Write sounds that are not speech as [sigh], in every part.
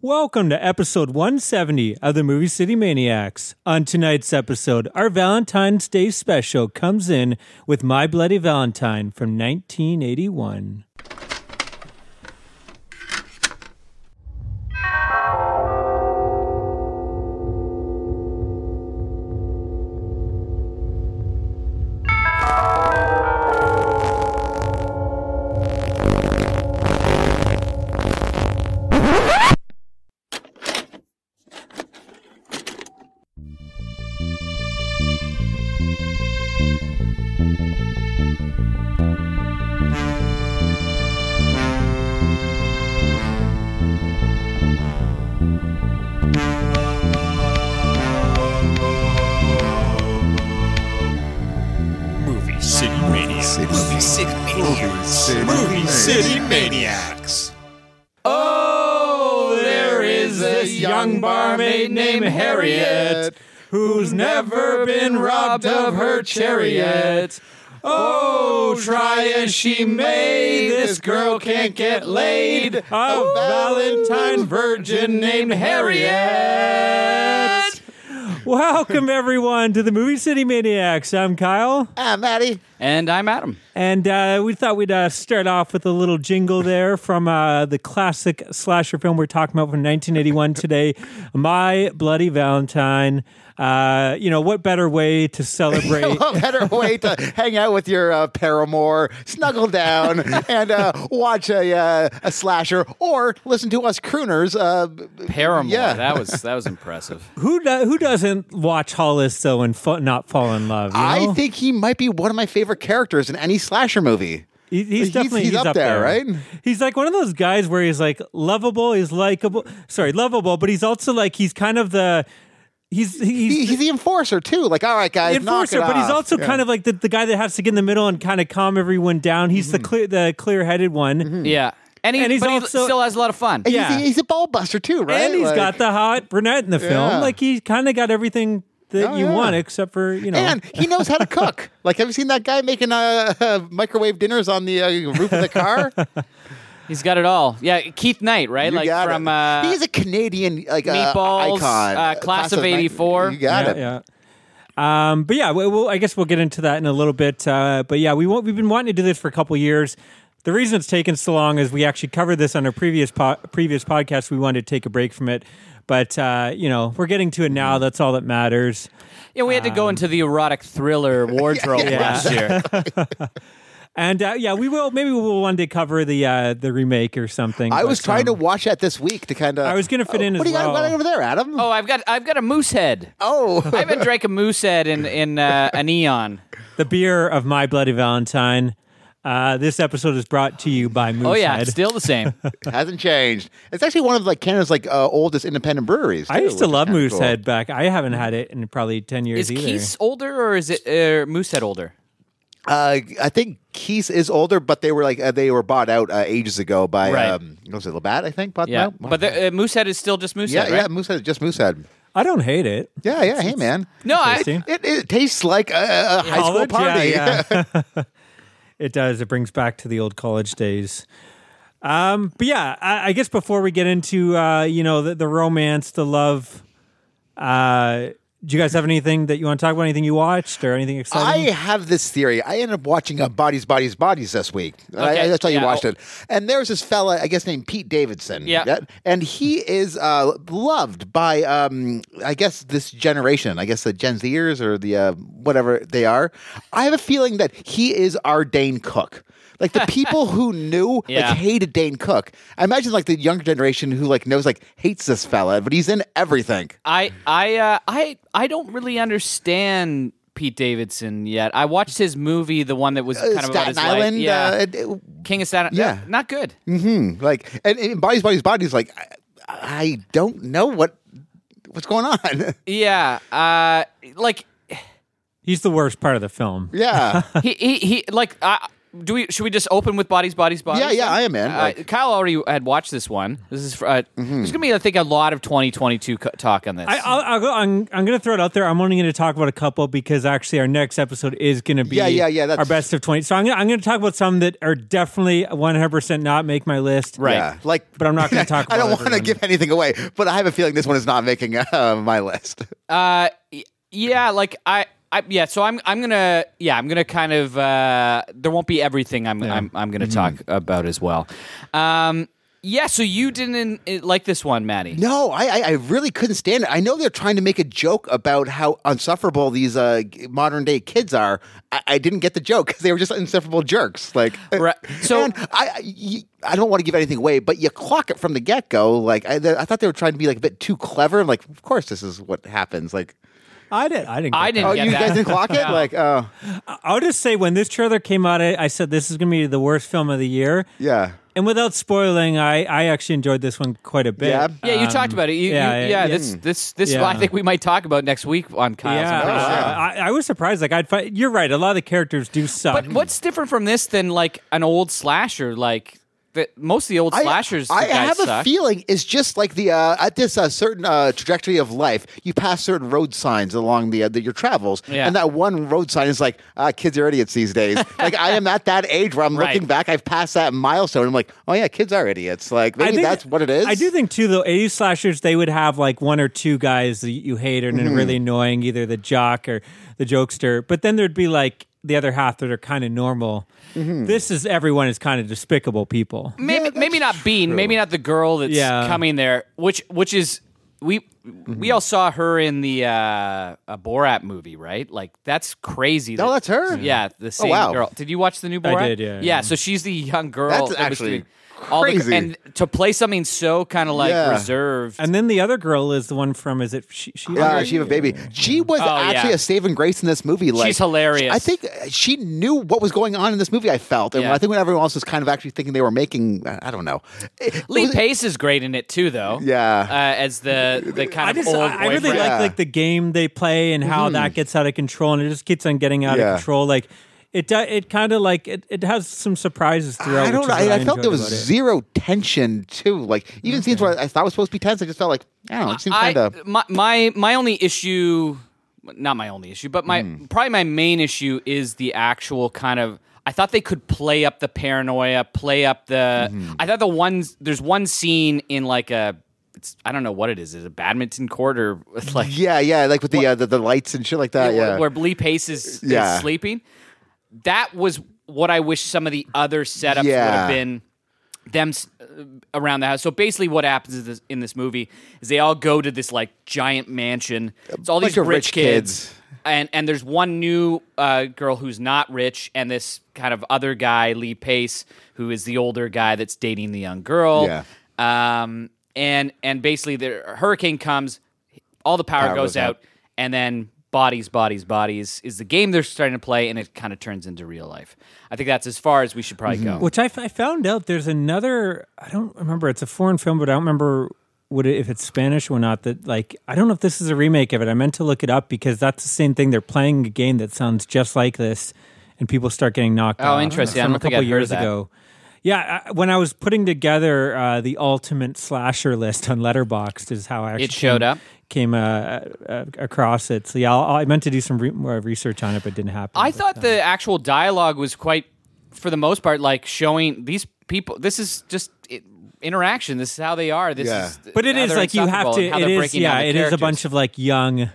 Welcome to episode 170 of the Movie City Maniacs. On tonight's episode, our Valentine's Day special comes in with My Bloody Valentine from 1981. Movie City Maniacs. City City Movie Maniacs. Maniacs. City Movie Maniacs. City Maniacs. Oh, there is this young barmaid named Harriet who's never been robbed of her chariot. Oh, try as she may, this girl can't get laid. A Valentine virgin named Harriet. Welcome, everyone, to the Movie City Maniacs. I'm Kyle. Ah, Maddie. And I'm Adam. And uh, we thought we'd uh, start off with a little jingle there from uh, the classic slasher film we're talking about from 1981 today, My Bloody Valentine. Uh, you know, what better way to [laughs] celebrate? What better way to [laughs] hang out with your uh, paramour, snuggle down, and uh, watch a, uh, a slasher or listen to us crooners? Uh, b- b- Paramore. Yeah. That was that [laughs] was impressive. who do- who doesn't watch Hollis though and fa- not fall in love? you know? I think he might be one of my favorite characters in any slasher movie. He- he's definitely he's up there, right? He's like one of those guys where he's like lovable, he's likable. Sorry, lovable, but he's also like he's kind of the he's he's He, he's the enforcer too. Like, all right, guys, enforcer, knock it but he's off. also Yeah. kind of like the, the guy that has to get in the middle and kind of calm everyone down. He's Mm-hmm. the clear the clear headed one, yeah. And, he, And he's but also- he still has a lot of fun. He's, yeah. a, he's a ball buster too, right? and he's Like- got the hot brunette in the film. Yeah. Like he's kind of got everything that Oh, you yeah. want, except for you know. And he knows how [laughs] to cook. like, have you seen that guy making uh, uh, [laughs] microwave dinners on the uh, roof of the [laughs] car? He's got it all. Yeah, Keith Knight, right? You like got from it. uh, he's a Canadian like uh, Meatballs, icon, uh, class of nine- 84. You got yeah, it. yeah. Um, but yeah, we, we'll, I guess we'll get into that in a little bit. Uh, but yeah, we won't, we've been wanting to do this for a couple years. The reason it's taken so long is we actually covered this on our previous po- previous podcast. We wanted to take a break from it, but uh, you know we're getting to it now. Mm-hmm. That's all that matters. yeah, we had to go Um, into the erotic thriller wardrobe [laughs] Yeah. last year. [laughs] And uh, yeah, we will. Maybe we'll one day cover the uh, the remake or something. I was but, trying to um, watch that this week to kind of. I was gonna fit in as What do you well. got going over there, Adam? Oh, I've got I've got a moose head. [laughs] I oh. haven't drank a moose head in in uh, [laughs] a neon. the beer of my bloody Valentine. Uh, this episode is brought to you by Moosehead. Oh yeah, it's still [laughs] the same. hasn't changed. It's actually one of like Canada's like uh, oldest independent breweries. I too, used to which is love kinda cool. Moosehead back. I haven't had it in probably ten years Is either. Keith older or is it uh, moose head older? Uh, I think Keith is older, but they were like uh, they were bought out uh, ages ago by Right. um, what was it Labatt? I think bought Yeah, them out. but the, uh, moose head is still just moose yeah, head. yeah, Right? Moosehead, just Moosehead. I don't hate it. Yeah, yeah. Hey, man, No, I, Tasty. it, it tastes like a, a a high school College? party. Yeah, [laughs] yeah. [laughs] it does. It brings back to the old college days. Um, but yeah, I, I guess before we get into uh, you know the, the romance, the love. Uh, do you guys have anything that you want to talk about? Anything you watched or anything exciting? I have this theory. I ended up watching uh, Bodies, Bodies, Bodies this week. I, Okay, I, that's how you yeah. watched it. And there's this fella, I guess, named Pete Davidson. Yeah. And he is uh, loved by, um, I guess, this generation. I guess the Gen Zers or the uh, whatever they are. I have a feeling that he is our Dane Cook. Like the [laughs] people who knew Yeah. like hated Dane Cook. I imagine like the younger generation who like knows like hates this fella, but he's in everything. I I uh, I I don't really understand Pete Davidson yet. I watched his movie, the one that was kind of about Uh, Staten his Island. life. Yeah, uh, it- it- King of Staten. yeah. uh, not good. Mm-hmm. Like and, and bodies, bodies, bodies. Like I, I don't know what what's going on. [laughs] Yeah, uh, like He's the worst part of the film. yeah, he, he he like I do we should we just open with bodies, bodies, bodies? Yeah, yeah, then? I am in. Uh, Like- Mm-hmm. Kyle already had watched this one. This is uh, there's gonna be I think a lot of 2022 co- talk on this. I, I'll, I'll go, I'm, I'm going to throw it out there. I'm only going to talk about a couple because actually our next episode is going to be Yeah, yeah, yeah, that's- our best of 20. So I'm going to I'm gonna talk about some that are definitely 100% not make my list. Right. Yeah, like, But I'm [laughs] not going to talk about I don't want to everyone. give anything away, but I have a feeling this one is not making uh, my list. Uh, y- yeah, like I, I, yeah. So I'm, I'm gonna, yeah, I'm gonna kind of. Uh, there won't be everything I'm, I'm, I'm gonna Mm-hmm. talk about as well. Um, yeah. So you didn't uh, like this one, Maddie. No, I, I I really couldn't stand it. I know they're trying to make a joke about how insufferable these uh, g- modern day kids are. I, I didn't get the joke because they were just insufferable jerks. Like, [laughs] Right. So- and I I- you- I don't want to give anything away, but you clock it from the get go. Like I, th- I thought they were trying to be like a bit too clever. Like, of course, this is what happens. Like, I, did, I didn't. I get that. oh, [laughs] Yeah, you that- guys didn't clock it. Like, oh, I'll just say when this trailer came out, I, I said this is going to be the worst film of the year. yeah. And without spoiling, I, I actually enjoyed this one quite a bit. Yeah. Yeah, you talked about it. You, yeah, you, yeah, yeah, yeah. This, this, this. Yeah. I think we might talk about next week on Kyle's. Yeah, impression. I, I was surprised. Like I'd, find, you're right. A lot of the characters do suck. But what's different from this than like an old slasher? Like that, most of the old I- slashers. I, the guys have suck. a feeling it's just like the uh, at this uh, certain uh, trajectory of life, you pass certain road signs along the, uh, the your travels, Yeah. and that one road sign is like, ah, kids are idiots these [laughs] days. like I am at that age where I'm Right. looking back, I've passed that milestone. I'm like, oh yeah, kids are idiots. Like maybe that's what it is. I do think too, though. 80s slashers, they would have like one or two guys that you hate and are Mm-hmm. really annoying, either the jock or the jokester. But then there'd be like the other half that are kind of normal. Mm-hmm. This is everyone is kind of despicable people. maybe maybe not Bean, maybe not the girl that's Yeah. coming there, which which is we we all saw her in the uh, a Borat movie, right? Like that's crazy. No, that- that's her? Yeah, the same wow. girl. Did you watch the new Borat? did, yeah, yeah. yeah. so she's the young girl. That's that was actually doing all the- crazy. and to play something so kind of like Yeah. reserved. And then the other girl is the one from is it she? she Yeah, she have a baby. She was actually Oh, yeah. a saving grace in this movie. Like She's hilarious. I think she knew what was going on in this movie. I felt, and Yeah. I think when everyone else was kind of actually thinking they were making, I don't know. It- it Lee was- Pace is great in it too, though. Yeah. uh, as the the kind I of just old I, I really boyfriend. Mm-hmm. like Yeah. like the game they play and how that gets out of control and it just keeps on getting out Yeah. of control. Like it do- it kind of like it, it has some surprises throughout. I which don't is know. what I, I felt enjoyed there was about it. zero tension too. Like even scenes where I thought was supposed to be tense, I just felt like I don't know. It seemed I- kind of my, my my only issue, not my only issue, but my probably my main issue is the actual kind of. I thought they could play up the paranoia, play up the. I thought the ones there's one scene in like a. It's, I don't know what it is. Is it a badminton court or [laughs] like yeah, yeah, like with the, uh, the the lights and shit like that. where- Yeah, where Lee Pace is, is Yeah. sleeping. That was what I wish some of the other setups would Yeah. have been. Them s- uh, around the house. So basically, what happens is this, in this movie is they all go to this like giant mansion. It's all bunch these of rich, rich kids. kids. and and there's one new uh, girl who's not rich, and this kind of other guy, Lee Pace, who is the older guy that's dating the young girl. Yeah. Um, and and basically, the hurricane comes, all the power, Power goes goes out. out, and then bodies, bodies, bodies is the game they're starting to play, and it kind of turns into real life. I think that's as far as we should probably go. Which I, f- I found out there's another. I don't remember. It's a foreign film, but I don't remember what it, if it's Spanish or not. That like I don't know if this is a remake of it. I meant to look it up because that's the same thing. They're playing a game that sounds just like this, and people start getting knocked. Oh, off. interesting. I From don't a think couple I'd heard years of that. ago. Yeah, I, when I was putting together uh, the ultimate slasher list on Letterboxd, is how I actually It showed came- up? Came uh, uh, across it. So yeah, I'll, I meant to do some re- more research on it, but it didn't happen. I But- thought the actual dialogue was quite, for the most part, like showing these people. This is just i interaction. This is how they are. This Yeah. is, But it how is they're like you have insufferable to. and how It they're is breaking down yeah. the It is a characters. bunch of like young.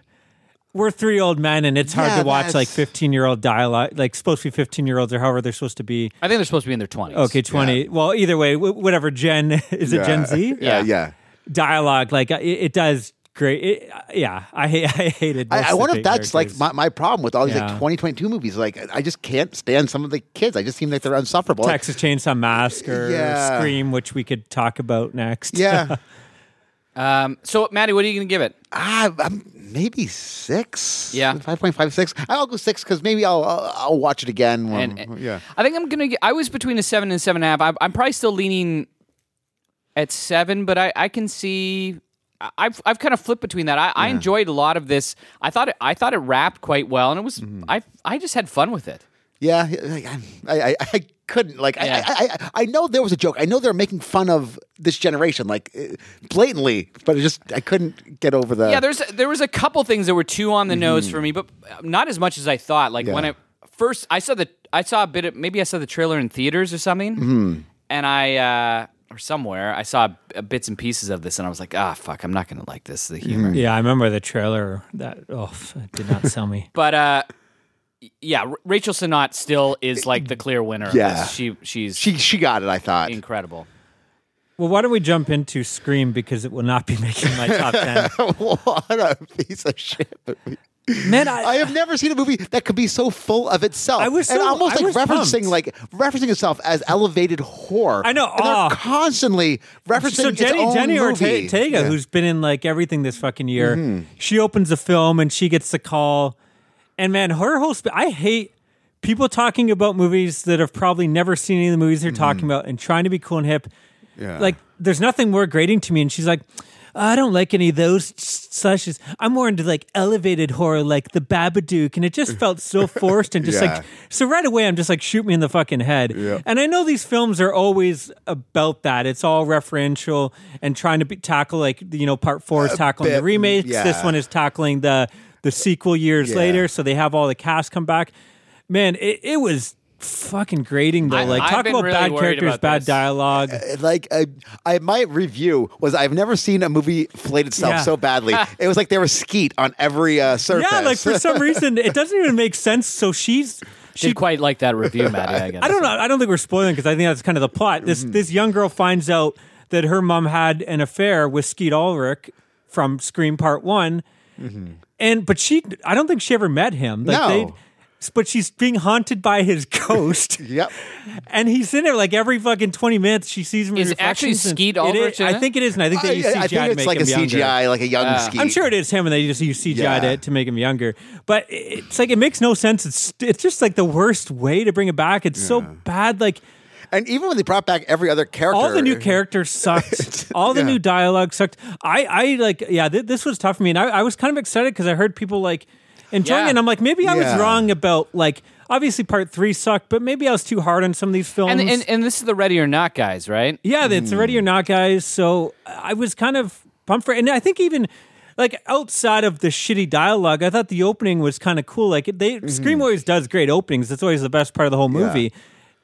We're three old men, and it's hard Yeah, to watch like that's- fifteen year old dialogue, like supposed to be fifteen year olds or however they're supposed to be. I think they're supposed to be in their twenties. Okay, twenty. Well, either way, wh- whatever Gen [laughs] is it Gen Z yeah, Yeah. yeah. dialogue, like it, it does great. It, yeah, I hate, I hated. most I, I of wonder the if that's like characters. my, my problem with all these Yeah. like twenty twenty two movies. Like I just can't stand some of the kids. I just seem like they're unsufferable. Like, Texas Chainsaw Massacre, Yeah. Scream, which we could talk about next. yeah, Um, so, Maddie, what are you going to give it? ah, I'm maybe six. Yeah. five point five six. I'll go six because maybe I'll, I'll I'll watch it again. When, And, Mm-hmm. eh, yeah, I think I'm gonna. Get, I was between a seven and seven and a half. I'm, I'm probably still leaning at seven, but I, I can see. I- I've I've kind of flipped between that. I, I Mm-hmm. enjoyed a lot of this. I thought it, I thought it wrapped quite well, and it was I I just had fun with it. Yeah, like, I, I, I couldn't like Yeah. I, I, I, I know there was a joke. I know they're making fun of this generation, like uh, blatantly, but it just I couldn't get over the. yeah, there's there was a couple things that were too on the nose for me, but not as much as I thought. Like when Mm-hmm. Yeah. I first I saw the I saw a bit of maybe I saw the trailer in theaters or something, Mm-hmm. and I uh, or somewhere I saw uh, bits and pieces of this, and I was like, ah, fuck, I'm not gonna like this the humor. [laughs] Yeah, I remember the trailer. That oh, it did not sell me. But uh, yeah, R- Rachel Sonat still is like the clear winner. Yeah. of this. she she's she she got it. I thought. incredible. Well, why don't we jump into Scream because it will not be [laughs] making my top [laughs] ten. [laughs] what a piece of shit! movie. Man, I have never seen a movie that could be so full of itself. I was and so- almost I was like referencing pumped. like referencing itself as elevated horror. I know, And aw. they're constantly referencing so Jenny its own Jenny movie. Mm-hmm. Ortega, who's been in like everything this fucking year, she opens the film and she gets the call. And man, her whole sp- I hate people talking about movies that have probably never seen any of the movies they're talking about and trying to be cool and hip. Mm-hmm. Yeah. Like, there's nothing more grating to me. And she's like. I don't like any of those slashes. I'm more into like elevated horror, like The Babadook, and it just felt [laughs] so forced and just Yeah. like so right away, I'm just like, shoot me in the fucking head. And I know these films are always about that. It's all referential and trying to be, tackle like you know, part four is tackling the bit, remakes. yeah. This one is tackling the the sequel years Yeah. later. So they have all the cast come back. Man, it, it was fucking grating though. I- like I've talk been about really bad worried characters, about bad [laughs] this. dialogue. like I, I my review was I've never seen a movie flate itself Yeah. [laughs] so badly. it was like there was skeet on every uh, surface. Yeah, like for some reason it doesn't even make sense. So she's she Did quite like that review, Maddie. I, guess. I don't know. I don't think we're spoiling because I think that's kind of the plot. This Mm-hmm. this young girl finds out that her mom had an affair with Skeet Ulrich from Scream Part One, and but she I don't think she ever met him. Mm-hmm. No. but she's being haunted by [laughs] his ghost, [laughs] yep. and he's in there like every fucking twenty minutes. She sees him. in Is it actually reflections and Skeet it is- Ulrich in I it? think it is, and I think I, they use I- CGI I to think it's make like a him younger. CGI, like a young skeet. I'm sure it is him, and they just use CGI Yeah. to, to make him younger. But it's like it makes no sense. It's it's just like the worst way to bring it back. It's so bad. Like And even when they brought back every other character, all the new characters [laughs] sucked. all the new dialogue sucked. I, I like, yeah, th- this was tough for me, and I, I was kind of excited because I heard people like enjoying Yeah. it. And I'm like, maybe I Yeah. was wrong about like obviously part three sucked, but maybe I was too hard on some of these films. And, and and this is the Ready or Not guys, right? yeah, it's Hmm. already or not, guys. So I was kind of pumped for, it. and I think even. Like outside of the shitty dialogue, I thought the opening was kind of cool. Like they Mm-hmm. Scream always does great openings. That's always the best part of the whole movie.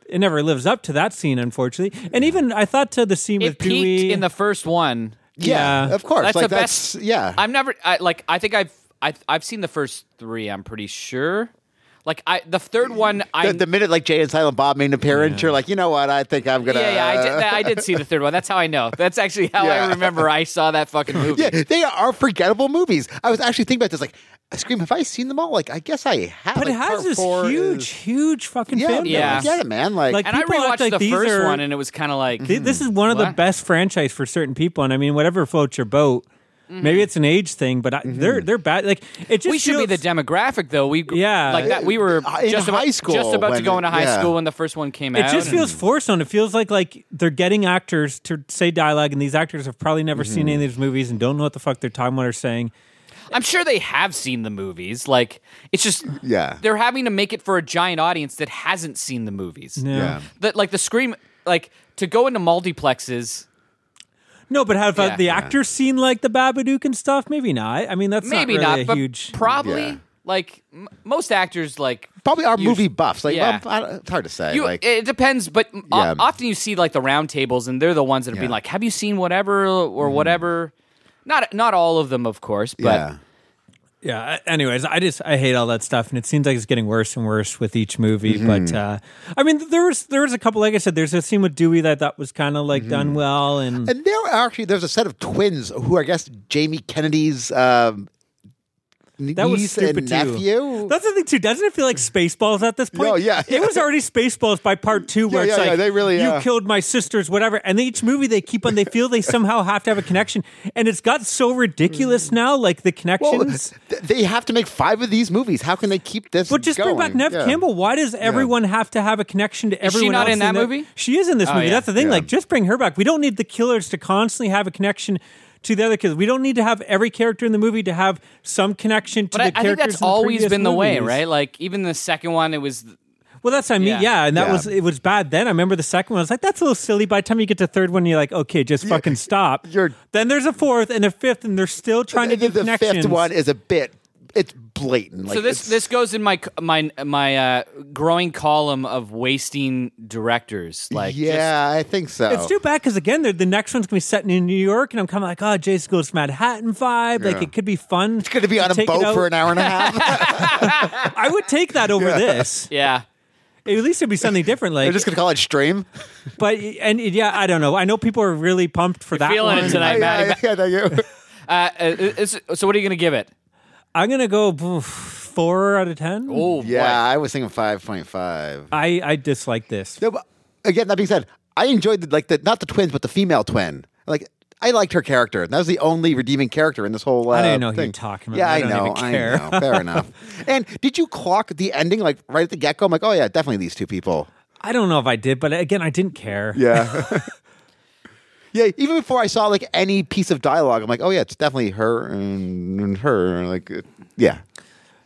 It never lives up to that scene, unfortunately. And even I thought to the scene with It Dewey peaked in the first one. Yeah, Yeah. of course. That's like the best. that's yeah. I've never. I, like I think I've I, I've seen the first three. I'm pretty sure. Like I the third one. I the, the minute like Jay and Silent Bob made an appearance, you're like, you know what? I think I'm gonna. yeah yeah I did that, I did see the third one. That's how I know. That's actually how Yeah. I remember I saw that fucking movie. [laughs] Yeah, they are forgettable movies. I was actually thinking about this. Like, Scream. Have I seen them all? Like, I guess I have. But Like, it has part this four huge, is- huge fucking Yeah, fan base. yeah. Yeah. Get it, man. Like, Like, And I people act rewatched like the these first are- one, and it was kind of like Th- This is one of the What? best franchise for certain people, and I mean, whatever floats your boat. Maybe it's an age thing, but I, they're Mm-hmm. they're bad. Like it just Mm-hmm. we should be the feels- demographic though. We Yeah. like that. We were Uh, In just about high school just about to when- go into high yeah. school when the first one came It out. just and- feels forced on. It feels like like they're getting actors to say dialogue, and these actors have probably never Mm-hmm. seen any of these movies and don't know what the fuck they're talking about or saying. I'm sure they have seen the movies. Like it's just [laughs] Yeah. they're having to make it for a giant audience that hasn't seen the movies. No, Yeah. That like the scream like to go into multiplexes. no, but have uh, Yeah. the Yeah. actors seen like the Babadook and stuff? Maybe not. I mean, that's Maybe not not, really a but huge. probably Yeah. like m- most actors like probably are You- movie buffs. Like, yeah. well, I don't- it's hard to say. you, like, it depends, but o- Yeah. often you see like the round tables, and they're the ones that have been Yeah. Mm-hmm. like, "Have you seen whatever or whatever?" Not not all of them, of course, but yeah. Yeah. a- Anyways, I just I hate all that stuff, and it seems like it's getting worse and worse with each movie. Mm-hmm. But uh, I mean, there was there was a couple. Like I said, there's a scene with Dewey that I thought was kind of like Mm-hmm. done well, and, And there are actually there's a set of twins who I guess Jamie Kennedy's um, niece that was stupid and too. nephew. That's the thing too. Doesn't it feel like Spaceballs at this point? Oh, yeah. it was already Spaceballs by part two, where Yeah, it's yeah, like yeah, they really, you uh, killed my sisters, whatever. And they, each movie they keep on, they feel they somehow have to have a connection, and it's got so ridiculous now. Like the Hmm. well, connections. [laughs] th- they have to make five of these movies. How can they keep this? But just bring back going? Nev Yeah. Campbell. Why does everyone have to have a connection to she everyone? not else in that the- movie? She is in this Oh, movie. yeah. That's the thing. Like, just bring her back. We don't need the killers to constantly have a connection to the other killers. We don't need to have every character in the movie to have some connection to But I, the I think characters. that's in the always previous been the way, movies. right? Like even the second one, it was Well, that's what I mean. Yeah. Yeah, and that Yeah. was it was bad then. I remember the second one. I was like, that's a little silly. By the time you get to third one, you're like, okay, just fucking stop. [laughs] you're- then there's a fourth and a fifth, and they're still trying to the, do the connections. fifth one is a bit. It's blatant. Like, so this it's- this goes in my c- my my uh, growing column of wasting directors. Like, just- yeah, I think so. It's too bad because again, they're- the next one's gonna be set in New York, and I'm kind of like, oh, Jason goes to Manhattan vibe. Like Yeah. it could be fun. It's Going to be on a boat for an hour and a half. [laughs] I would take that over this. yeah. At least it'd be something different. Like, They're just going to call it stream. but and yeah, I don't know. I know people are really pumped for that feeling it one. tonight. Hey, Matty, yeah, yeah, yeah, yeah. Uh, uh, it's, so what are you gonna give it? I'm gonna go poof, four out of ten. Oh, Yeah, I was thinking five point five. I I dislike this. No, but again, that being said, I enjoyed the, like the not the twins, but the female twin. Like I liked her character, and that was the only redeeming character in this whole. Uh, I didn't know who thing. you're talking about. Yeah, I I, don't know. even care. I [laughs] know. Fair enough. And did you clock the ending like right at the get go? I'm like, oh yeah, definitely these two people. I don't know if I did, but again, I didn't care. Yeah. [laughs] yeah. Even before I saw like any piece of dialogue, I'm like, oh yeah, it's definitely her and, and her. Like, it- yeah.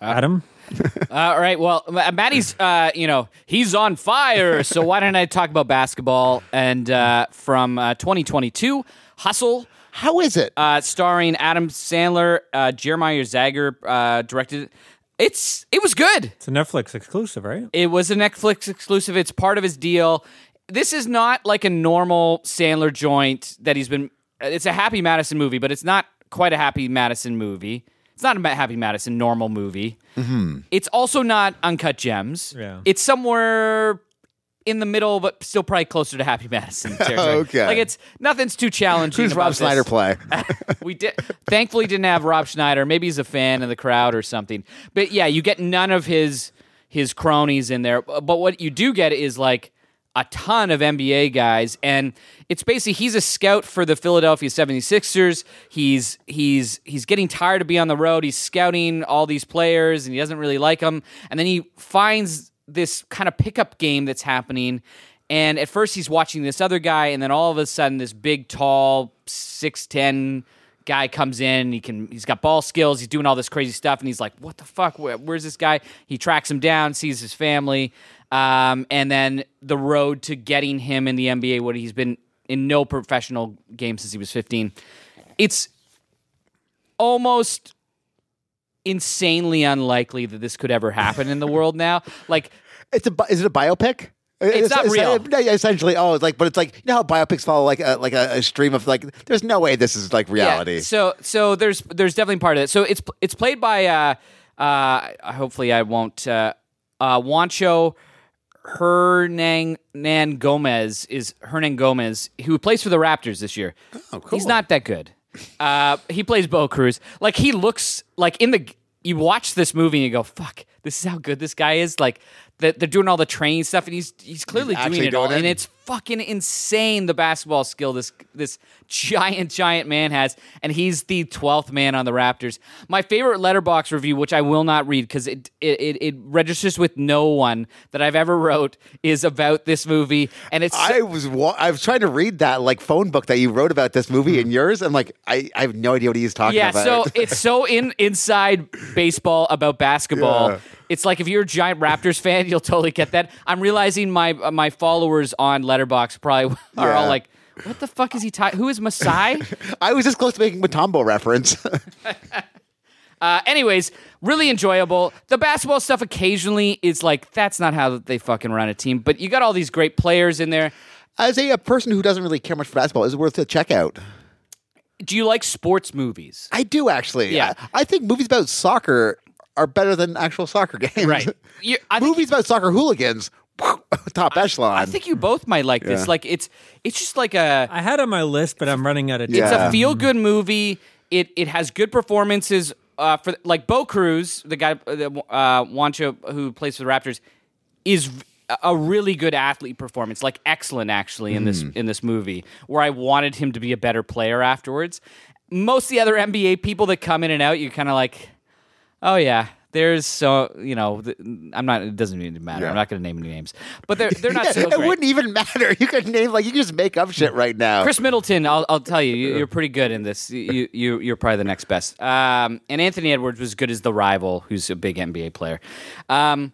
Adam, Uh, All right. Well, Ma- Matty's, uh, you know, he's on fire. So why don't I talk about basketball and uh, from uh, 2022, Hustle, How is it? uh, starring Adam Sandler, uh, Jeremiah Zagger uh, directed. it. It's it was good. it's a Netflix exclusive, right? It was a Netflix exclusive. It's part of his deal. This is not like a normal Sandler joint that he's been. It's a Happy Madison movie, but it's not quite a Happy Madison movie. It's not a Ma- Happy Madison normal movie. Mm-hmm. It's also not Uncut Gems. Yeah. It's somewhere in the middle, but still probably closer to Happy [laughs] Madison territory. Okay. Like it's nothing's too challenging. Who's about Rob this. Snyder play? [laughs] [laughs] we did. Thankfully, didn't have Rob Schneider. Maybe he's a fan of the crowd or something. But yeah, you get none of his his cronies in there. But what you do get is like a ton of NBA guys, and it's basically he's a scout for the Philadelphia 76ers. He's he's he's getting tired of being on the road. He's scouting all these players, and he doesn't really like them. And then he finds this kind of pickup game that's happening. And at first, he's watching this other guy, and then all of a sudden, this big, tall, six ten guy comes in. He can, he's got ball skills. He's doing all this crazy stuff, and he's like, "What the fuck? Where, where's this guy?" He tracks him down, sees his family, um, and then the road to getting him in the NBA, what he's been in no professional game since he was fifteen. It's almost insanely unlikely that this could ever happen in the world now. Like It's a. bi- Is it a biopic? It's, not real. no, yeah, essentially, oh, it's like, but it's like you know how biopics follow like a, like a, a stream of like. There's no way this is like reality. Yeah, so so there's there's definitely part of it. So it's it's played by uh uh hopefully I won't uh uh Wancho Hernan Gomez is Hernan Gomez who plays for the Raptors this year. Oh, cool. He's not that good. Uh he plays Bo Cruz. Like he looks like in the you watch this movie and you go, "Fuck, this is how good this guy is." Like they're, they're doing all the training stuff and he's he's clearly doing actually it all doing it? and it's it's fucking insane the basketball skill this this giant giant man has and he's the 12th man on the raptors my favorite letterbox review which i will not read because it, it it it registers with no one that i've ever wrote is about this movie and it's I was wa- I was trying to read that like phone book that you wrote about this movie and yours. I'm like, I, I have no idea what he's talking yeah about. so it's so in inside baseball about basketball Yeah. it's like if you're a giant raptors fan you'll totally get that i'm realizing my my followers on letterbox probably [laughs] are all Yeah. like what the fuck is he talking? Who [laughs] is Masai? [laughs] I was just close to making a Tombo reference. [laughs] Uh, anyways, really enjoyable. The basketball stuff occasionally is like that's not how they fucking run a team, but you got all these great players in there. As a, a person who doesn't really care much for basketball, is it worth a check out? Do you like sports movies? I do actually. Yeah. I, I think movies about soccer are better than actual soccer [laughs] games. You, I think, movies about soccer hooligans, [laughs] top echelon. I think you both might like this. Yeah. Like it's it's just like a I had it on my list, but I'm running out of time. it's Yeah. a feel good movie. It it has good performances uh, for like Bo Cruz, the guy uh, the, uh, Wancho who plays for the Raptors, is v- a really good athlete performance, like excellent actually in this Mm. in this movie, where I wanted him to be a better player afterwards. Most of the other NBA people that come in and out, you're kind of like, oh yeah. There's so you know th- I'm not it doesn't even matter Yeah. I'm not going to name any names but they're they're [laughs] not so it great. wouldn't even matter. You could name like you could just make up shit right now. Chris Middleton, I'll, I'll tell you, you, you're pretty good in this. You, you, you're probably the next best. Um, and Anthony Edwards was good as the rival, who's a big NBA player. Um,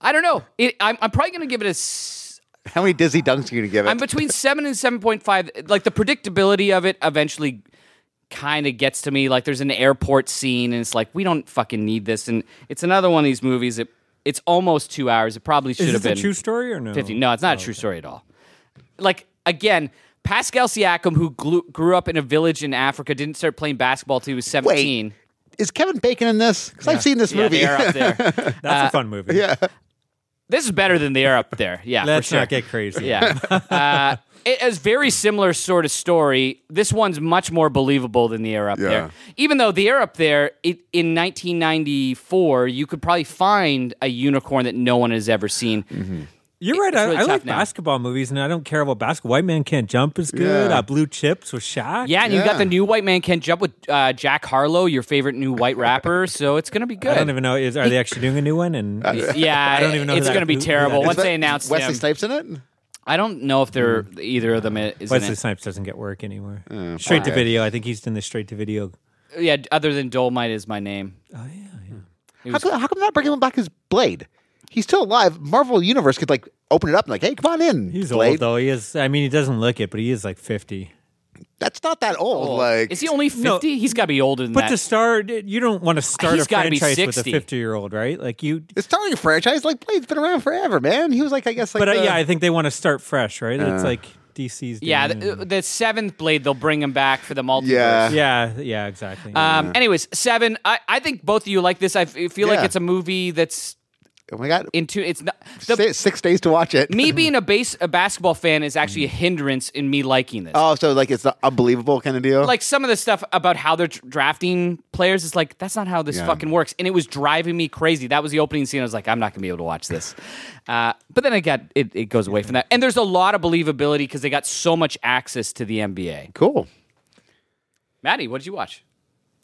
I don't know. It, I'm, I'm probably going to give it a. S- How many dizzy dunks are you gonna give it? I'm [laughs] between seven and seven point five. Like the predictability of it eventually kind of gets to me. Like there's an airport scene, and it's like we don't fucking need this. And it's another one of these movies that it's almost two hours. It probably should Is have this a been true story or no? 50. No, it's not oh, a true story at all. Like, again, Pascal Siakam, who grew, grew up in a village in Africa, didn't start playing basketball till he was 17. Is Kevin Bacon in this? Because I've seen this Yeah, movie. [laughs] they are up there. That's a fun movie. Yeah, this is better than they are up there. Yeah, let's for sure. not get crazy. [laughs] yeah. Uh, it is very similar sort of story. This one's much more believable than the air up there. Even though the air up there it, in 1994, you could probably find a unicorn that no one has ever seen. You're right. It's I, really I tough like now. basketball movies, and I don't care about basketball. White Man Can't Jump is good. Yeah. Uh, Blue Chips with Shaq. Yeah, and you got Yeah. the new White Man Can't Jump with uh, Jack Harlow, your favorite new [laughs] white rapper. So it's gonna be good. I don't even know. Is are they actually doing a new one? And yeah, I don't even know who It's that- gonna be who- who terrible that is. once Is they that announced Wesley him. Snipes in it. I don't know if they're Mm-hmm. either of them is in Wesley it. Snipes doesn't get work anymore. straight to okay. video. I think he's in the straight to video. Yeah, other than Dolmite is my name. Oh yeah, yeah. How come, how come not bringing back his blade? He's still alive. Marvel Universe could like open it up and like, hey, come on in. he's blade. old though. He is. I mean, he doesn't look it, but he is like fifty. That's not that old. Like, is he only fifty? He's got to be older than But that. to start, you don't want to start a He's gotta be franchise with a 60. fifty-year-old, right? Like you. It's starting a franchise. Like Blade's been around forever, man. He was like, I guess, like, But uh, the- yeah, I think they want to start fresh, right? it's like DC's. Doing yeah, it. the, the seventh blade they'll bring him back for the multiverse. yeah, yeah, yeah, exactly. Um. Anyways, seven. I, I think both of you like this. I f- feel like Yeah. it's a movie that's Oh my god, into. It's not the Si- six days to watch it. me being a base a basketball fan is actually a hindrance in me liking this. Oh, so like it's the unbelievable kind of deal. like some of the stuff about how they're dr- drafting players is like that's not how this Yeah. fucking works and it was driving me crazy that was the opening scene i was like i'm not gonna be able to watch this [laughs] uh, but then again it, it goes away from that and there's a lot of believability because they got so much access to the nba cool. maddie what did you watch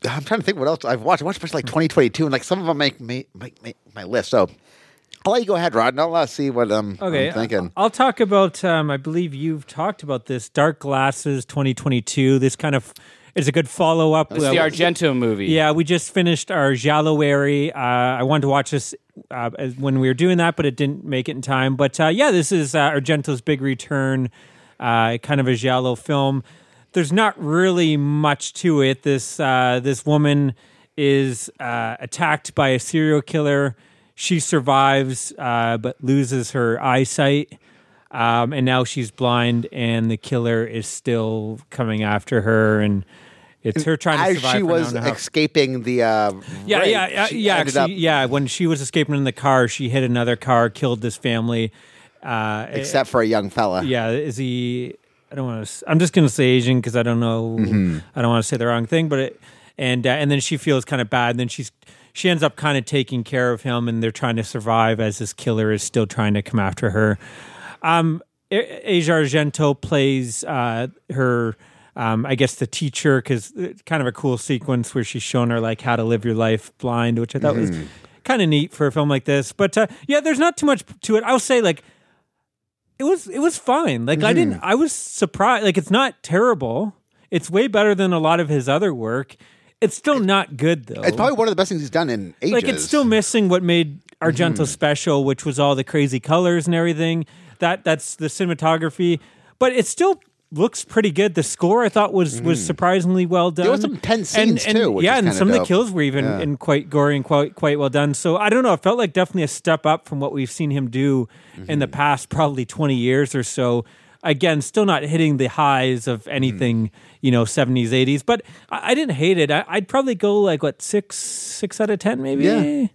I'm trying to think what else I've watched. I watched a bunch of like 2022, and like some of them make me make, make my list. So I'll let you go ahead, Rod, and I'll uh, see what um, Okay, I'm thinking. I- I'll talk about. Um, I believe you've talked about this Dark Glasses 2022. This kind of is a good follow up. the argento movie yeah, we just finished our Jalowary. Uh, I wanted to watch this uh, as- when we were doing that, but it didn't make it in time. But uh, yeah, this is uh, Argento's big return, uh, kind of a Giallo film. There's not really much to it. This uh, this woman is uh, attacked by a serial killer. She survives, uh, but loses her eyesight. Um, and now she's blind, and the killer is still coming after her, and it's her trying to As survive. she for was now and a half. escaping the uh, Yeah, raid, yeah, yeah, she yeah. ended Actually, up- yeah. When she was escaping in the car, she hit another car, killed this family. Uh, except for a young fella. yeah, is he? I don't want to. I'm just going to say Asian because I don't know. Mm-hmm. I don't want to say the wrong thing, but it, and uh, and then she feels kind of bad. And then she's she ends up kind of taking care of him, and they're trying to survive as this killer is still trying to come after her. Um, A- Asia Argento plays uh, her. Um, I guess the teacher, because kind of a cool sequence where she's shown her like how to live your life blind, which I thought Mm-hmm. was kind of neat for a film like this. But uh, yeah, there's not too much to it. I'll say like it was it was fine. Like I Mm-hmm. didn't I was surprised like it's not terrible. It's way better than a lot of his other work. It's still not good though. It's probably one of the best things he's done in ages. Mm-hmm. like it's still missing what made Argento special, which was all the crazy colors and everything. That that's the cinematography, but it still looks pretty good. The score I thought was was surprisingly well done. was Mm. some tense scenes, and, too, which yeah, is and kinda some of the dope. kills were even and quite gory and quite quite well done. So I don't know. It felt like definitely a step up from what we've seen him do in Mm-hmm. the past, probably twenty years or so. Again, still not hitting the highs of Mm. anything, you know, seventies, eighties. But I, I didn't hate it. I, I'd probably go like what six, six out of ten, maybe. Yeah.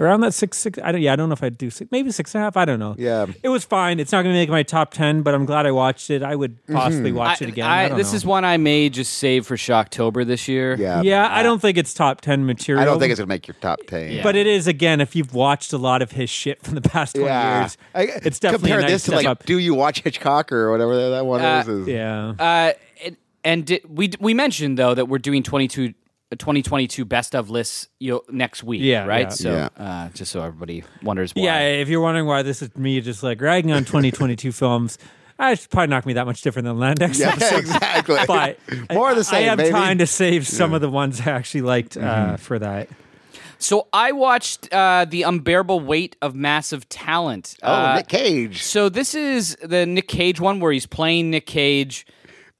Around that six, six. I don't. Yeah, I don't know if I'd do six, maybe six and a half. I don't know. Yeah. it was fine. It's not going to make my top ten, but I'm glad I watched it. I would possibly Mm-hmm. watch it again. I, don't this know. is one i may just save for shocktober this year yeah, Yeah, I don't think it's top ten material. I don't think it's gonna make your top ten. Yeah. But it is again, if you've watched a lot of his shit from the past twenty years, I- it's definitely compare a nice this to step like, up. do you watch Hitchcock or whatever that- that one is? is- yeah, uh, and, and di- we we mentioned though that we're doing 22 uh, 2022 best of lists you know, next week Yeah, yeah. right so Yeah. Uh, just so everybody wonders why yeah. If you're wondering why this is me just like ragging on twenty twenty [laughs] two films, uh, it's probably not gonna be that much different than the next [laughs] [laughs] Yeah, episode. exactly. But [laughs] More of the same. Mm-hmm. I have baby. time to save some of the ones I actually liked uh, for that. So I watched uh, the unbearable weight of massive talent. Oh, Uh, Nick Cage. So this is the Nick Cage one where he's playing Nick Cage.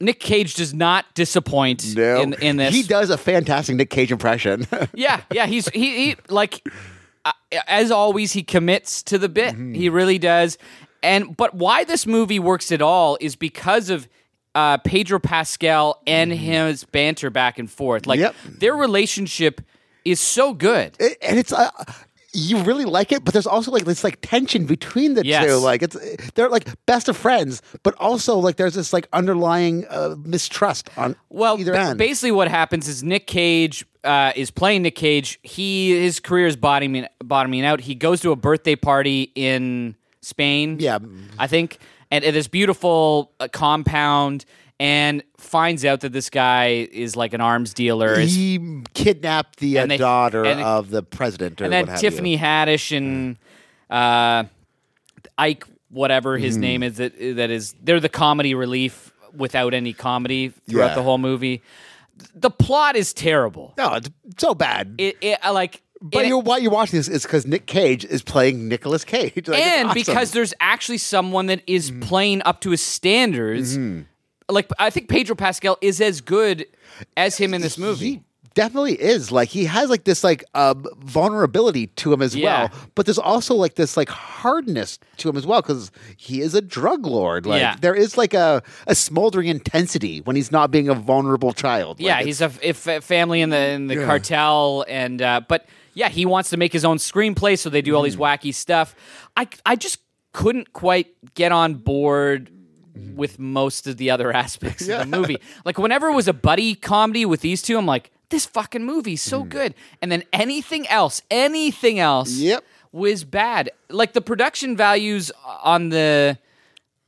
Nick Cage does not disappoint No. in, in this. He does a fantastic Nick Cage impression. [laughs] Yeah, yeah. He's he, he like uh, as always he commits to the bit. Mm-hmm. He really does. And but why this movie works at all is because of uh, Pedro Pascal and his banter back and forth. Like Mm-hmm. Yep. their relationship is so good. It- and it's uh, you really like it, but there's also like this like tension between the Yes. two. Like it's they're like best of friends, but also like there's this like underlying uh, mistrust on Well, either ba- end. basically, what happens is Nick Cage uh, is playing Nick Cage. He his career is bottoming bottoming out. He goes to a birthday party in Spain. Yeah. I think, and at this beautiful uh, compound, and finds out that this guy is like an arms dealer. is- he kidnapped the uh, And they- daughter and- of the president, or and then what have you. Tiffany Haddish and uh, Ike, whatever Mm-hmm. his name is, that that is they're the comedy relief without any comedy throughout Yeah. the whole movie. The plot is terrible. No, it's so bad. It, it I like. but and- you're, why you're watching this is because Nick Cage is playing Nicolas Cage, [laughs] Like, it's and awesome. Mm-hmm. because there's actually someone that is playing up to his standards. Like I think Pedro Pascal is as good as him in this movie. He definitely is. Like he has like this like uh, vulnerability to him as Yeah. well, but there's also like this like hardness to him as well because he is a drug lord. Like Yeah. there is like a a smoldering intensity when he's not being a vulnerable child. Like, yeah, it's- he's a, if, a family in the in the cartel, and uh, but yeah, he wants to make his own screenplay, so they do all these Mm-hmm. wacky stuff. I I just couldn't quite get on board Mm-hmm. with most of the other [laughs] aspects of the movie. Like whenever it was a buddy comedy with these two, I'm like, this fucking movie's so Mm-hmm. good. And then anything else, anything else, Yep. was bad. Like the production values on the.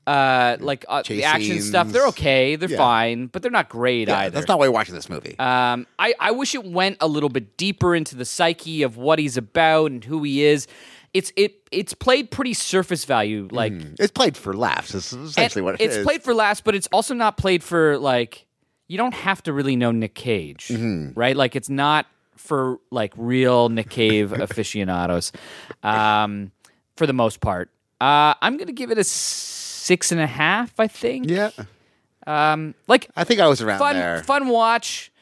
Uh, like uh, the Chase action stuff, scenes. they're okay, they're Yeah. fine, but they're not great yeah, either. that's not why you're watching this movie. Um, I, I wish it went a little bit deeper into the psyche of what he's about and who he is. It's it it's played pretty surface value, like it's played for laughs. Is essentially and Hmm. what it it's is. played for laughs, but it's also not played for like you don't have to really know Nick Cage, Mm-hmm. right? Like it's not for like real [laughs] Nick Cave aficionados, um, for the most part. Uh, I'm gonna give it a six and a half, I think. Yeah, Um, like I think I was around fun there. fun watch.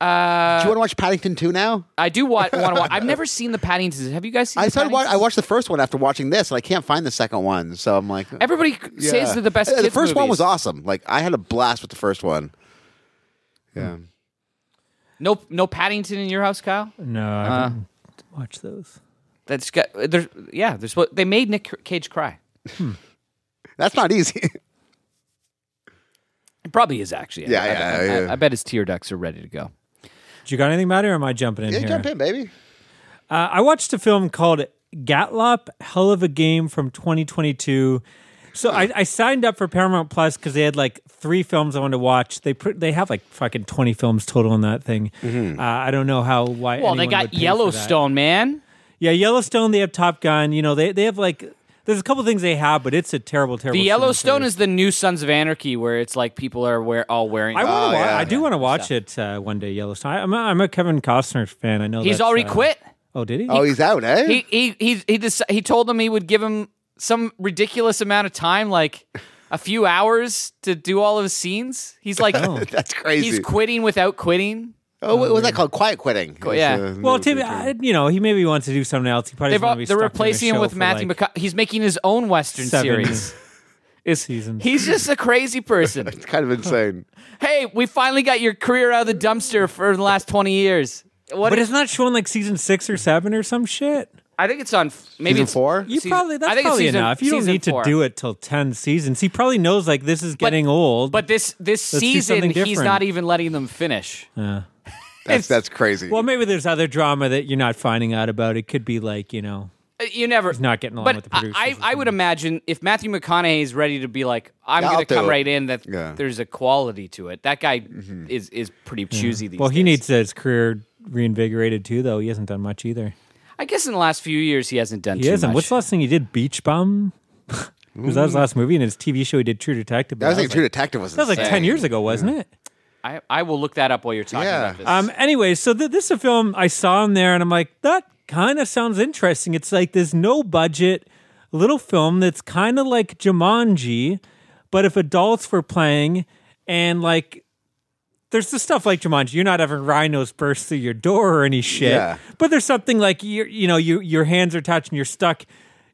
Do you want to watch Paddington Two now? I do wa- want to [laughs] watch. I've never seen the Paddingtons. Have you guys seen? I the started. Wa- Paddingtons? I watched the first one after watching this, and I can't find the second one. So I'm like, Everybody says Yeah. they're the best. Uh, The kid first one was movies. awesome. Like I had a blast with the first one. Yeah. No, no Paddington in your house, Kyle. No, I Uh-huh. haven't watched those. That's got. There's, yeah, there's what they made Nick Cage cry. That's not easy. [laughs] It probably is actually. I- Yeah, I, yeah, I- I- yeah. I bet his tear ducts are ready to go. Do you got anything, Matt, or am I jumping in yeah, here? jump in, baby. Uh, I watched a film called Gatlop, Hell of a Game from 2022. So I, I signed up for Paramount Plus because they had like three films I wanted to watch. They pr- they have like fucking 20 films total in that thing. Mm-hmm. Uh, I don't know how why. Well, they anyone would got pay for that. Yellowstone, man. Yeah, Yellowstone. They have Top Gun. You know, they they have like there's a couple things they have, but it's a terrible, terrible. The cinema Yellowstone series. is the new Sons of Anarchy, where it's like people are wear, all wearing. I want to. Oh, yeah. I do want to watch it uh, one day. Yellowstone. I, I'm a, I'm a Kevin Costner fan. I know He's that's, already uh, quit. Oh, did he? Oh, he's out, eh? He he he he, dec- he told them he would give him some ridiculous amount of time, like a few hours, to do all of his scenes. He's like, Oh. [laughs] That's crazy. He's quitting without quitting. oh, what was that called? Quiet quitting. It's, yeah. uh, Well, new Tim, feature. I, you know, he maybe wants to do something else. He probably They've doesn't all, want to be they're stuck in a replacing him show with for, Matthew like, McConaughey. He's making his own Western seven series. Is seasons. [laughs] He's just a crazy person. It's kind [laughs] of insane. hey, we finally got your career out of the dumpster for the last twenty years. What? But is- it's not showing like season six or seven or some shit. I think it's on f- maybe Season it's, four? You Season- probably I that's think it's probably season- enough. You don't season need four. to do it till ten seasons. He probably knows like this is getting old. But this this Let's do season, something he's different. not even letting them finish. That's that's crazy. well, maybe there's other drama that you're not finding out about. It could be like you know, Uh, You never. He's not getting along but with the producers I, or I, I would imagine if Matthew McConaughey is ready to be like, I'm Yeah, I'll going do to come it. right in. That Yeah. Mm-hmm. there's a quality to it. That guy is is pretty choosy. These well, he days. needs his career reinvigorated too. Though he hasn't done much either. I guess in the last few years he hasn't done He too hasn't. much. What's the last thing he did? Beach Bum. [laughs] was that his last movie? And his TV show he did True Detective. I but was thinking that True was like- Detective was that was like insane. ten years ago, wasn't it? I, I will look that up while you're talking Yeah. about this. Um, anyway, so th- this is a film I saw in there, and I'm like, that kind of sounds interesting. It's like this no budget little film that's kind of like Jumanji, but if adults were playing, and like, there's the stuff like Jumanji. You're not having rhinos burst through your door or any shit. Yeah. But there's something like you you know you your hands are touching, you're stuck,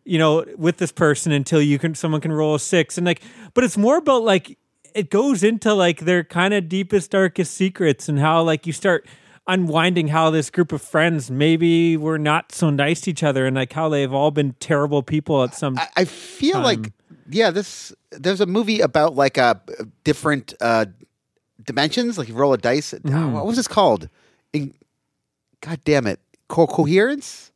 you know, with this person until you can someone can roll a six and like. But it's more about like it goes into like their kind of deepest darkest secrets and how like you start unwinding how this group of friends maybe were not so nice to each other and like how they've all been terrible people at some I feel Um, like yeah, this there's a movie about like a different uh dimensions, like you roll a dice. Mm. Oh, what was this called? In, God damn it, Co- coherence.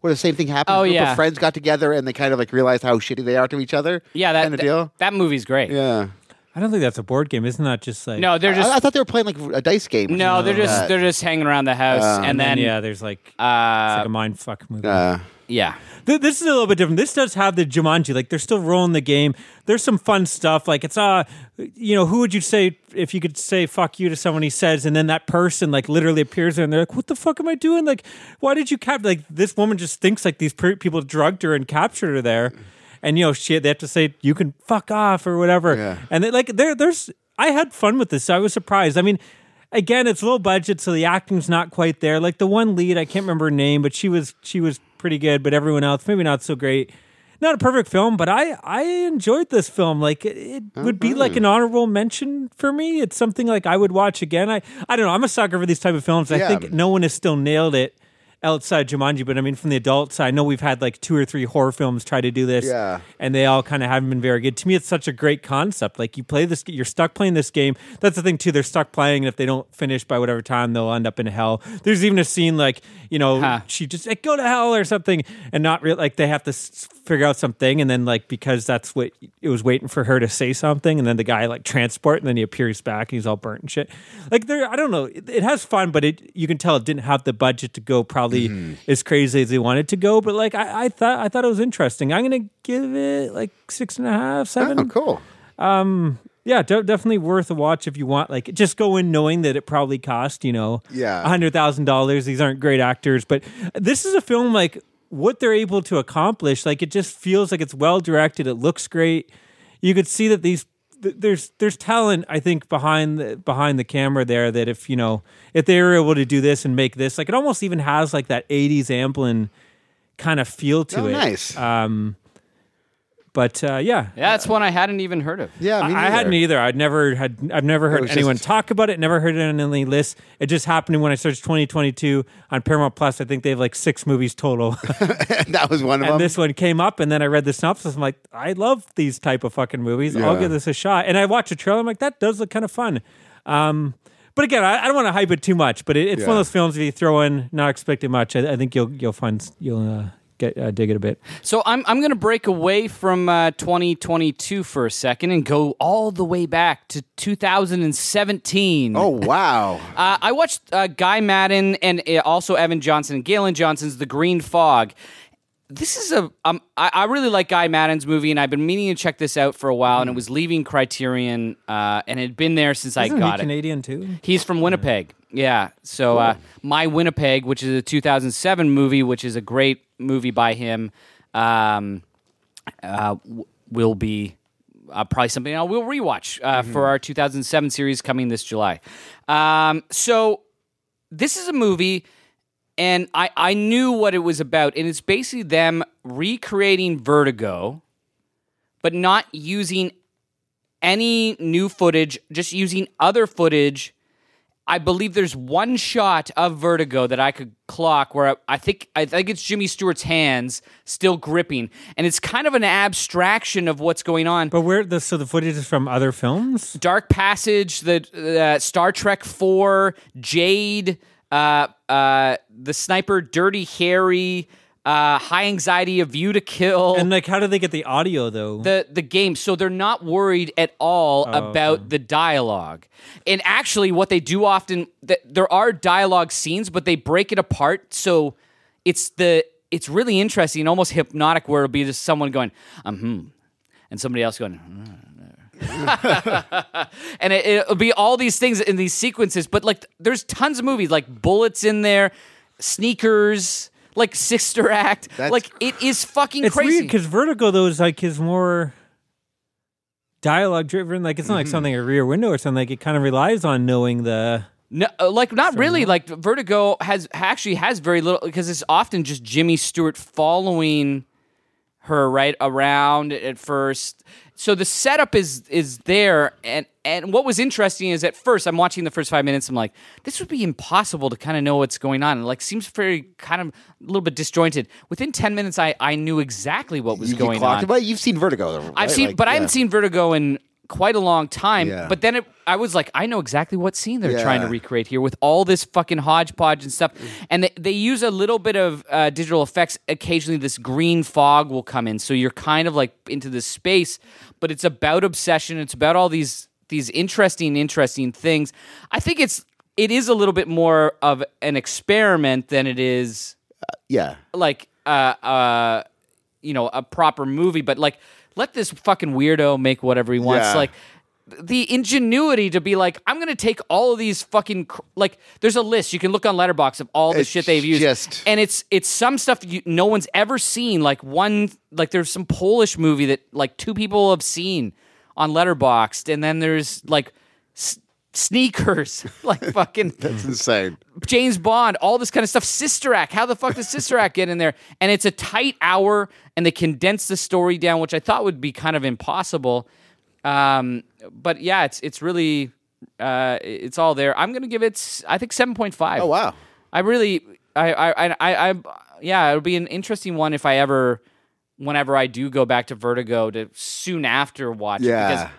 Where the same thing happened. Oh, a group yeah. of friends got together and they kind of like realized how shitty they are to each other. yeah, that, kind of that deal. that movie's great. Yeah, I don't think that's a board game isn't that just like No, they're just I, I thought they were playing like a dice game. or no, something they're like just that. they're just hanging around the house, and then and yeah there's like it's like a mind fuck movie Uh, yeah. Th- this is a little bit different. This does have the Jumanji. Like they're still rolling the game. There's some fun stuff. Like it's uh you know, who would you say if you could say fuck you to someone he says, and then that person like literally appears there, and they're like, what the fuck am I doing? Like, why did you cap? Like this woman just thinks like these per- people drugged her and captured her there, and you know, shit, they have to say you can fuck off or whatever. Yeah. And they, like there, there's I had fun with this. I was surprised. I mean. Again, it's low budget, so the acting's not quite there. Like the one lead, I can't remember her name, but she was she was pretty good, but everyone else maybe not so great. Not a perfect film, but I I enjoyed this film. Like it, it would be like an honorable mention for me. It's something like I would watch again. I I don't know. I'm a sucker for these type of films. I Yeah. think no one has still nailed it outside Jumanji, but I mean from the adult side, I know we've had like two or three horror films try to do this Yeah. and they all kind of haven't been very good. To me, it's such a great concept. Like you play this, you're stuck playing this game. That's the thing too. They're stuck playing, and if they don't finish by whatever time, they'll end up in hell. There's even a scene like you know Huh. she just like go to hell or something, and not real like they have to s- figure out something, and then like because that's what it was waiting for her to say something, and then the guy like transport, and then he appears back, and he's all burnt and shit. Like there, I don't know. It, it has fun, but it you can tell it didn't have the budget to go probably as crazy as they wanted to go. But like I, I thought, I thought it was interesting. I'm gonna give it like six and a half, seven. oh, cool. Yeah, de- definitely worth a watch if you want. Like, just go in knowing that it probably cost you know, Yeah. hundred thousand dollars. These aren't great actors, but this is a film like what they're able to accomplish. Like, it just feels like it's well directed. It looks great. You could see that these th- there's there's talent I think behind the, behind the camera there. That if you know if they were able to do this and make this, like it almost even has like that '80s Amblin kind of feel to Oh, it. nice. Uh, But uh, yeah, Yeah, That's one I hadn't even heard of. yeah, me I, I hadn't e neither. either. I'd never had. I've never heard was anyone just- talk about it. Never heard it on any list. It just happened when I searched 2022 on Paramount Plus. I think they have like six movies total, [laughs] that was one of [laughs] and them. this one came up. And then I read the synopsis. I'm like, I love these type of fucking movies. I'll Yeah. give this a shot. And I watched a trailer. I'm like, that does look kind of fun. Um, but again, I, I don't want to hype it too much. But it, it's one Yeah. of those films if you throw in not expecting much, I, I think you'll you'll find you'll uh, get uh, dig it a bit. So I'm I'm gonna break away from uh, 2022 for a second and go all the way back to 2017. oh wow. Uh, I watched uh, Guy Madden and uh, also Evan Johnson and Galen Johnson's The Green Fog. This is a um, I, I really like Guy Madden's movie, and I've been meaning to check this out for a while. And it was leaving Criterion, uh, and it had been there since I Hmm. Isn't he got it. Canadian too? He's from Winnipeg. Yeah. So uh, My Winnipeg, which is a 2007 movie, which is a great movie by him, um, uh, w- will be uh, probably something I will rewatch uh, for our 2007 series coming this July. Um, so this is a movie and I, I knew what it was about and it's basically them recreating vertigo but not using any new footage just using other footage i believe there's one shot of vertigo that i could clock where i, I think i think it's jimmy stewart's hands still gripping and it's kind of an abstraction of what's going on But where the so the footage is from other films. Dark Passage, the uh, Star Trek Four, Jade, uh, uh, the Sniper, Dirty Harry, uh, High Anxiety, A View to Kill, And like, how do they get the audio though? the the game. So they're not worried at all Oh, about the dialogue. And actually, what they do often th- there are dialogue scenes, but they break it apart. So it's the it's really interesting, almost hypnotic, where it'll be just someone going, um, hmm, and somebody else going. "Hmm." [laughs] and it, it'll be all these things in these sequences. But like, there's tons of movies like Bullets in there, Sneakers, like Sister Act. That's like it is fucking It's crazy. weird because Vertigo though is like is more dialogue driven. Like it's not Mm-hmm. like something a Rear Window or something. Like it kind of relies on knowing the. No, uh, like not really. Like Vertigo has actually has very little because it's often just Jimmy Stewart following her right around at first. So the setup is is there, and and what was interesting is at first I'm watching the first five minutes. I'm like, this would be impossible to kind of know what's going on. It like seems very kind of a little bit disjointed. Within ten minutes, I I knew exactly what was You going clocked on. it, But you've seen Vertigo. Though, I've seen, but I haven't seen Vertigo in quite a long time. Yeah. But then it, I was like, I know exactly what scene they're Yeah. trying to recreate here with all this fucking hodgepodge and stuff. And they, they use a little bit of uh, digital effects. Occasionally, this green fog will come in, so you're kind of like into this space. But it's about obsession. It's about all these these interesting, interesting things. I think it's it is a little bit more of an experiment than it is Yeah, like uh uh you know a proper movie but like let this fucking weirdo make whatever he wants Yeah. like th- the ingenuity to be like i'm gonna take all of these fucking cr- like there's a list you can look on letterbox of all the It's shit they've used just- and it's it's some stuff you, no one's ever seen like one like there's some polish movie that like two people have seen on letterboxd and then there's like s- sneakers [laughs] like [laughs] fucking it's insane. James Bond, all this kind of stuff. Sister Act. How the fuck does Sister Act get in there? And it's a tight hour, and they condense the story down, which I thought would be kind of impossible. Um, but yeah, it's it's really uh, it's all there. I'm gonna give it, s- I think, seven point five. Oh wow. I really, I, I, I, I, I yeah, it'll be an interesting one if I ever, whenever I do go back to Vertigo to soon after watch. it, Yeah, because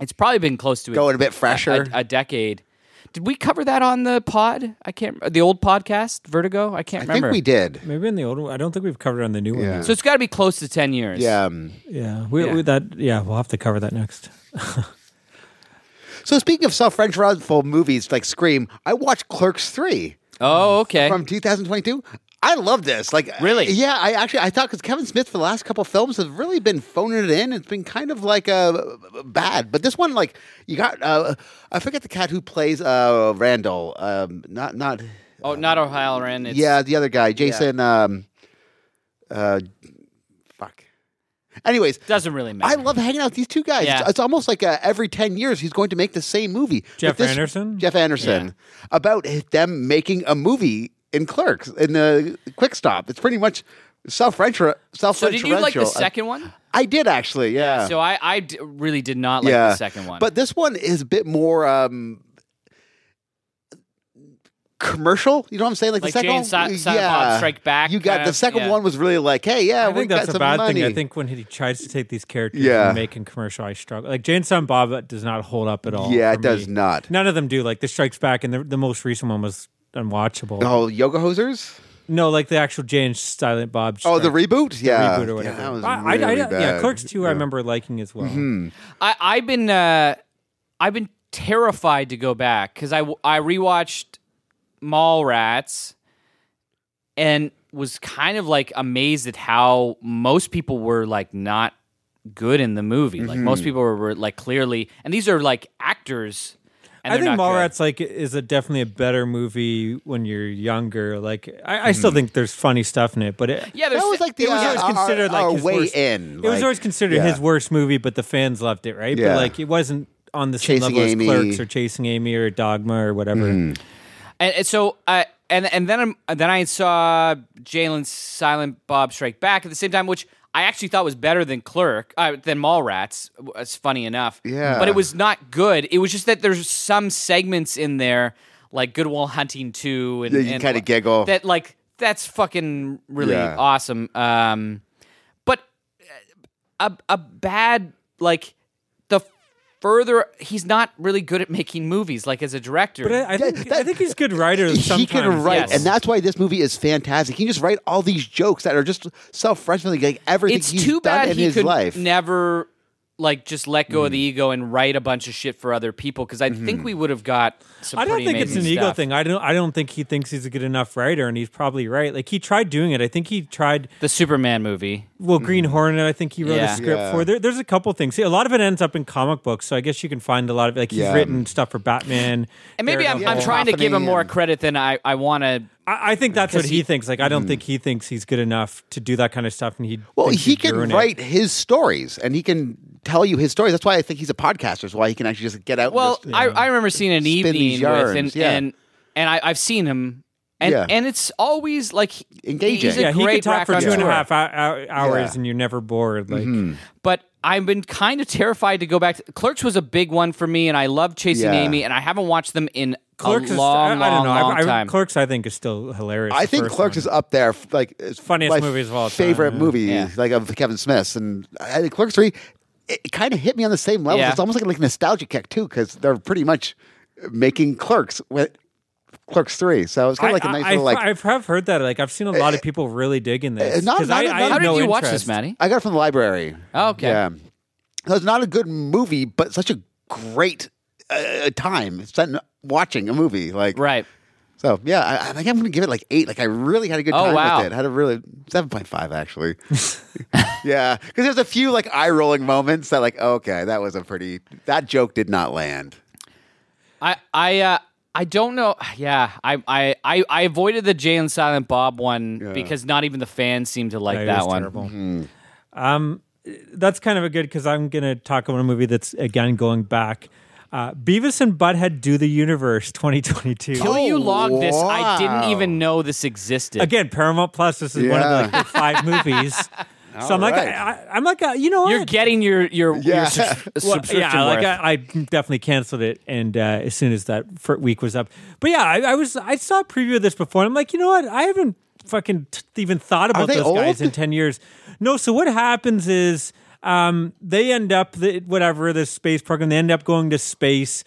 it's probably been close to it going a bit fresher. a, a decade. Did we cover that on the pod? I can't. The old podcast, Vertigo. I can't I think remember. we did. Maybe in the old one, I don't think we've covered it on the new Yeah. one. So it's got to be close to ten years. Yeah. um, Yeah, we, Yeah. We, that yeah, we'll have to cover that next. So speaking of self-referential movies like Scream, I watched Clerks Three. Oh, okay. from 2022. I love this. Like, Really? Yeah, I actually I thought because Kevin Smith for the last couple films has really been phoning it in. It's been kind of like uh, bad, but this one, like, you got uh, I forget the cat who plays uh, Randall. Um, not not oh, not Ohio Ren. It's, yeah, the other guy, Jason. Um, uh, fuck. Anyways, Doesn't really matter. I love hanging out with these two guys. Yeah. It's, it's almost like uh, every 10 years he's going to make the same movie. Jeff But this- Anderson? Jeff Anderson. About them making a movie in Clerks, in the Quick Stop. It's pretty much self referential. so did you like the second one? I did actually, yeah. So I, I d- really did not like yeah. the second one. But this one is a bit more. Um, Commercial, you know what I'm saying? Like, Like the second Jane one, Si- Silent Bob Strike Back You got kind the of- second yeah. one was really like, hey, yeah, I we think got that's a some bad money. thing. I think when he tries to take these characters Yeah. and make and commercialize struggle, like Jane Silent Bob that does not hold up at all. yeah, for it does me. not. None of them do. Like the Strikes Back and the, the most recent one was unwatchable. No, Oh, yoga hosers. like the actual Jane Silent Bob. Oh, the Strike- reboot? Yeah. reboot or whatever. Yeah, that was I- I- I- really yeah, bad. Mm-hmm. Clerks two I remember liking as well. I, I've been uh, I've been terrified to go back because I w- I rewatched Mallrats and was kind of like amazed at how most people were like not good in the movie. Like Mm-hmm. most people were, were like clearly, and these are like actors. And I they're think not good. Mallrats like is a definitely a better movie when you're younger. Like I, I still think there's funny stuff in it, but it, Yeah, there's That was like the it was uh, always considered Mm-hmm. our, like our his way worst, in. It was like, always considered yeah. his worst movie, but the fans loved it, right? Yeah. But like it wasn't on the same Chasing level Amy. Mm-hmm. as Clerks or Chasing Amy or Dogma or whatever. And, and so, uh, and and then I'm, and then I saw Jalen Silent Bob Strike Back at the same time, which I actually thought was better than Clerk, uh, than Mallrats. It's funny enough, Yeah. But it was not good. It was just that there's some segments in there, like Good Will Hunting Two, and Yeah, you and kinda giggle. That like that's fucking really Yeah. awesome. Um, but a a bad like the further he's not really good at making movies, like as a director. But I, I think I think he's a good writer. He Sometimes, can write, yes. and that's why this movie is fantastic. He can just write all these jokes that are just self-referential, like everything it's he's too done bad in he his could life. Mm. never like just let go of the ego and write a bunch of shit for other people because I Mm-hmm. think we would have got. Some I don't pretty think it's an amazing ego stuff. thing. I don't. I don't think he thinks he's a good enough writer, and he's probably right. Like he tried doing it. I think he tried. The Superman movie. Well, Green Hornet. I think he wrote Yeah. a script Hmm. Yeah. for. There, there's a couple things. See, a lot of it ends up in comic books, so I guess you can find a lot of like he's Yeah. written stuff for Batman. And maybe I'm, I'm Daredevil. trying to give him Cacophony more and- credit than I, I want to. I, I think that's what Because he, he- thinks. Like I don't think he thinks he's good enough to do that kind of stuff, and he Hmm. Well, thinks he he'd can ruin it. write his stories and he can tell you his stories. That's why I think he's a podcaster. Is why he can actually just get out. Well, and I, I remember seeing an Spin evening these with and yarns, yeah. and, and I, I've seen him. And, Yeah. and it's always like he- Engaging. He's a Yeah, he great could talk for two and a raconteur. half hou- hou- hours, Yeah. Hmm. and you're never bored. Like but I've been kind of terrified to go back. To, Clerks was a big one for me, and I love Chasing Yeah. Amy, and I haven't watched them in Clerks a is- long, I, I don't know. long, long I, I, time. Clerks, I think, is still hilarious. just- I the think first Clerks one. is up there. f- Like it's Funniest my movies of all time, Favorite yeah. movie, Yeah. like of Kevin Smith's, and I, think Clerks three. It, kind of hit me on the same level. Yeah. It's almost like like a nostalgia kick too, because they're pretty much making Clerks with Clerks three. So it's kind of like a nice I, little like. I've have heard that. Like I've seen a lot of people really digging this. uh, not- 'cause I, I not- not- had How did no you watch interest. this, Maddie? I got it from the library. Oh, okay. Yeah. So it's not a good movie, but such a great uh, time spent watching a movie. Like Right. So yeah, I, I think I'm going to give it like eight. Like I really had a good Oh, time wow. with it. Had a really seven point five [laughs] actually. yeah, because there's a few like eye rolling moments that like okay, that was a pretty that joke did not land. I I uh, I don't know. Yeah, I I I, I avoided the Jay and Silent Bob one because not even the fans seem to like No, it that was one. terrible. Mm-hmm. Um, that's kind of a good because I'm gonna talk about a movie that's again going back. Uh, Beavis and Butthead do the universe 2022. Till you logged this, I didn't Oh, wow. even know this existed. Again, Paramount Plus. This is one of the, like, Yeah. the five [laughs] movies. So I'm like, right. I, I, am like, uh, you know, You're what? getting your your, your Yeah. [laughs] subs- Well, subscription yeah, worth. like I, I definitely canceled it, and uh, as soon as that fir- week was up, but yeah, I, I was I saw a preview of this before, and I'm like, you know what? I haven't fucking t- even thought about they those guys old? in ten years. No, so what happens is um, they end up the, whatever this space program. They end up going to space.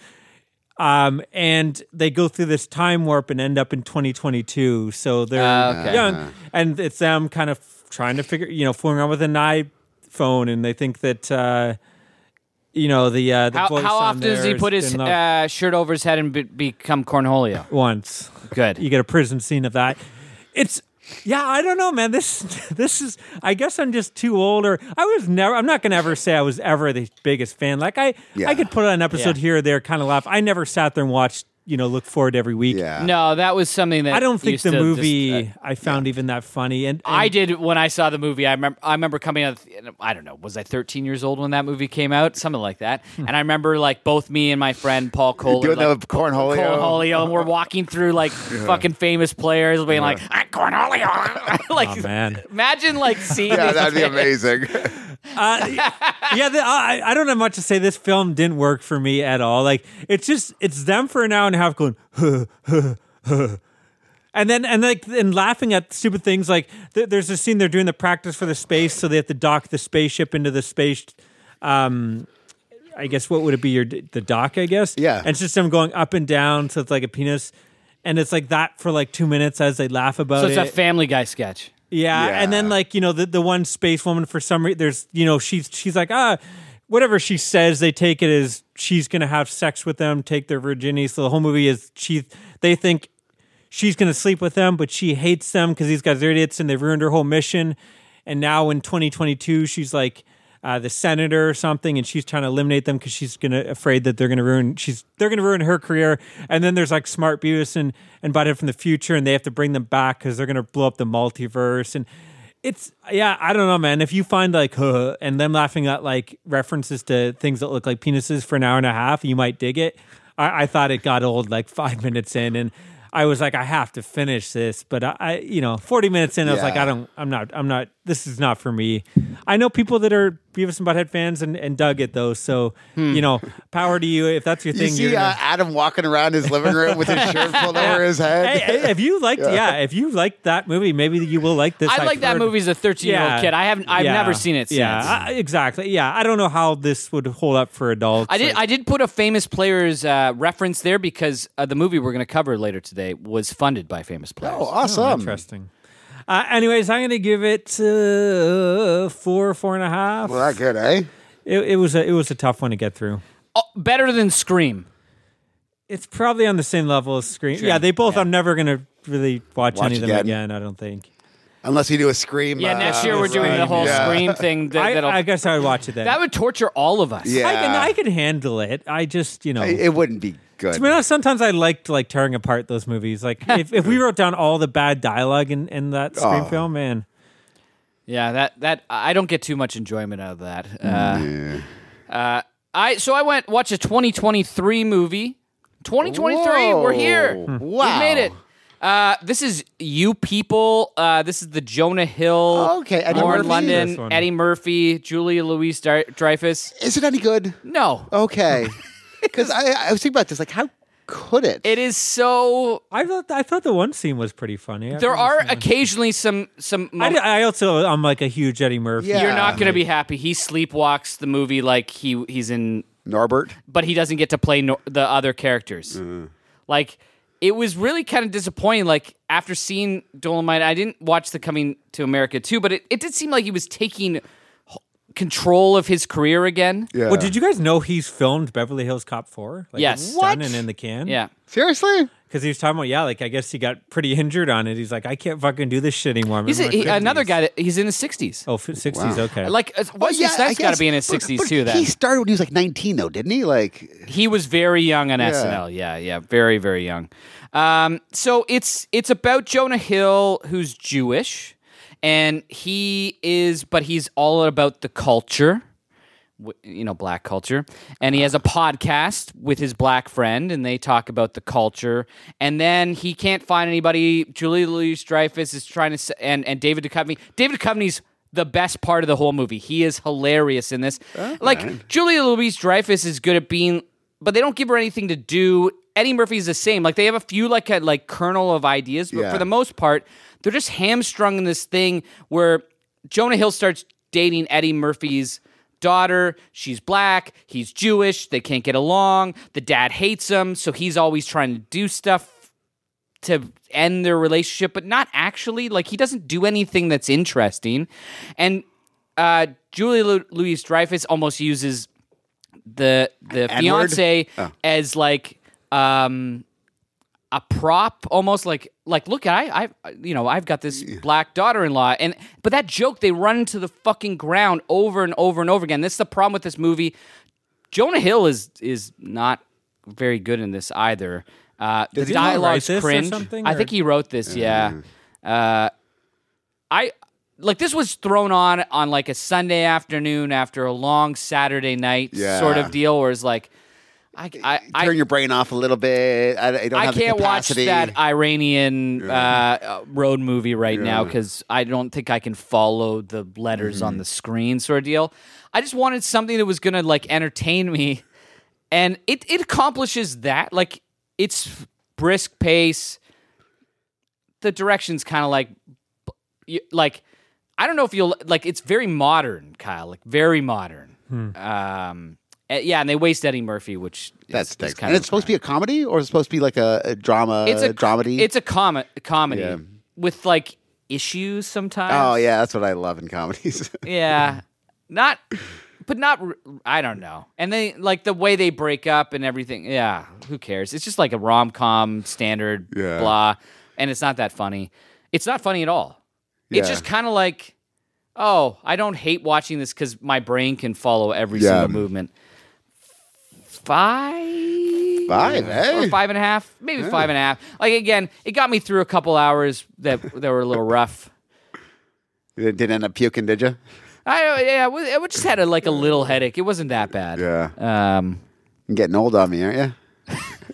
Um, and they go through this time warp and end up in 2022. So they're Ah, okay. Uh-huh. young, and it's them kind of trying to figure, you know, fooling around with an iPhone, and they think that, uh, you know, the uh, the how, voice how on often does there he has put his been loved uh, shirt over his head and be- [laughs] become Cornholio? once? Good. You get a prison scene of that. It's yeah, I don't know, man. This this is. I guess I'm just too old, or I was never. I'm not gonna ever say I was ever the biggest fan. Like I, Yeah. I could put on an episode Yeah. here or there, kind of laugh. I never sat there and watched. You know, look forward every week. Yeah. No, that was something that I don't think used the to just- uh, movie I found even that funny. And, I and- did when I saw the movie. I remember. I remember coming out. of the- I don't know. Was I 13 years old when that movie came out? Something like that. and I remember like both me and my friend Paul Cole Hmm. [laughs] Doing like, the cornholio. Cornholio, and we're walking through [laughs] like fucking famous players, being like, [laughs] "I'm [laughs] Cornholio." like, Oh, man. [laughs] imagine like seeing. Yeah, this that'd be [laughs] kid. amazing. yeah, the, I, I don't have much to say. This film didn't work for me at all. Like it's just it's them for an hour and a half going, [laughs] huh, huh, huh. and then and like and laughing at stupid things. Like th- there's a scene they're doing the practice for the space, so they have to dock the spaceship into the space. Um, I guess what would it be your d- the dock? I guess Yeah. And it's just them going up and down, so it's like a penis. And it's like that for like two minutes as they laugh about So it. it's a Family Guy sketch. Yeah, and then Yeah. like you know the the one space woman for some reason there's you know she's she's like ah whatever she says they take it as she's gonna have sex with them take their virginity so the whole movie is she they think she's gonna sleep with them but she hates them because these guys are idiots and they've ruined her whole mission and now in 2022 she's like uh, the senator or something and she's trying to eliminate them because she's gonna afraid that they're gonna ruin she's they're gonna ruin her career and then there's like smart Beavis and and Butthead from the future and they have to bring them back because they're gonna blow up the multiverse and it's yeah I don't know man if you find like huh, and them laughing at like references to things that look like penises for an hour and a half you might dig it I, I thought it got old like [laughs] five minutes in and I was like I have to finish this but I, I you know forty minutes in I was like Yeah. I don't. I'm not. I'm not. This is not for me. I know people that are Beavis and Butthead fans and, and dug it though. So you know, power to you if that's your you thing. see you're uh, gonna- Adam walking around his living room with his [laughs] shirt pulled over his head. Hey, hey, if you liked, yeah. if you liked that movie, maybe you will like this. I I've like that heard. movie as a 13 year old kid. I haven't. I've Yeah. never seen it. Since. Yeah, I- exactly. Yeah, I don't know how this would hold up for adults. I did. Like, I did put a famous players uh, reference there because uh, the movie we're going to cover later today was funded by famous players. Oh, awesome! interesting. Uh, anyways, I'm going to give it uh, four, four and a half. Well, that good, eh? It, it was a it was a tough one to get through. uh Oh, better than Scream. It's probably on the same level as Scream. Yeah, they both. I'm never gonna really watch, Watch any of them again. again. I don't think. Unless you do a scream. Yeah, uh, next year we're doing the right, whole yeah. Scream thing. That, I, that'll, I guess I would watch it then. that would torture all of us. I can Yeah. I can handle it. I just you know. It wouldn't be good. I mean, sometimes I liked like tearing apart those movies. Like if, if we wrote down all the bad dialogue in, in that Scream Oh. film, man. Yeah, that that I don't get too much enjoyment out of that. Uh, uh, I so I went watch a 2023 movie. 2023, we're here. Whoa. Hmm. we Wow. made it. Uh, this is you people. Uh, this is the Jonah Hill, Okay, Eddie Lauren Murphy? This London, one. Eddie Murphy, Julia Louise Dreyfus. Is it any good? No, [laughs] Okay. Because I, I was thinking about this, like, how could it? it is so. I thought I thought the one scene was pretty funny. I There remember are seeing that. occasionally some some. I, moments- did- I also I'm like a huge Eddie Murphy. Yeah. you're not going to be happy. He sleepwalks the movie like he he's in Norbert. but he doesn't get to play no- the other characters. Uh-huh. Like it was really kind of disappointing. Like after seeing Dolomite, I didn't watch the Coming to America too, but it, it did seem like he was taking h- control of his career again. Yeah. Well, did you guys know he's filmed Beverly Hills Cop four? Like, Yes. it's What? done and in the can. Yeah. Seriously? because he was talking about yeah, like I guess he got pretty injured on it. He's like, I can't fucking do this shit anymore. I'm He's in a, my he- another 50s." guy that he's in his 60s. Oh, f- 60s. Okay. Like uh, Wesley yeah, I Snipes got to guess. be in his But- 60s but too then. He started when he was like 19, though, didn't he? Like, he was very young on SNL. Yeah, yeah, very very young. Um, so it's it's about Jonah Hill, who's Jewish, and he is, but he's all about the culture, w- you know, black culture, and he has a podcast with his black friend, and they talk about the culture, and then he can't find anybody. Julie Louis Dreyfus is trying to, s- and and David Duchovny. David Duchovny's the best part of the whole movie. He is hilarious in this. Like Julia Louise Dreyfus is good at being, but they don't give her anything to do. Eddie Murphy's the same. Like they have a few like a like kernel of ideas, but Yeah. for the most part, they're just hamstrung in this thing where Jonah Hill starts dating Eddie Murphy's daughter. She's black. He's Jewish. They can't get along. The dad hates him, so he's always trying to do stuff to end their relationship, but not actually. Like he doesn't do anything that's interesting, and uh, Julie Louise Dreyfus almost uses the the N-word? fiance as like um a prop almost like like look I I you know I've got this black daughter-in-law and but that joke they run into the fucking ground over and over and over again. This is the problem with this movie. Jonah Hill is is not very good in this either. Uh, the he not write dialogue's this or cringe. something, I or- think he wrote this. Yeah. Uh, I like this was thrown on on like a Sunday afternoon after a long Saturday night Yeah. sort of deal, where it's like, I I, I, turn your brain off a little bit. I, I don't I have the can't watch capacity. that uh, Iranian uh, road movie right now 'cause now because I don't think I can follow the letters Mm-hmm. on the screen, sort of deal. I just wanted something that was gonna like entertain me, and it it accomplishes that. Like it's brisk pace. The direction's kind of like, you- like I don't know if you'll like. It's very modern, Kyle. Like very modern. Um, eh, yeah, and they waste Eddie Murphy, which That's is, is stinks. kind And of it's supposed to be a comedy, or it's supposed to be like a, a drama, it's a dramedy. It's a com- comedy Yeah. with like issues sometimes. oh yeah, that's what I love in comedies. [laughs] yeah, not, but not. r- I don't know. And they like the way they break up and everything. Yeah, who cares? It's just like a rom com standard. Yeah. Blah, and it's not that funny. It's not funny at all. It's Yeah. just kind of like, oh, I don't hate watching this because my brain can follow every Yeah. single movement. Five Five, eh? or five and a half, maybe five and a half. Like again, it got me through a couple hours that that were a little rough. You didn't end up puking, did you? I yeah, we- I just had a, like a little headache. It wasn't that bad. Yeah. Um, You're getting old on me, aren't you?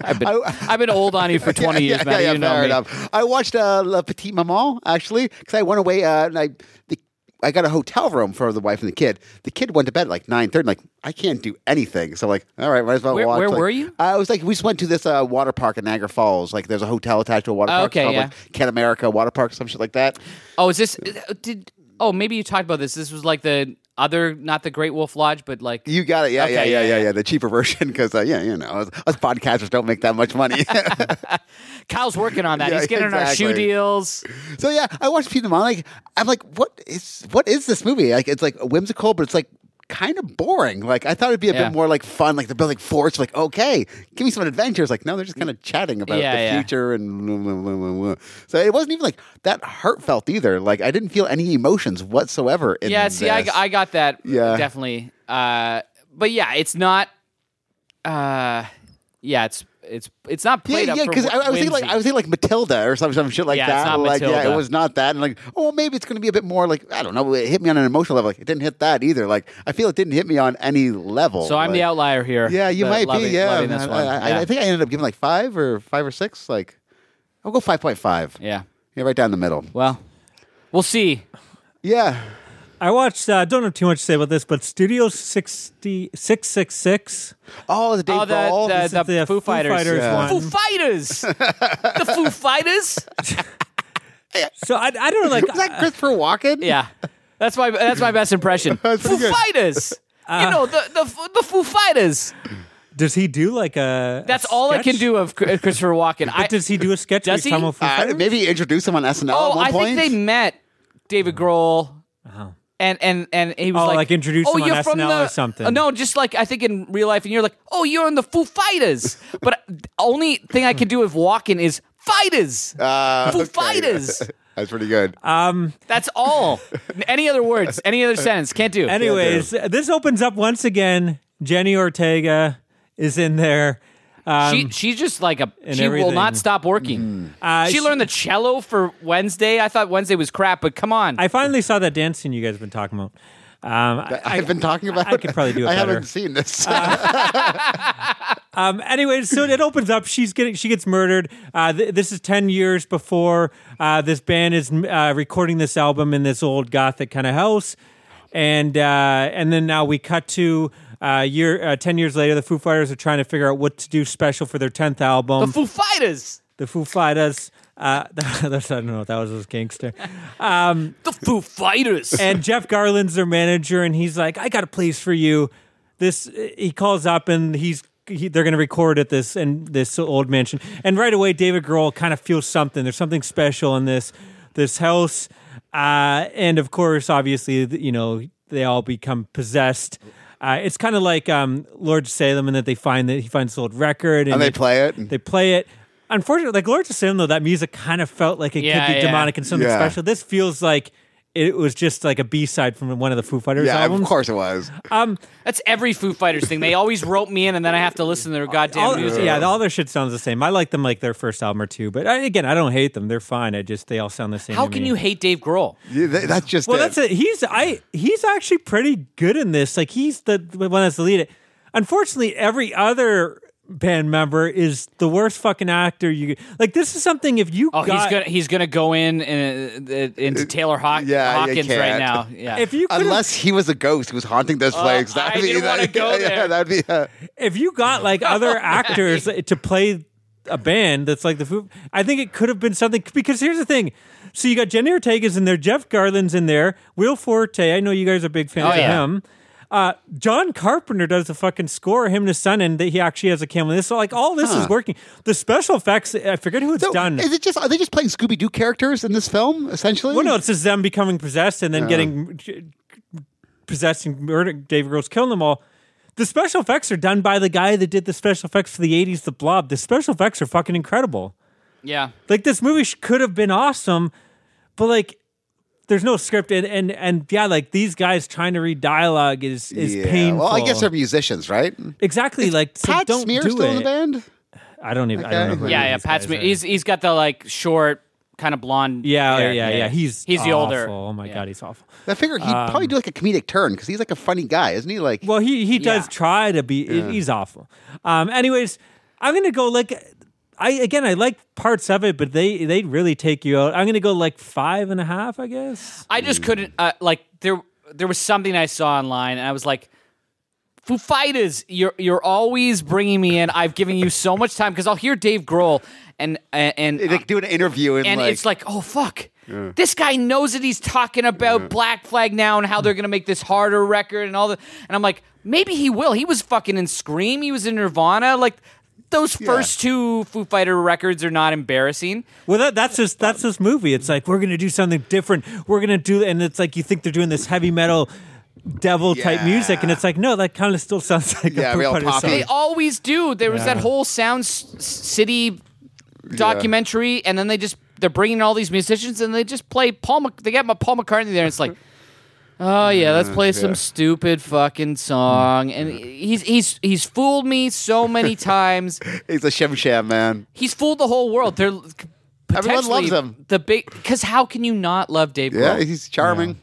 I've been I've been old on you for [laughs] twenty Yeah, years, yeah, man. yeah, you know fair me. enough. I watched uh, La Petite Maman actually because I went away uh, and I the, I got a hotel room for the wife and the kid. The kid went to bed at like nine thirty. Like I can't do anything, so like all right, might as well Where- watch. where like- were you? I was like, we just went to this uh, water park in Niagara Falls. Like there's a hotel attached to a water Oh, park. okay, it's called, yeah. like, Can America Water Park, some shit like that. Oh, is this did? Oh, maybe you talked about this. This was like the other, not the Great Wolf Lodge, but like You got it. Yeah, Okay, yeah, yeah, yeah, yeah, yeah, yeah. The cheaper [laughs] version because uh, yeah, you know, us, us podcasters don't make that much money. [laughs] Kyle's working on that. Yeah, He's getting our shoe exactly. deals. So yeah, I watched Peter Mon. Like I'm like, what is what is this movie? Like it's like whimsical, but it's like kind of boring. Like I thought it'd be a Yeah. bit more like fun. Like they're building forts. Like okay, give me some adventures. Like no, they're just kind of chatting about Mm. Yeah, the yeah. future and so it wasn't even like that heartfelt either. Like I didn't feel any emotions whatsoever. In yeah, see, I, this. I got that Yeah. definitely. Uh, but yeah, it's not. Uh, yeah, it's it's it's not played yeah, up. yeah, for because I, I was thinking like whimsy. I was thinking like Matilda or some some shit like Yeah, it's that. not like yeah, Matilda. it was not that. And like oh, well, maybe it's going to be a bit more like I don't know. It hit me on an emotional level. Like it didn't hit that either. Like I feel it didn't hit me on any level. So I'm like, the outlier here. Yeah, you but might loving- be. Yeah, loving this I, one. I, yeah. I think I ended up giving like five or five or six. Like I'll go five point five. yeah. yeah, right down the middle. Well, we'll see. Yeah, I watched. uh, I don't have too much to say about this, but Studio 60, 666. Oh, the Dave Oh, Grohl. the, This the, is the, the Foo Foo Fighters. uh, Fighters Yeah. Foo one. [laughs] Fighters. the Foo Fighters. So I, I don't know, like Is that Christopher Walken? uh, Yeah, that's my that's my best [laughs] impression. Foo pretty good. Fighters. Uh, you know the, the the Foo Fighters. does he do like a? That's all I can do of Chris- Christopher Walken. I, But does he do a sketch? Does every time he? of Foo Uh, Fighters? maybe introduce him on SNL oh, at one I point. think they met David Grohl. And, and and he was Uh-huh. Oh, like, like introduce oh, him on you're from SNL or the- Uh, something. No, just like I think in real life, and you're like, oh, you're in the [laughs] Foo Fighters. but uh, only thing I can do with walking is fighters, Ah, Uh, Foo okay. Fighters. [laughs] That's pretty good. That's all. any other words, any other sentence, can't do. Anyways, this opens up once again. Jenny Ortega is in there. she she's just like a she will everything. not stop working. Uh, she she- learned the cello for Wednesday. I thought Wednesday was crap, but come on. I finally saw that dance scene you guys have been talking about. Um, I- I've been talking about. I could probably do it [laughs] I better. Uh, haven't seen this. Um, anyways, so it opens up. She's getting she gets murdered. Uh, th- this is ten years before uh, this band is uh, recording this album in this old gothic kind of house, and uh, and then now we cut to. Uh, year uh, ten years later, the Foo Fighters are trying to figure out what to do special for their tenth album. the Foo Fighters. The Foo Fighters. Uh, [laughs] that's, I don't know what that was. was gangster. The Foo Fighters. [laughs] and Jeff Garland's their manager, and he's like, "I got a place for you." This he calls up, and he's he, they're going to record at this and this old mansion. And right away, David Grohl kind of feels something. There's something special in this this house, uh, and of course, obviously, th- you know they all become possessed. Uh, it's kind of like um, Lord Salem, in that they find that he finds this old record, and, and they play it. They play it. Unfortunately, like Lord of Salem, though, that music kind of felt like it Yeah, could be yeah. demonic and something Yeah. special. This feels like it was just like a B side from one of the Foo Fighters [laughs] yeah, albums. of course it was. Uh, That's every Foo Fighters thing. They always rope me in, and then I have to listen to their goddamn All, music. yeah, all their shit sounds the same. I like them like their first album or two, but I, again, I don't hate them. They're fine. I just they all sound the same. How to can me. you hate Dave Grohl? Yeah, th- that's just Well, it. that's it. He's I he's actually pretty good in this. Like he's the the one that's the lead. Unfortunately, every other band member is the worst fucking actor you like this is something if you Oh, got- he's gonna he's gonna go in and, uh, uh, into Taylor Hawk, yeah, you Hawkins right can't. now. Yeah, if you could've- Unless he was a ghost who was haunting this place, that'd Uh, I be didn't wanna that, [laughs] go yeah, there. that'd be uh, if you got like [laughs] other actors to play a band that's like the Foo, I think it could have been something. Because here's the thing: so you got Jenny Ortega's in there, Jeff Garland's in there, Will Forte. I know you guys are big fans Oh, of yeah. him. Uh, John Carpenter does the fucking score. Him and his son, and that he actually has a camera. This so like all this is working. The special effects. I forget who it's so done. Is it just are they just playing Scooby Doo characters in this film essentially? Well, no, it's just them becoming possessed Oh. and then getting possessed and murder. David Grohl's killing them all. The special effects are done by the guy that did the special effects for the '80s, The Blob. The special effects are fucking incredible. yeah, Like this movie sh- could have been awesome, but like, there's no script and and and yeah, like these guys trying to read dialogue is is yeah. painful. Well, I guess they're musicians, right? exactly like so Pat don't Smear do still it. in the band. I don't even. I don't know. Who yeah, any yeah. of these Pat's guys are. he's he's got the like short, kind of blonde. Yeah, yeah, hair. yeah, He's he's the older. awful. Oh my Yeah. god, he's awful. I figure he'd probably do like a comedic turn because he's like a funny guy, isn't he? Like, Um, Well, he he does Yeah. try to be. He's awful. Um. Anyways, I'm gonna go like. I again, I like parts of it, but they they really take you out. I'm gonna go like five and a half, I guess. I just couldn't uh, like there there was something I saw online and I was like Foo Fighters you're you're always bringing me in I've given you so much time cuz I'll hear Dave Grohl and and and, like do an interview and, and like, it's like oh fuck This guy knows that he's talking about Black Flag now and how they're going to make this harder record and all the and I'm like maybe he will. He was fucking in Scream, he was in Nirvana like those first two Foo Fighter records are not embarrassing. Well, that, that's just that's this movie. It's like we're gonna do something different. We're gonna do, and it's like you think they're doing this heavy metal devil type Yeah. music, and it's like no, that kind of still sounds like Yeah, a real Foo Fighters poppy. song. They always do. There was that Yeah. whole Sound S- City documentary, and then they just they're bringing in all these musicians, and they just play Paul. Mc- they got my Paul McCartney there, and [laughs] it's like, oh yeah, let's play some stupid fucking song. And he's he's he's fooled me [laughs] so many times. He's a shim sham man. He's fooled the whole world. They're potentially loves him. The big because how can you not love Dave? Yeah, Grohl? he's charming.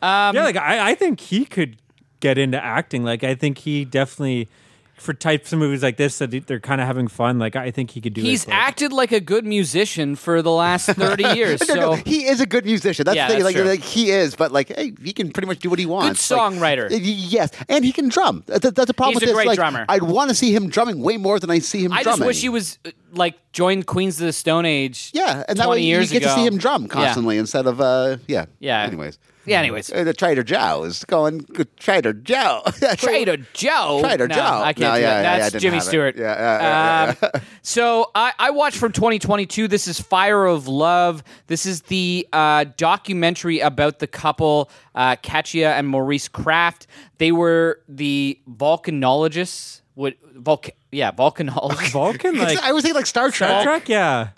Um, yeah, like I, I think he could get into acting. Like I think he definitely for types of movies like this that they're kind of having fun. Like I think he could do. He's it, but- acted like a good musician for the [laughs] last thirty years. No, no, So he is a good musician. That's Yeah, the thing. that's like, true. like, he is, but like hey, he can pretty much do what he wants. Like, songwriter. y- y- yes, and he can drum. That- that- that's a problem He's with a this. great like, drummer. I'd want to see him drumming way more than I see him I drumming. just wish he was uh, like joined Queens of the Stone Age. Yeah, and 20 that way you years get to ago. see him drum Yeah. constantly instead of uh, yeah, Yeah. Anyways, Yeah. Anyways, uh, the Trader Joe is going good Trader Joe. [laughs] Trader Joe. Trader no, Joe. I can't No, yeah, yeah, do that. yeah, I That's didn't Jimmy have it. Stewart. Yeah, yeah, yeah, Um, [laughs] so I, I watched from 2022. This is Fire of Love. This is the uh, documentary about the couple, uh, Katya and Maurice Kraft. They were the volcanologists. Would volca- yeah, volcanologists. Vulcan like I was thinking like Star Trek. Star Trek. Yeah,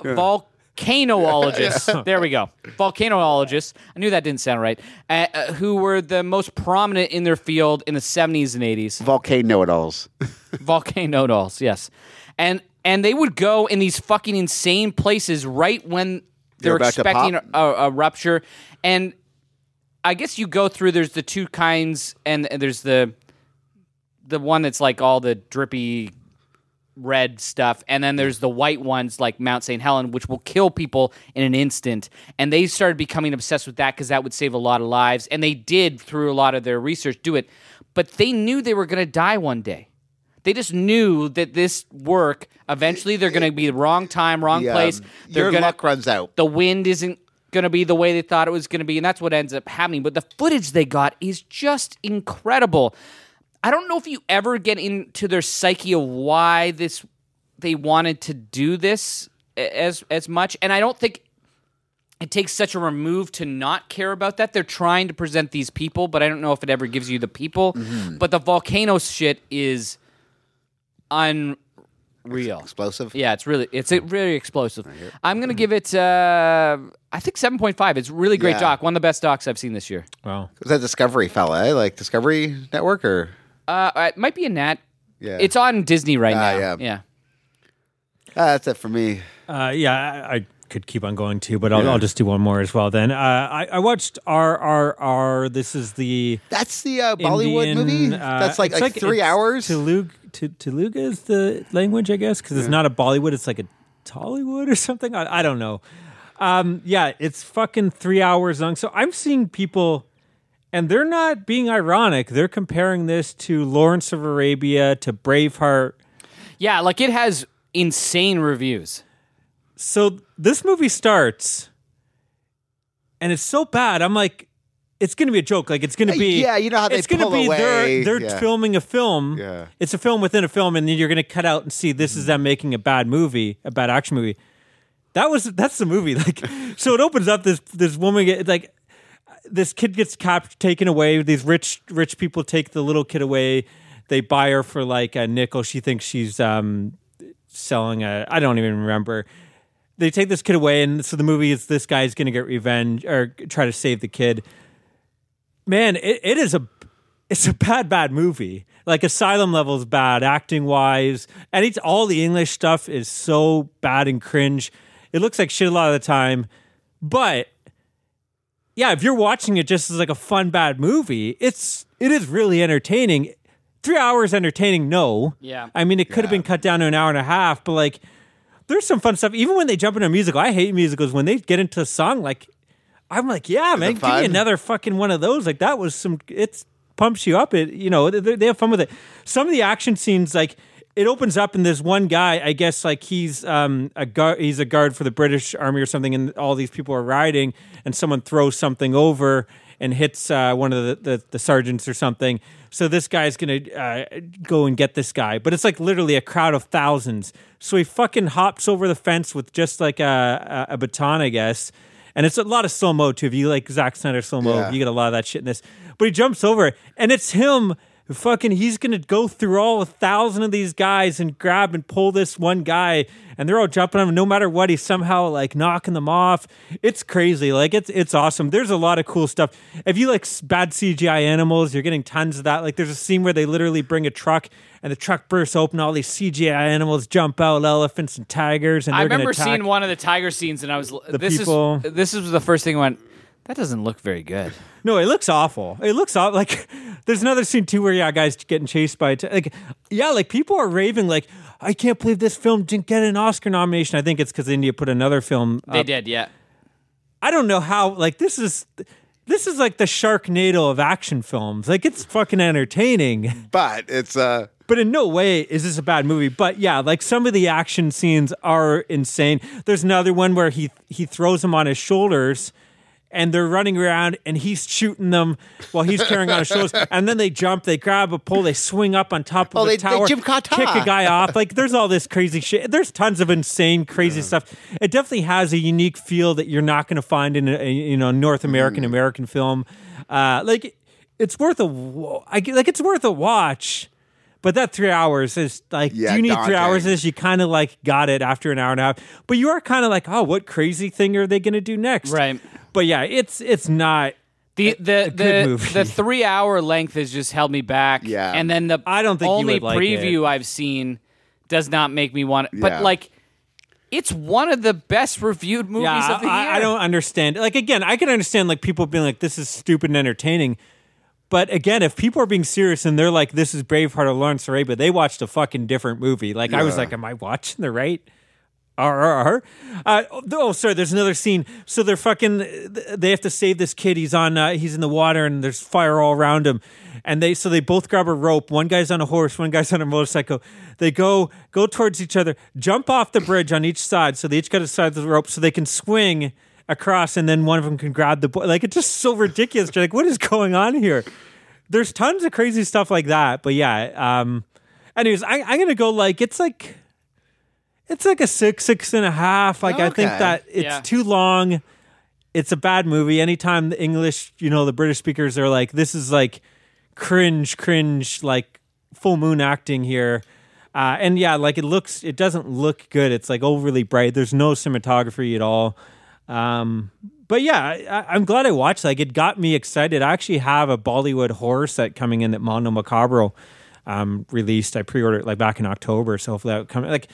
volcanoologists. There we go. Volcanoologists. I knew that didn't sound right. Uh, uh, who were the most prominent in their field in the 70s [laughs] and 80s. Volcano know-it-alls. Volcano dolls, yes. And and they would go in these fucking insane places right when They're they're about to expecting pop? a, a rupture. And I guess you go through there's the two kinds and and there's the the one that's like all the drippy red stuff and then there's the white ones like Mount St. Helen which will kill people in an instant and they started becoming obsessed with that cuz that would save a lot of lives and they did through a lot of their research do it but they knew they were going to die one day they just knew that this work eventually they're going to be the wrong time wrong Yeah, um, place they're your gonna, luck runs out. the wind isn't going to be the way they thought it was going to be, and that's what ends up happening. But the footage they got is just incredible. I don't know if you ever get into their psyche of why this they wanted to do this a- as as much, and I don't think it takes such a remove to not care about that. They're trying to present these people, but I don't know if it ever gives you the people. But the volcano shit is unreal. Explosive. Yeah, it's really it's Hmm. a really explosive. I'm gonna give it uh I think seven point five. It's really great Yeah. doc. One of the best docs I've seen this year. wow. Was that Discovery fella? Eh? Like Discovery Network or Uh it might be a Nat. yeah? It's on Disney right Ah, now. yeah. yeah. Ah, that's it for me. Uh, yeah, I, I could keep on going too, but I'll, I'll just do one more as well. Then uh, I, I watched RRR. This is the That's the uh, Bollywood Indian, movie. uh, that's like, it's like, three it's hours. Telug- Te- Telugu is the language, I guess, because it's not a Bollywood. It's like a Tollywood or [laughs] something. I, I don't know. Um, yeah, it's fucking three hours long. So I'm seeing people, and they're not being ironic. They're comparing this to Lawrence of Arabia, to Braveheart. Yeah, like it has insane reviews. So this movie starts, and it's so bad. I'm like, it's going to be a joke. Like it's going to be Yeah, you know how they it's gonna pull be away. They're, they're Yeah. filming a film. Yeah. Mm-hmm. it's a film within a film, and then you're going to cut out and see this is them making a bad movie, a bad action movie. That was that's the movie. [laughs] Like so, it opens up this this woman get- like this kid gets capped, taken away. These rich rich people take the little kid away. They buy her for like a nickel. She thinks she's um, selling a. I don't even remember. They take this kid away, and so the movie is this guy's going to get revenge or try to save the kid. Man, it, it is a it's a bad bad movie. Like Asylum levels bad acting wise, and it's all the English stuff is so bad and cringe. It looks like shit a lot of the time, but yeah, if you're watching it just as like a fun bad movie, it's it is really entertaining. Three hours entertaining, no. Yeah. I mean, it could have been cut down to an hour and a half, but like, there's some fun stuff. Even when they jump into a musical, I hate musicals when they get into a song. Like, I'm like, yeah, man, give fun? me another fucking one of those. Like, that was some. It's pumps you up. It, you know, they, they have fun with it. Some of the action scenes, like, it opens up and there's one guy. I guess like he's um a guard. He's a guard for the British Army or something, and all these people are riding, and someone throws something over and hits uh, one of the, the, the sergeants or something. So this guy's gonna uh, go and get this guy, but it's like literally a crowd of thousands. So he fucking hops over the fence with just like a, a, a baton, I guess, and And it's a lot of slow mo too. If you like Zack Snyder slow mo, Yeah. you get a lot of that shit in this. But he jumps over it, and it's him. Fucking, he's gonna go through all a thousand of these guys and grab and pull this one guy, and they're all jumping on him. No matter what, he's somehow like knocking them off. It's crazy. Like it's it's awesome. There's a lot of cool stuff. If you like s- bad CGI animals, you're getting tons of that. Like there's a scene where they literally bring a truck and the truck bursts open, all these CGI animals jump out, elephants and tigers, and I they're gonna remember attack. seeing one of the tiger scenes, and I was this people. is this is the first thing I went. That doesn't look very good. No, it looks awful. It looks awful. Like [laughs] there's another scene too where yeah, guys getting chased by a t- like yeah, like people are raving like I can't believe this film didn't get an Oscar nomination. I think it's because India put another film. Uh, They up. did, yeah. I don't know how. Like this is this is like the Sharknado of action films. Like it's fucking entertaining. [laughs] but it's uh But in no way is this a bad movie. But yeah, like some of the action scenes are insane. There's another one where he he throws them on his shoulders and they're running around and he's shooting them while he's carrying on his [laughs] shoulders. And then they jump, they grab a pole, they swing up on top of Oh, the they- they tower, gymkhata. kick a guy off. Like there's all this crazy shit. There's tons of insane, crazy stuff. It definitely has a unique feel that you're not going to find in a, a, you know North American American film. Uh, like it's worth a wa- I g- like it's worth a watch. But that three hours is like, Yeah, do you need daunting. three hours? Of this? You kind of like got it after an hour and a half, but you are kind of like, oh, what crazy thing are they going to do next? Right. But yeah, it's it's not. The the good the, movie. the three hour length has just held me back. Yeah. And then the I don't think you only would like preview I've seen does not make me want. Yeah. But like, it's one of the best reviewed movies Yeah, of the I, year. I don't understand. Like again, I can understand like people being like, this is stupid and entertaining. But again, if people are being serious and they're like, this is Braveheart or Lawrence Arabia, they watched a fucking different movie. Like I was like, am I watching the right? RRR. Uh, oh, oh, sorry. There's another scene. So they're fucking. They have to save this kid. He's on. Uh, he's in the water, and there's fire all around him. And they so they both grab a rope. One guy's on a horse. One guy's on a motorcycle. They go go towards each other. Jump off the bridge on each side. So they each got a side of the rope, so they can swing across, and then one of them can grab the boy. Like it's just so ridiculous. You're like, what is going on here? There's tons of crazy stuff like that. But yeah. Um. Anyways, I, I'm gonna go like it's like it's like a six, six and a half. Like I think Okay. that it's Yeah. too long. It's a bad movie. Anytime the English, you know, the British speakers are like, this is like cringe, cringe, like full moon acting here. Uh, and yeah, like it looks, it doesn't look good. It's like overly bright. There's no cinematography at all. Um, but yeah, I, I'm glad I watched. Like it got me excited. I actually have a Bollywood horror set coming in that Mondo Macabro um, released. I pre-ordered it like back in October, so hopefully that come. Like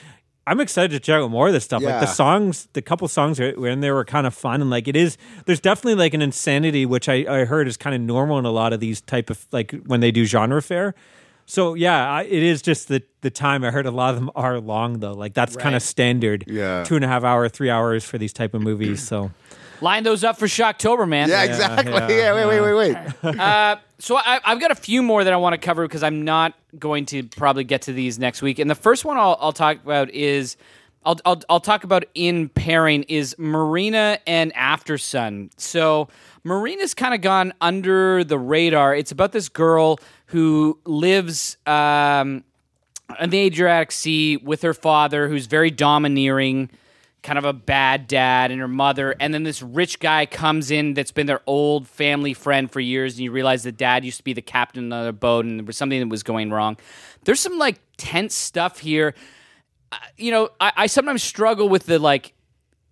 I'm excited to check out more of this stuff. Like Yeah. the songs, the couple songs that were in there were kind of fun, and like it is. There's definitely like an insanity, which I, I heard is kind of normal in a lot of these type of like when they do genre fair. So yeah, I, it is just the the time. I heard a lot of them are long though. Like that's kind of standard. Yeah. two and a half hour, three hours for these type of movies. So. line those up for Shocktober, man. yeah, exactly. [laughs] Yeah, yeah, wait, wait, wait, wait. So I, I've got a few more that I want to cover because I'm not going to probably get to these next week. And the first one I'll, I'll talk about is I'll, I'll I'll talk about in pairing is Marina and After Sun. So Marina's kind of gone under the radar. It's about this girl who lives. Um, in the Adriatic Sea with her father, who's very domineering, kind of a bad dad, and her mother. And then this rich guy comes in that's been their old family friend for years, and you realize the dad used to be the captain of another boat, and there was something that was going wrong. There's some like tense stuff here. Uh, you know, I, I sometimes struggle with the like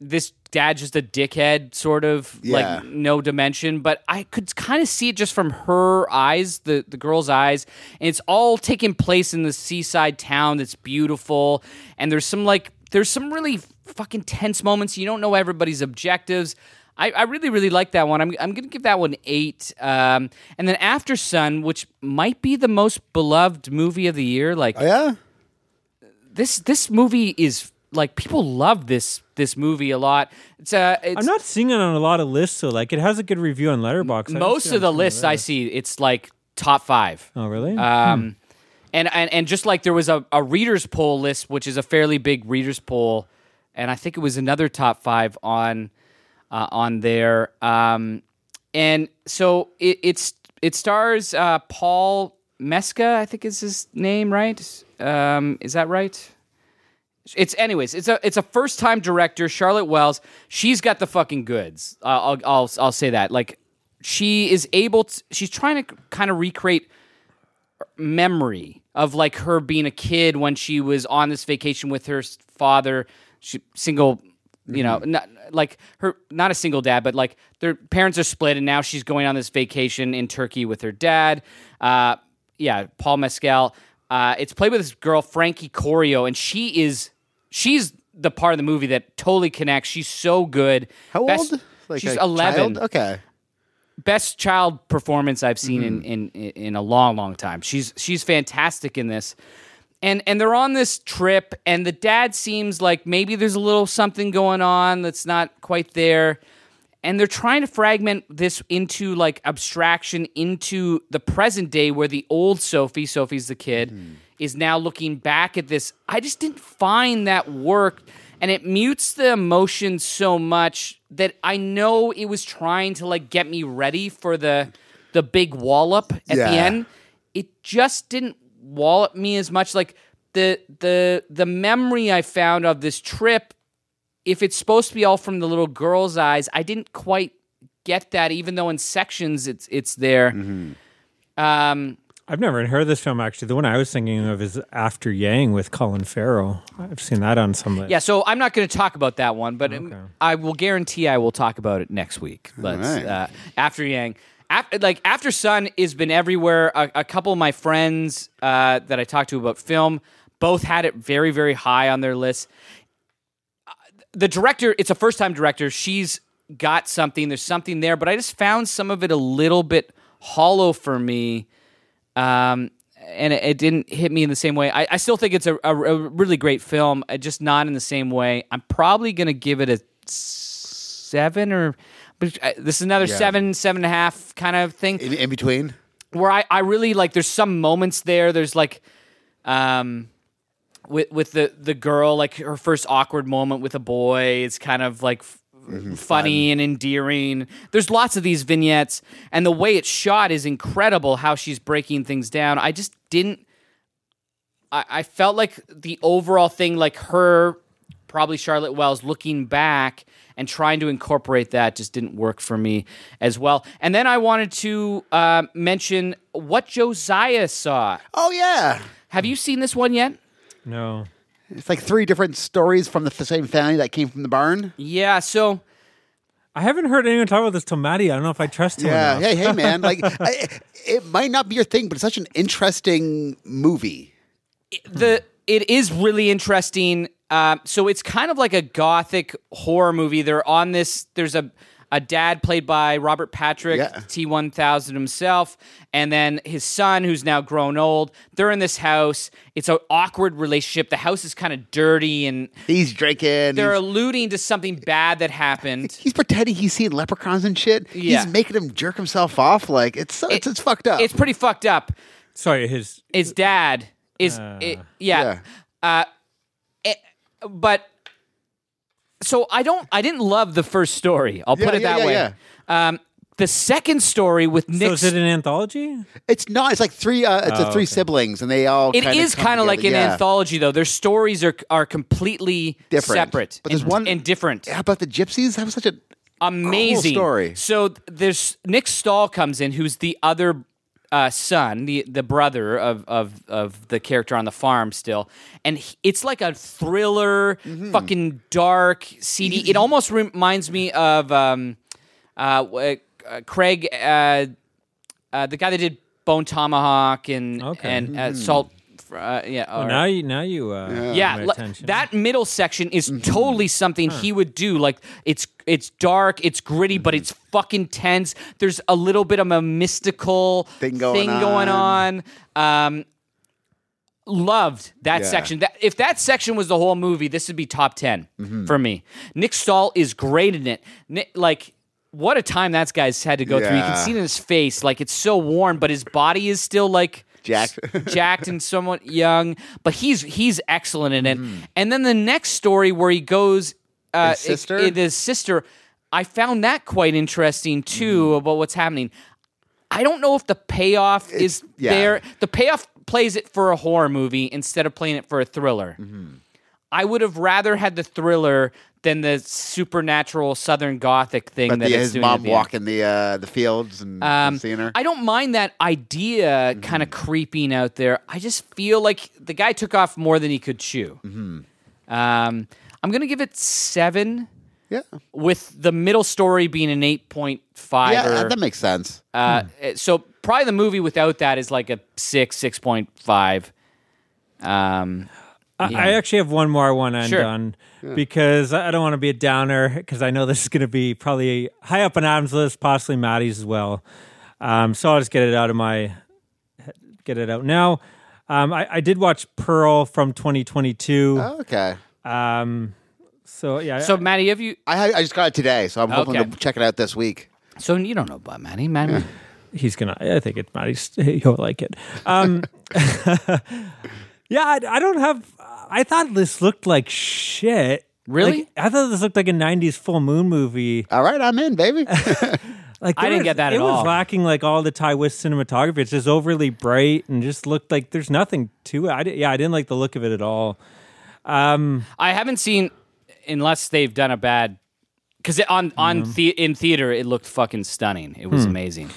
this dad's just a dickhead sort of Yeah. like no dimension but i could kind of see it just from her eyes the, the girl's eyes and it's all taking place in the seaside town that's beautiful and there's some like there's some really fucking tense moments you don't know everybody's objectives i, I really really like that one I'm, I'm gonna give that one eight um, and then after sun which might be the most beloved movie of the year like Oh, Yeah. this this movie is like people love this this movie a lot it's uh it's I'm not seeing it on a lot of lists, so like it has a good review on Letterboxd. I don't most see it of the on some lists I see, it's like top five. Oh, really? Um, and, and and just like there was a, a readers poll list, which is a fairly big readers poll, and I think it was another top five on uh, on there. Um, and so it, it's it stars uh, Paul Mesca, I think is his name, right? Um, is that right? It's anyways. It's a it's a first time director, Charlotte Wells. She's got the fucking goods. Uh, I'll I'll I'll say that. Like she is able to. She's trying to kind of recreate memory of like her being a kid when she was on this vacation with her s- father. She single, you know, Mm-hmm. not, like her not a single dad, but like their parents are split, and now she's going on this vacation in Turkey with her dad. Uh, yeah, Paul Mescal. Uh, it's played with this girl Frankie Corio, and she is she's the part of the movie that totally connects. She's so good. How Best- old? Like she's a eleven child? Okay. best child performance I've seen in, in in a long, long time. She's she's fantastic in this. And and they're on this trip, and the dad seems like maybe there's a little something going on that's not quite there. And they're trying to fragment this into like abstraction into the present day where the old Sophie, Sophie's the kid, is now looking back at this. I just didn't find that work and it mutes the emotion so much that I know it was trying to like get me ready for the the big wallop at Yeah. the end. It just didn't wallop me as much. Like the the the memory I found of this trip, if it's supposed to be all from the little girl's eyes, I didn't quite get that. Even though in sections it's it's there. Um, I've never heard of this film actually. The one I was thinking of is After Yang with Colin Farrell. I've seen that on some list. yeah, so I'm not going to talk about that one, but um, I will guarantee I will talk about it next week. Let's right. uh, after Yang, after, like after Sun has been everywhere. A, a couple of my friends uh, that I talked to about film both had it very very high on their list. Uh, The director, it's a first time director. She's got something. There's something there, but I just found some of it a little bit hollow for me um, and it, it didn't hit me in the same way. I, I still think it's a, a, a really great film, uh, just not in the same way. I'm probably gonna give it a seven or, but uh, this is another seven, seven and a half kind of thing In, in between. where I, I really like there's some moments there there's like um with with the the girl like her first awkward moment with a boy it's kind of like f- funny and endearing there's lots of these vignettes and the way it's shot is incredible how she's breaking things down i just didn't i, I felt like the overall thing like her probably charlotte wells looking back and trying to incorporate that just didn't work for me as well and then i wanted to uh, mention what josiah saw Oh yeah. have you seen this one yet No. It's like three different stories from the f- same family that came from the barn. Yeah, so I haven't heard anyone talk about this till Maddie. I don't know if I trust him. Yeah. enough. Hey, [laughs] hey, man. Like, I, it might not be your thing, but it's such an interesting movie. the it is really interesting. Uh, so it's kind of like a gothic horror movie. They're on this. There's a a dad played by Robert Patrick, Yeah. T1000 himself, and then his son who's now grown old. They're in this house. It's an awkward relationship. The house is kind of dirty, and He's drinking. they're He's, alluding to something bad [laughs] that happened. he's pretending he's seeing leprechauns and shit. Yeah. He's making him jerk himself off. Like, it's so, it's, it's fucked up. It's pretty fucked up. Sorry, his His dad is it- yeah. Uh, eh, but so I don't. I didn't love the first story. I'll Yeah, put it yeah, that yeah, way. yeah. Um, the second story with So Nick. is it an anthology? It's not. It's like three. Uh, Oh, it's the three siblings, and they all. it kinda is come kind of like an together. Yeah. anthology, though. Their stories are are completely Different. separate. But there's and, one- and different. How about the gypsies? That was such a amazing Cool story. So th- there's Nick Stahl comes in, who's the other uh, son, the the brother of of of the character on the farm still, and he- it's like a thriller, Mm-hmm. fucking dark, seedy. It almost reminds me of um, uh, w- uh, Craig, uh, uh, the guy that did Bone Tomahawk and Okay. and Mm-hmm. uh, Salt. Uh, yeah, or- Now you, now you. Uh, yeah, my li- attention. that middle section is totally something he would do. Like it's it's dark, it's gritty, but it's fucking tense. There's a little bit of a mystical Thing going on. Um, loved that Yeah. section. That if that section was the whole movie, this would be top 10 for me. Nick Stahl is great in it. Nick, like. What a time that guy's had to go through. You can Yeah. see it in his face, like it's so worn, but his body is still like Jacked. jacked and somewhat young, but he's he's excellent in it. And then the next story where he goes uh, Mm. His sister? it- it- his sister, I found that quite interesting too Mm. about what's happening. I don't know if the payoff is yeah. Mm-hmm. there. The payoff plays it for a horror movie instead of playing it for a thriller. I would have rather had the thriller than the supernatural Southern Gothic thing But that the, it's his doing at mom the end. walking the uh, the fields and and seeing her. Um, I don't mind that idea kind of creeping out there. I just feel like the guy took off more than he could chew. Um, I'm gonna give it seven, yeah, with the middle story being an eight point five. yeah, or, that makes sense. uh, So probably the movie without that is like a six, six point five. Um, I, I actually have one more I want to end Sure. on because I I don't want to be a downer because I know this is going to be probably high up on Adam's list, possibly Maddie's as well. Um, so I'll just get it out of my get it out now. Um, I, I did watch Pearl from 2022. Okay, Um, so yeah, so Maddie, have you? I I just got it today, so I'm hoping Okay. to check it out this week. So you don't know about Maddie, Maddie. he's gonna. I think it's Maddie's. [laughs] He'll like it. Um, [laughs] yeah, I, I don't have. I thought this looked like shit. Really? Like, I thought this looked like a '90s full moon movie. All right, I'm in, [laughs] baby. [laughs] Like I there didn't was- get that it at was all. lacking like all the Ty West cinematography. It's just overly bright and just looked like there's nothing to it. I di- yeah, I didn't like the look of it at all. I haven't seen unless they've done a bad because on on the, in theater it looked fucking stunning. It was amazing.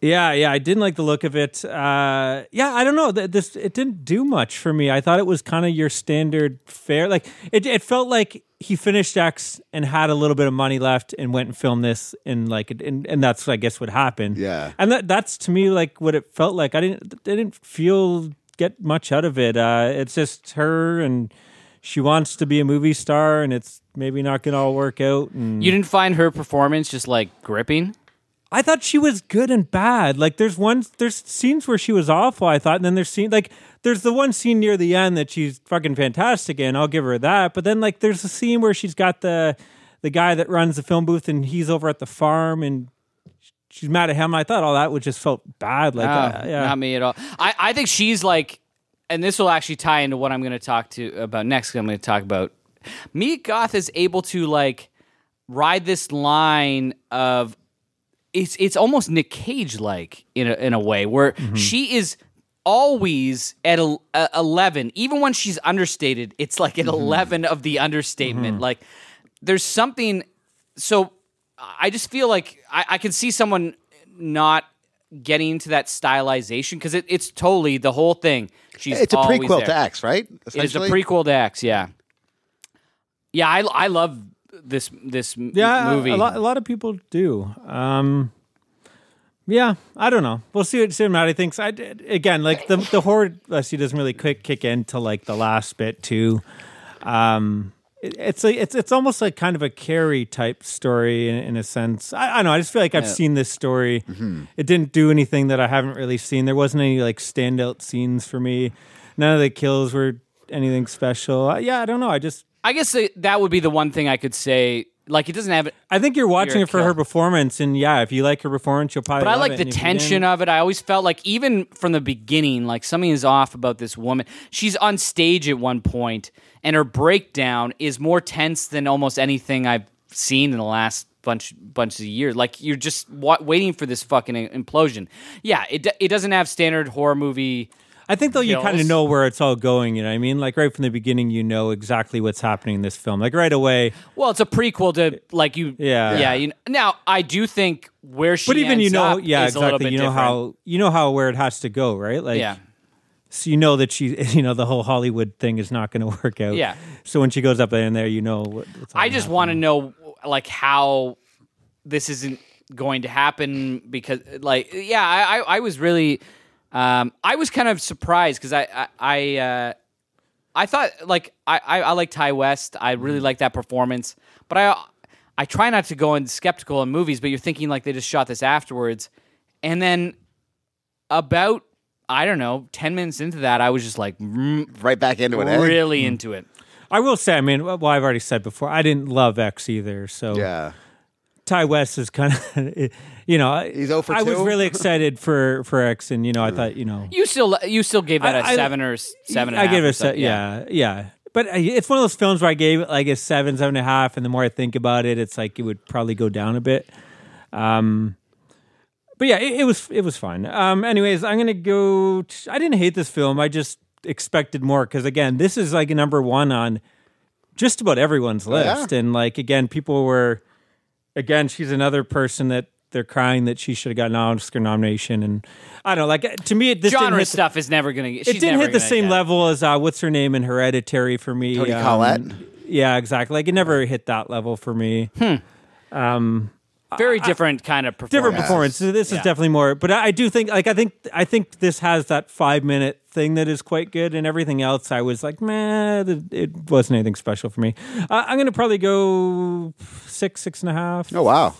Yeah, yeah, I didn't like the look of it. Uh, yeah, I don't know. Th- This it didn't do much for me. I thought it was kind of your standard fare. Like it, it felt like he finished X and had a little bit of money left and went and filmed this and like it- and, and that's I guess what happened. Yeah. and that that's to me like what it felt like. I didn't I didn't feel get much out of it. Uh, it's just her and she wants to be a movie star and it's maybe not gonna all work out. And You didn't find her performance just like gripping. I thought she was good and bad. Like there's one there's scenes where she was awful, I thought, and then there's scene like there's the one scene near the end that she's fucking fantastic in, I'll give her that. But then like there's a scene where she's got the the guy that runs the film booth and he's over at the farm and she's mad at him. I thought all that would just felt bad. Like uh, Oh, yeah. Not me at all. I, I think she's like, and this will actually tie into what I'm going to talk to about next. 'cause I'm going to talk about Mia Goth is able to like ride this line of it's it's almost Nick Cage like in a, in a way where Mm-hmm. she is always at el- uh, 11 even when she's understated it's like Mm-hmm. at 11 of the understatement like there's something so I just feel like I, I can see someone not getting into that stylization because it, it's totally the whole thing. She's it's a always prequel there. to X, right? It's a Essentially? prequel to X. Yeah, yeah. I I love this this m- yeah, a- movie. A, lot, a lot of people do. Um, yeah, I don't know. We'll see what see what Maddie thinks. I did, again like the the horror she doesn't really quick kick into like the last bit too. Um, it- it's like it's it's almost like kind of a carry type story in, in a sense. I, I don't know. I just feel like I've seen this story. Mm-hmm. It didn't do anything that I haven't really seen. There wasn't any like standout scenes for me. None of the kills were anything special. Uh, yeah, I don't know. I just I guess that- that would be the one thing I could say. Like it doesn't have it. I think you're watching You're a it for kill. her performance, and yeah, if you like her performance, you'll probably. But I love like it, the and if you tension didn't- of it. I always felt like even from the beginning, like something is off about this woman. She's on stage at one point, and her breakdown is more tense than almost anything I've seen in the last bunch bunch of years. Like you're just wa- waiting for this fucking e-, implosion. Yeah, it do- it doesn't have standard horror movie. I think though you kind of Kills. know where it's all going. You know, what I mean, like right from the beginning, you know exactly what's happening in this film. Like right away, Well, it's a prequel to like you. Yeah. yeah. You now I do think where she. but even you ends know, up yeah, is a little exactly. bit You know different. how you know how where it has to go, right? Like, Yeah. so you know that she, [laughs] you know, the whole Hollywood thing is not going to [laughs] work out. Yeah. So when she goes up in there, you know. What, what's all I just want to know like how this isn't going to happen because like yeah I I, I was really um I was kind of surprised because I I I, uh, I thought like I I, I like Ty West I really like that performance but I I try not to go in skeptical in movies but you're thinking like they just shot this afterwards and then about I don't know ten minutes into that I was just like mm, Right back into it. eh? really into it I will say, I mean, well, I've already said before, I didn't love X either. So Yeah. Ty West is kind of, [laughs] you know, I- He's 0 for Hmm. I was 2. [laughs] really excited for for X, and you know, I thought, you know, You still you still gave that a I- I- seven or s- seven. And I a half gave it or a se- something, yeah, yeah. But uh, it's one of those films where I gave it like a seven, seven and a half, and the more I think about it, it's like it would probably go down a bit. Um, but yeah, it, it was it was fun. Um, anyways, I'm gonna go. T- I didn't hate this film. I just expected more because again, this is like number one on just about everyone's list. And like again, people were again, she's another person that they're crying that she should have gotten an Oscar nomination. And I don't know, like to me, it this didn't Genre hit the- stuff is never gonna. Get, it didn't hit the same level as uh, what's her name in Hereditary for me. um, Toni Collette? Um, Yeah, exactly. Like it never hit that level for me. Hmm. Very different kind of performance. Different performance. So This is definitely more, but I, I do think like I think I think this has that five minute thing that is quite good, and everything else I was like, man, it, it wasn't anything special for me. Uh, I'm gonna probably go six, six and a half. Oh [laughs] wow.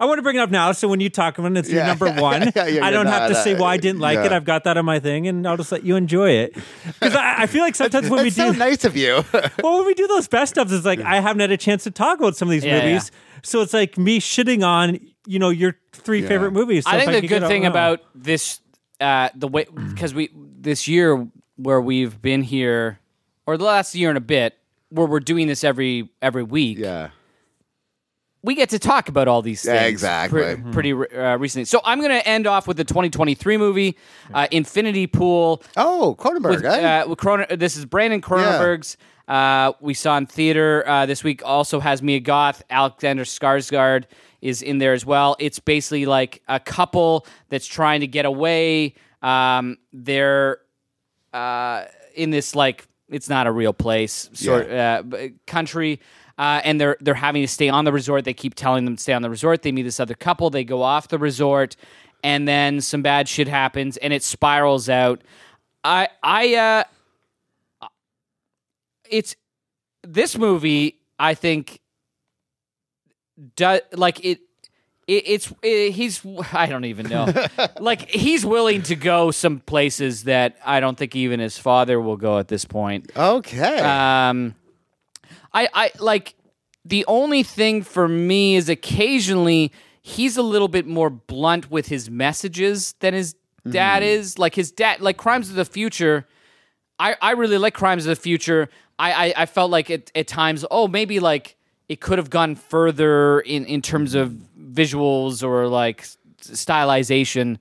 I want to bring it up now, so when you talk about it, it's your [laughs] Yeah. number one. Yeah, you're I don't have to not, say uh, why I didn't like it. yeah. I've got that on my thing, and I'll just let you enjoy it because I, I feel like sometimes when we [laughs] That's so do nice of you. [laughs] well, when we do those best ofs, it's like I haven't had a chance to talk about some of these Yeah, movies, so it's like me shitting on you know your three favorite movies. So I if think the could good get out- thing no. about this, uh, the way Mm-hmm. because we this year where we've been here, or the last year and a bit, where we're doing this every every week. yeah. we get to talk about all these things Yeah, exactly. pre- pretty re- Mm-hmm. uh, recently. So I'm going to end off with the 2023 movie, uh, Infinity Pool. Oh, Cronenberg. With, eh? uh, with Cronen- this is Brandon Cronenberg's. Uh, we saw in theater uh, this week. Also has Mia Goth. Alexander Skarsgård is in there as well. It's basically like a couple that's trying to get away. Um, they're uh, in this like it's not a real place sort uh, b- country, uh, and they're they're having to stay on the resort. They keep telling them to stay on the resort. They meet this other couple. They go off the resort, and then some bad shit happens, and it spirals out. I I uh, it's this movie. I think does like it. It, it's it, he's I don't even know. like he's willing to go some places that I don't think even his father will go at this point. okay. Um, I I like the only thing for me is occasionally he's a little bit more blunt with his messages than his dad is. Like his dad, like Crimes of the Future. I, I really like Crimes of the Future. I, I, I felt like at, at times, oh, maybe like it could have gone further in, in terms of visuals or like s- stylization.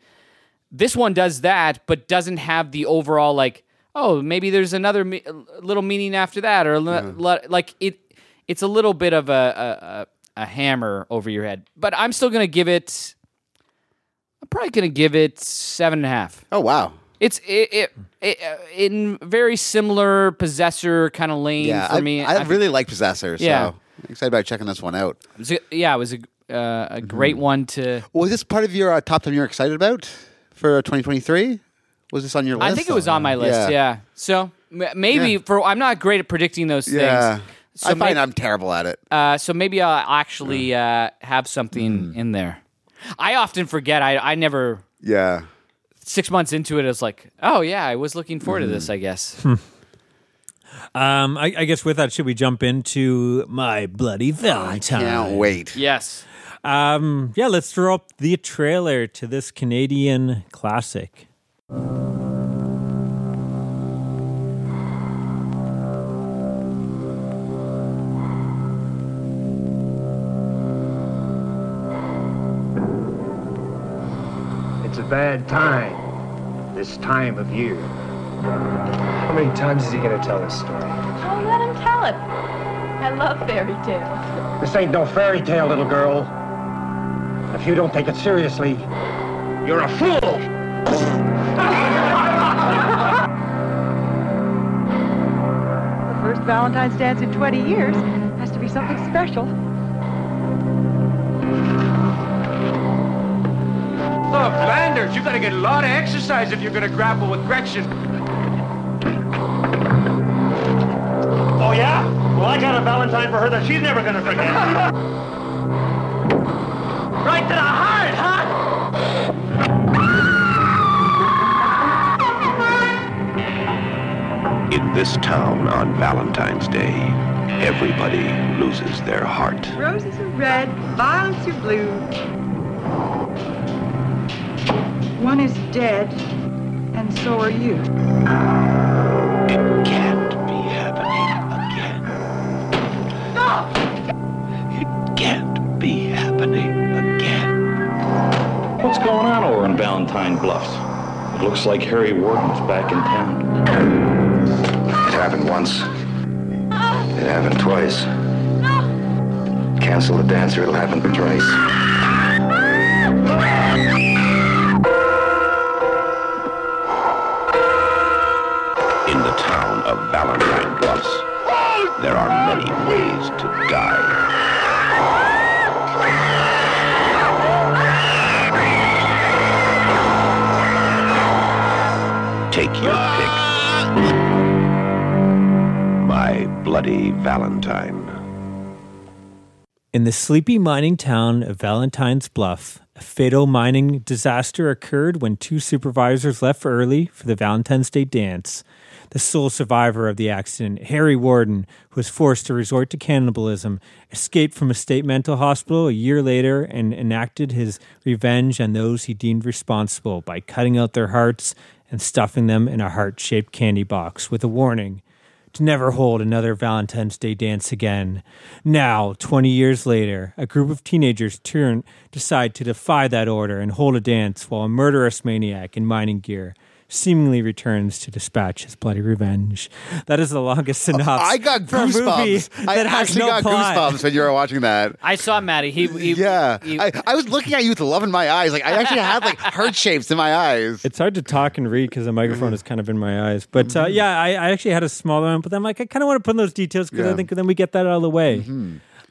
This one does that, but doesn't have the overall like, oh, maybe there's another me- little meaning after that, or a li- li- like it. It's a little bit of a, a a a hammer over your head, but I'm still gonna give it. I'm probably gonna give it seven and a half. oh wow. It's it, it, it uh, in very similar possessor kind of lane Yeah. for I, me. I I- really like Possessor. So Yeah. I'm excited about checking this one out. it was a- yeah, it was a uh, Mm-hmm. a great one to. Was this part of your uh, top ten you're excited about for 2023? Was this on your list? I think it was on my list. Yeah. So m- maybe Yeah. for I'm not great at predicting those Yeah. things. I So find maybe, I'm terrible at it. uh, so maybe I'll actually uh, have something Mm. in there. I often forget. I I never Yeah. six months into it. I was like, oh yeah, I was looking forward to Mm. this. [laughs] I guess. Hmm. um, I, I guess with that, should we jump into my bloody Valentine? Can't wait. yes. Um, yeah, let's throw up the trailer to this Canadian classic. It's a bad time, this time of year. How many times is he gonna tell this story? Oh, let him tell it. I love fairy tales. This ain't no fairy tale, little girl. If you don't take it seriously, you're a fool. The first Valentine's dance in 20 years has to be something special. Look, Oh, Flanders, you gotta get a lot of exercise if you're gonna grapple with Gretchen. Oh, yeah? Well, I got a Valentine for her that she's never gonna forget. [laughs] right to the heart, huh? In this town on Valentine's Day, everybody loses their heart. Roses are red, violets are blue. One is dead, and so are you. It can't be happening again. It can't be happening again. What's going on over in Valentine Bluffs? It looks like Harry Warden's back in town. It happened once. It happened twice. Cancel the dancer, it'll happen twice. In the town of Valentine Bluffs, there are many ways to die. Take your pick. My Bloody Valentine. In the sleepy mining town of Valentine's Bluff, a fatal mining disaster occurred when two supervisors left early for the Valentine's Day dance. The sole survivor of the accident, Harry Warden, who was forced to resort to cannibalism, escaped from a state mental hospital a year later and enacted his revenge on those he deemed responsible by cutting out their hearts and stuffing them in a heart shaped candy box with a warning to never hold another Valentine's Day dance again. Now, 20 years later, a group of teenagers turn decide to defy that order and hold a dance while a murderous maniac in mining gear seemingly returns to dispatch his bloody revenge. That is the longest synopsis. I got for a movie goosebumps. I that has actually no got plot. goosebumps when you were watching that. I saw Maddie. He, he Yeah, he- I, I was looking at you with love in my eyes. Like I actually had like heart shapes in my eyes. It's hard to talk and read because the microphone is kind of in my eyes. But uh, yeah, I, I actually had a small one, but then like I kind of want to put in those details because Yeah. I think then we get that out of the way.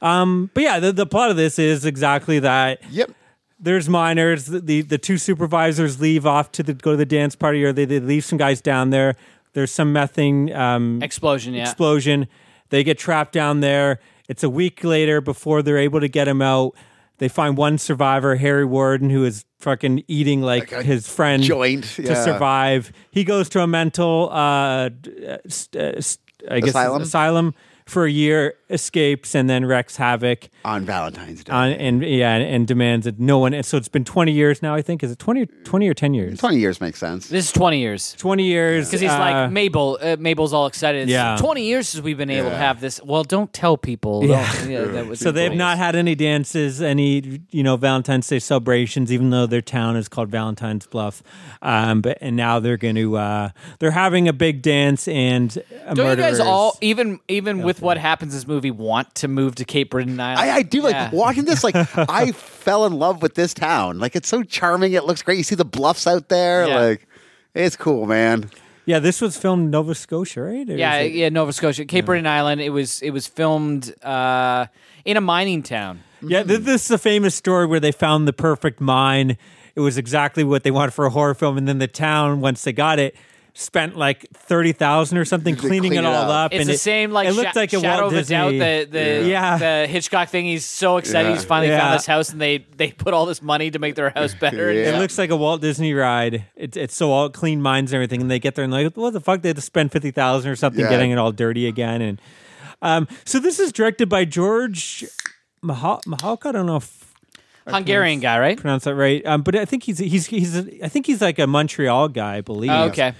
Um, but yeah, the, the plot of this is exactly that. Yep. There's miners. The, the the two supervisors leave off to the go to the dance party, or they, they leave some guys down there. There's some methane um, explosion. Yeah, explosion. They get trapped down there. It's a week later before they're able to get him out. They find one survivor, Harry Warden, who is fucking eating like, Like a his friend joint, to yeah. survive. He goes to a mental, uh, d- uh, st- uh, st- I guess Asylum? asylum for a year, escapes, and then wrecks havoc On Valentine's Day, on and yeah, and, and demands that no one. And so it's been twenty years now. I think is it 20, 20 or ten years? twenty years makes sense. this is twenty years. Twenty years Because he's uh, like Mabel. Uh, Mabel's all excited. It's Yeah. twenty years since we've been able to have this. Well, don't tell people. Don't- Yeah. that was So they have not had any dances, any you know Valentine's Day celebrations, even though their town is called Valentine's Bluff. Um, but and now they're going to uh, they're having a big dance and a Don't you murderer's- guys all, even even with what happens in this movie, want to move to Cape Breton Island? I, I do like Yeah. watching this. Like [laughs] I fell in love with this town. Like it's so charming. It looks great. You see the bluffs out there. Yeah. Like it's cool, man. Yeah, this was filmed in Nova Scotia, right? Or is Yeah, it- yeah, Nova Scotia, Cape Breton Island. It was it was filmed uh, in a mining town. Yeah, th- this is a famous story where they found the perfect mine. It was exactly what they wanted for a horror film, and then the town, once they got it, spent like thirty thousand or [laughs] something cleaning clean it it all up. up. It's and the it- same like it looked Sha- like a Shadow Walt of a Doubt, Disney. the the, Yeah. the Hitchcock thing. He's so excited. Yeah. He's finally Yeah. found this house, and they they put all this money to make their [laughs] house better. Yeah. It looks like a Walt Disney ride. It's it's so all clean minds and everything, and they get there and like, what the fuck? They had to spend fifty thousand or something Yeah. getting it all dirty again. And um, so this is directed by George Mahal- Mahalka. I don't know if Hungarian guy, right? I pronounced that right, um, but I think he's he's he's a, I think he's like a Montreal guy, I believe. Oh, okay.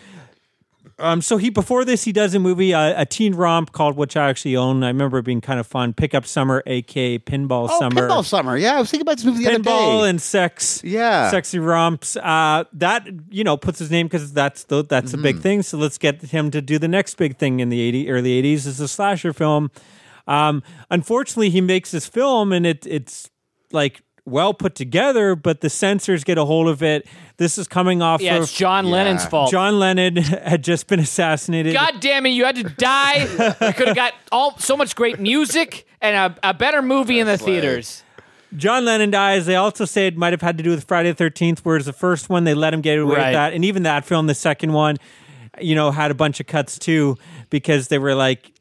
Um, so he before this he does a movie, uh, a teen romp called which I actually own. I remember it being kind of fun. Pickup Summer, aka Pinball Oh, Summer. pinball summer. Yeah, I was thinking about this movie the other pinball day. and sex Yeah. sexy romps uh that you know puts his name because that's the that's a big thing so let's get him to do the next big thing in the 80 early 80s is a slasher film um unfortunately he makes this film and it it's like well put together but the censors get a hold of it this is coming off Yeah, of it's John Lennon's fault. John Lennon [laughs] had just been assassinated [laughs] God damn it! You had to die. [laughs] we could have got all so much great music and a, a better movie in the theaters. John Lennon dies. They also say it might have had to do with Friday the Thirteenth, whereas the first one they let him get away Right. with that, and even that film, the second one, you know, had a bunch of cuts too because they were like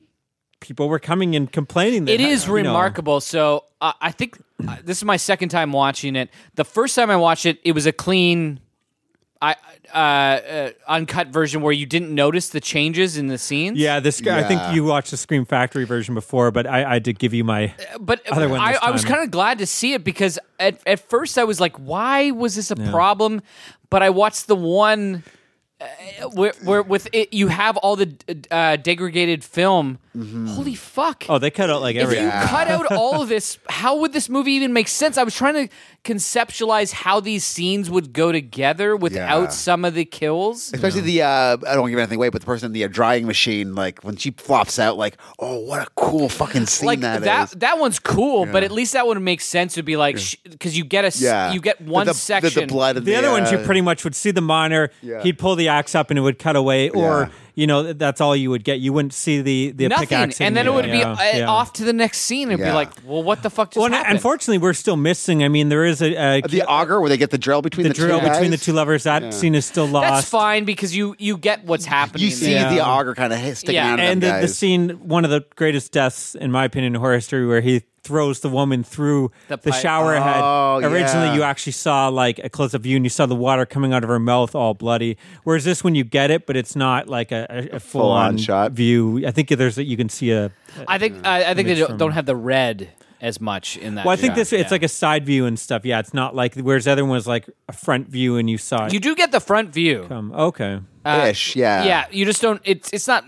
people were coming and complaining. That, It is you know, remarkable. So uh, I think uh, this is my second time watching it. The first time I watched it, it was a clean, I uh, uh, uncut version where you didn't notice the changes in the scenes. Yeah, this guy. I Yeah. think you watched the Scream Factory version before, but I, I did give you my. but Other one I, this I was time. kind of glad to see it because at, at first I was like, why was this a problem? But I watched the one uh, where, where with it, you have all the uh, degraded film Holy fuck! Oh, they cut out like if every. you [laughs] cut out all of this, how would this movie even make sense? I was trying to conceptualize how these scenes would go together without Yeah. some of the kills. Especially the uh, I don't want to give anything away, but the person in the uh, drying machine, like when she flops out, like oh, what a cool fucking scene Like that that, is. that, one's cool, but at least that would make sense. It'd be like because you get a s- yeah, you get The- one the, the- section. The, blood. and the other ones, you uh, pretty much would see the monitor. Yeah. He'd pull the axe up and it would cut away, or Yeah. you know, that's all you would get. You wouldn't see the the Nothing, pickaxe, in and then it the- would be yeah, uh, yeah. off to the next scene. It'd Yeah. be like, well, what the fuck just Well, and happened? unfortunately, we're still missing. I mean, there is a, a the auger where they get the drill between the, the drill two between the guys. two lovers. That scene is still lost. that's fine because you you get what's happening. You see Yeah. the auger kind of sticking Yeah. out of and them the, the guys. scene one of the greatest deaths in my opinion in horror history where he throws the woman through The the, pipe. shower head Oh, originally yeah. you actually saw like a close-up view and you saw the water coming out of her mouth all bloody whereas this one you get it but it's not like a, a, a full-on shot. view i think there's a, you can see a I think I, I think they don't, don't have the red as much in that. well i think shot. this it's Yeah. like a side view and stuff yeah it's not like whereas the other one was like a front view and you saw it you do get the front view. come okay Ish, yeah, yeah, you just don't. It's it's not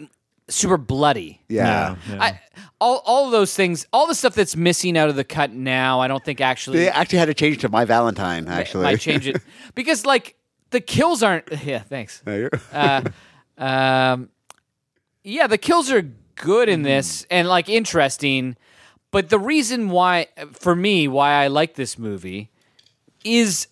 super bloody. yeah. Yeah, yeah. I, all all of those things, all the stuff that's missing out of the cut now, I don't think actually They actually had to change to my Valentine. Actually, might [laughs] change it because like the kills aren't. Yeah, thanks. Uh, um, yeah, the kills are good in this and like interesting, but the reason why for me why I like this movie is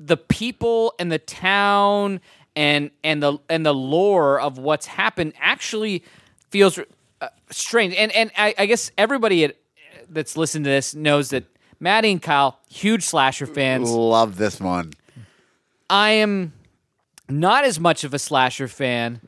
the people and the town and and the and the lore of what's happened actually feels uh, strange. And and I, I guess everybody at, that's listened to this knows that Maddie and Kyle huge slasher fans. Love this one. I am not as much of a slasher fan.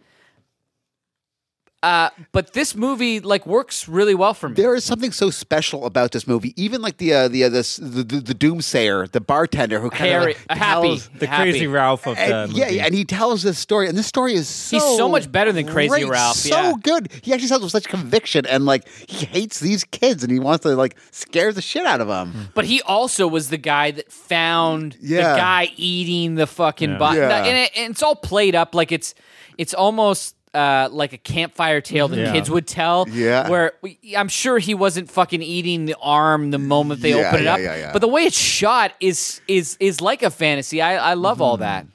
Uh, but this movie like works really well for me. There is something so special about this movie. Even like the uh, the, uh, this, the the the doomsayer, the bartender who kind Harry, uh, of happy, the happy. crazy ralph of the And, yeah, Uh, movie. yeah, and he tells this story, and this story is so He's so much better than Crazy great, Ralph, So yeah. good. He actually tells with such conviction, and like he hates these kids, and he wants to like scare the shit out of them. But he also was the guy that found Yeah. the guy eating the fucking body, Yeah. and, it, and it's all played up like it's it's almost uh, like a campfire tale that Yeah. kids would tell. Yeah. where we, I'm sure he wasn't fucking eating the arm the moment they Yeah, open it yeah, up. yeah, yeah. But the way it's shot is is is like a fantasy. I I love all that.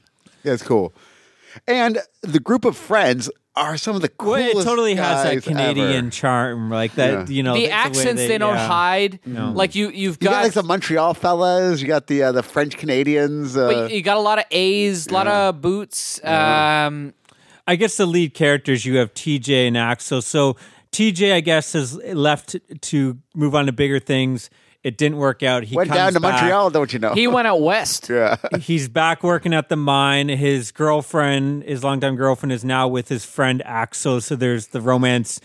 Yeah, it's cool. And the group of friends are some of the Well, coolest. it totally has guys that ever. Canadian charm, like that. Yeah. You know, the that's way accents they, don't yeah. hide. Like you, you've You got, got like the Montreal fellas. You got the uh, the French Canadians. Uh, but you got a lot of A's, a lot of boots. Um, I guess the lead characters you have TJ and Axel. So TJ, I guess, is left to move on to bigger things. It didn't work out. He went comes down to back. Montreal, [laughs] don't you know? he went out west. [laughs] He's back working at the mine. His girlfriend, his longtime girlfriend, is now with his friend Axel. So there's the romance.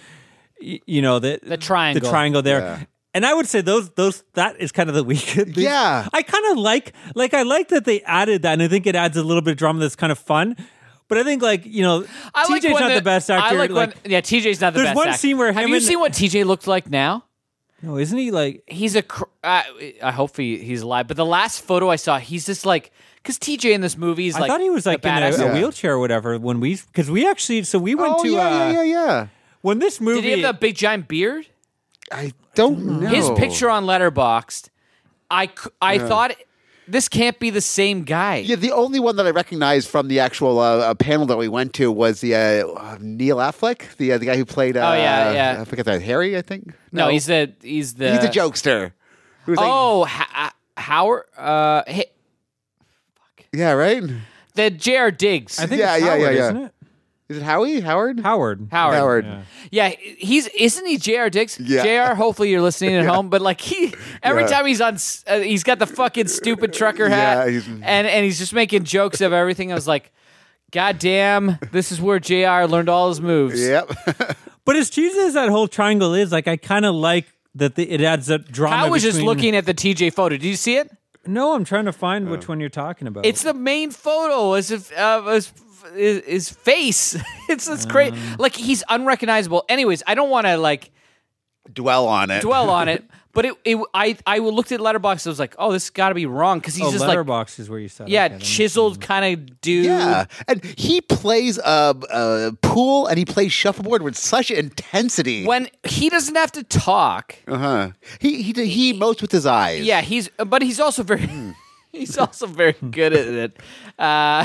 y- You know the the triangle. the triangle there. And I would say those those that is kind of the [laughs] weak. at least. Yeah. I kind of like like I like that they added that, and I think it adds a little bit of drama that's kind of fun. But I think like you know, I like TJ's when not the, best actor. I like, when, yeah, TJ's not the There's best. one actor. scene where have him you and- seen what TJ looked like now? no, isn't he like? He's a. Cr- I, I hope he, he's alive. But the last photo I saw, he's just like because TJ in this movie is I like. thought he was the like in a, badass- a Yeah. wheelchair or whatever when we because we actually so we went oh to yeah, uh, yeah, yeah, yeah. when this movie Did he have the big giant beard? I don't know His picture on Letterboxd, I c- I thought this can't be the same guy. Yeah, the only one that I recognized from the actual uh, uh, panel that we went to was the uh, uh, Neil Affleck, the uh, the guy who played. Uh, Oh, yeah, yeah. I forget that Harry, I think. No, he's the he's the uh, he's a jokester. Who was like- Oh, ha- uh, Howard. Uh, hey, yeah, right. the J.R. Diggs. I think Yeah, it's yeah, Howard, yeah, yeah. isn't it? Is it Howie Howard? Howard. Howard. Howard. Yeah, he's isn't he J.R. Diggs? Yeah. J.R. Hopefully you're [laughs] listening at home, but like he every Yeah. time he's on, s- uh, he's got the fucking stupid trucker hat, Yeah, he's- and and he's just making jokes of everything. I was like, God damn, this is where J.R. learned all his moves. Yep. [laughs] But as cheesy as that whole triangle is, like I kind of like that the, it adds up drama. I was just between- looking at the TJ photo. Did you see it? No, I'm trying to find Oh. which one you're talking about. It's the main photo as if of his, his, his face. [laughs] it's it's great. Like he's unrecognizable. Anyways, I don't want to like Dwell on it. dwell on it, But it, it I, I looked at Letterbox. I was like, oh, this got to be wrong because he's oh, just like, letterbox is where you saw. yeah, that. chiseled kind of dude. Yeah, and he plays a, a pool and he plays shuffleboard with such intensity. When he doesn't have to talk, Uh huh. He he did- he motes with his eyes. yeah, he's but he's also very [laughs] he's also very good at it. Uh,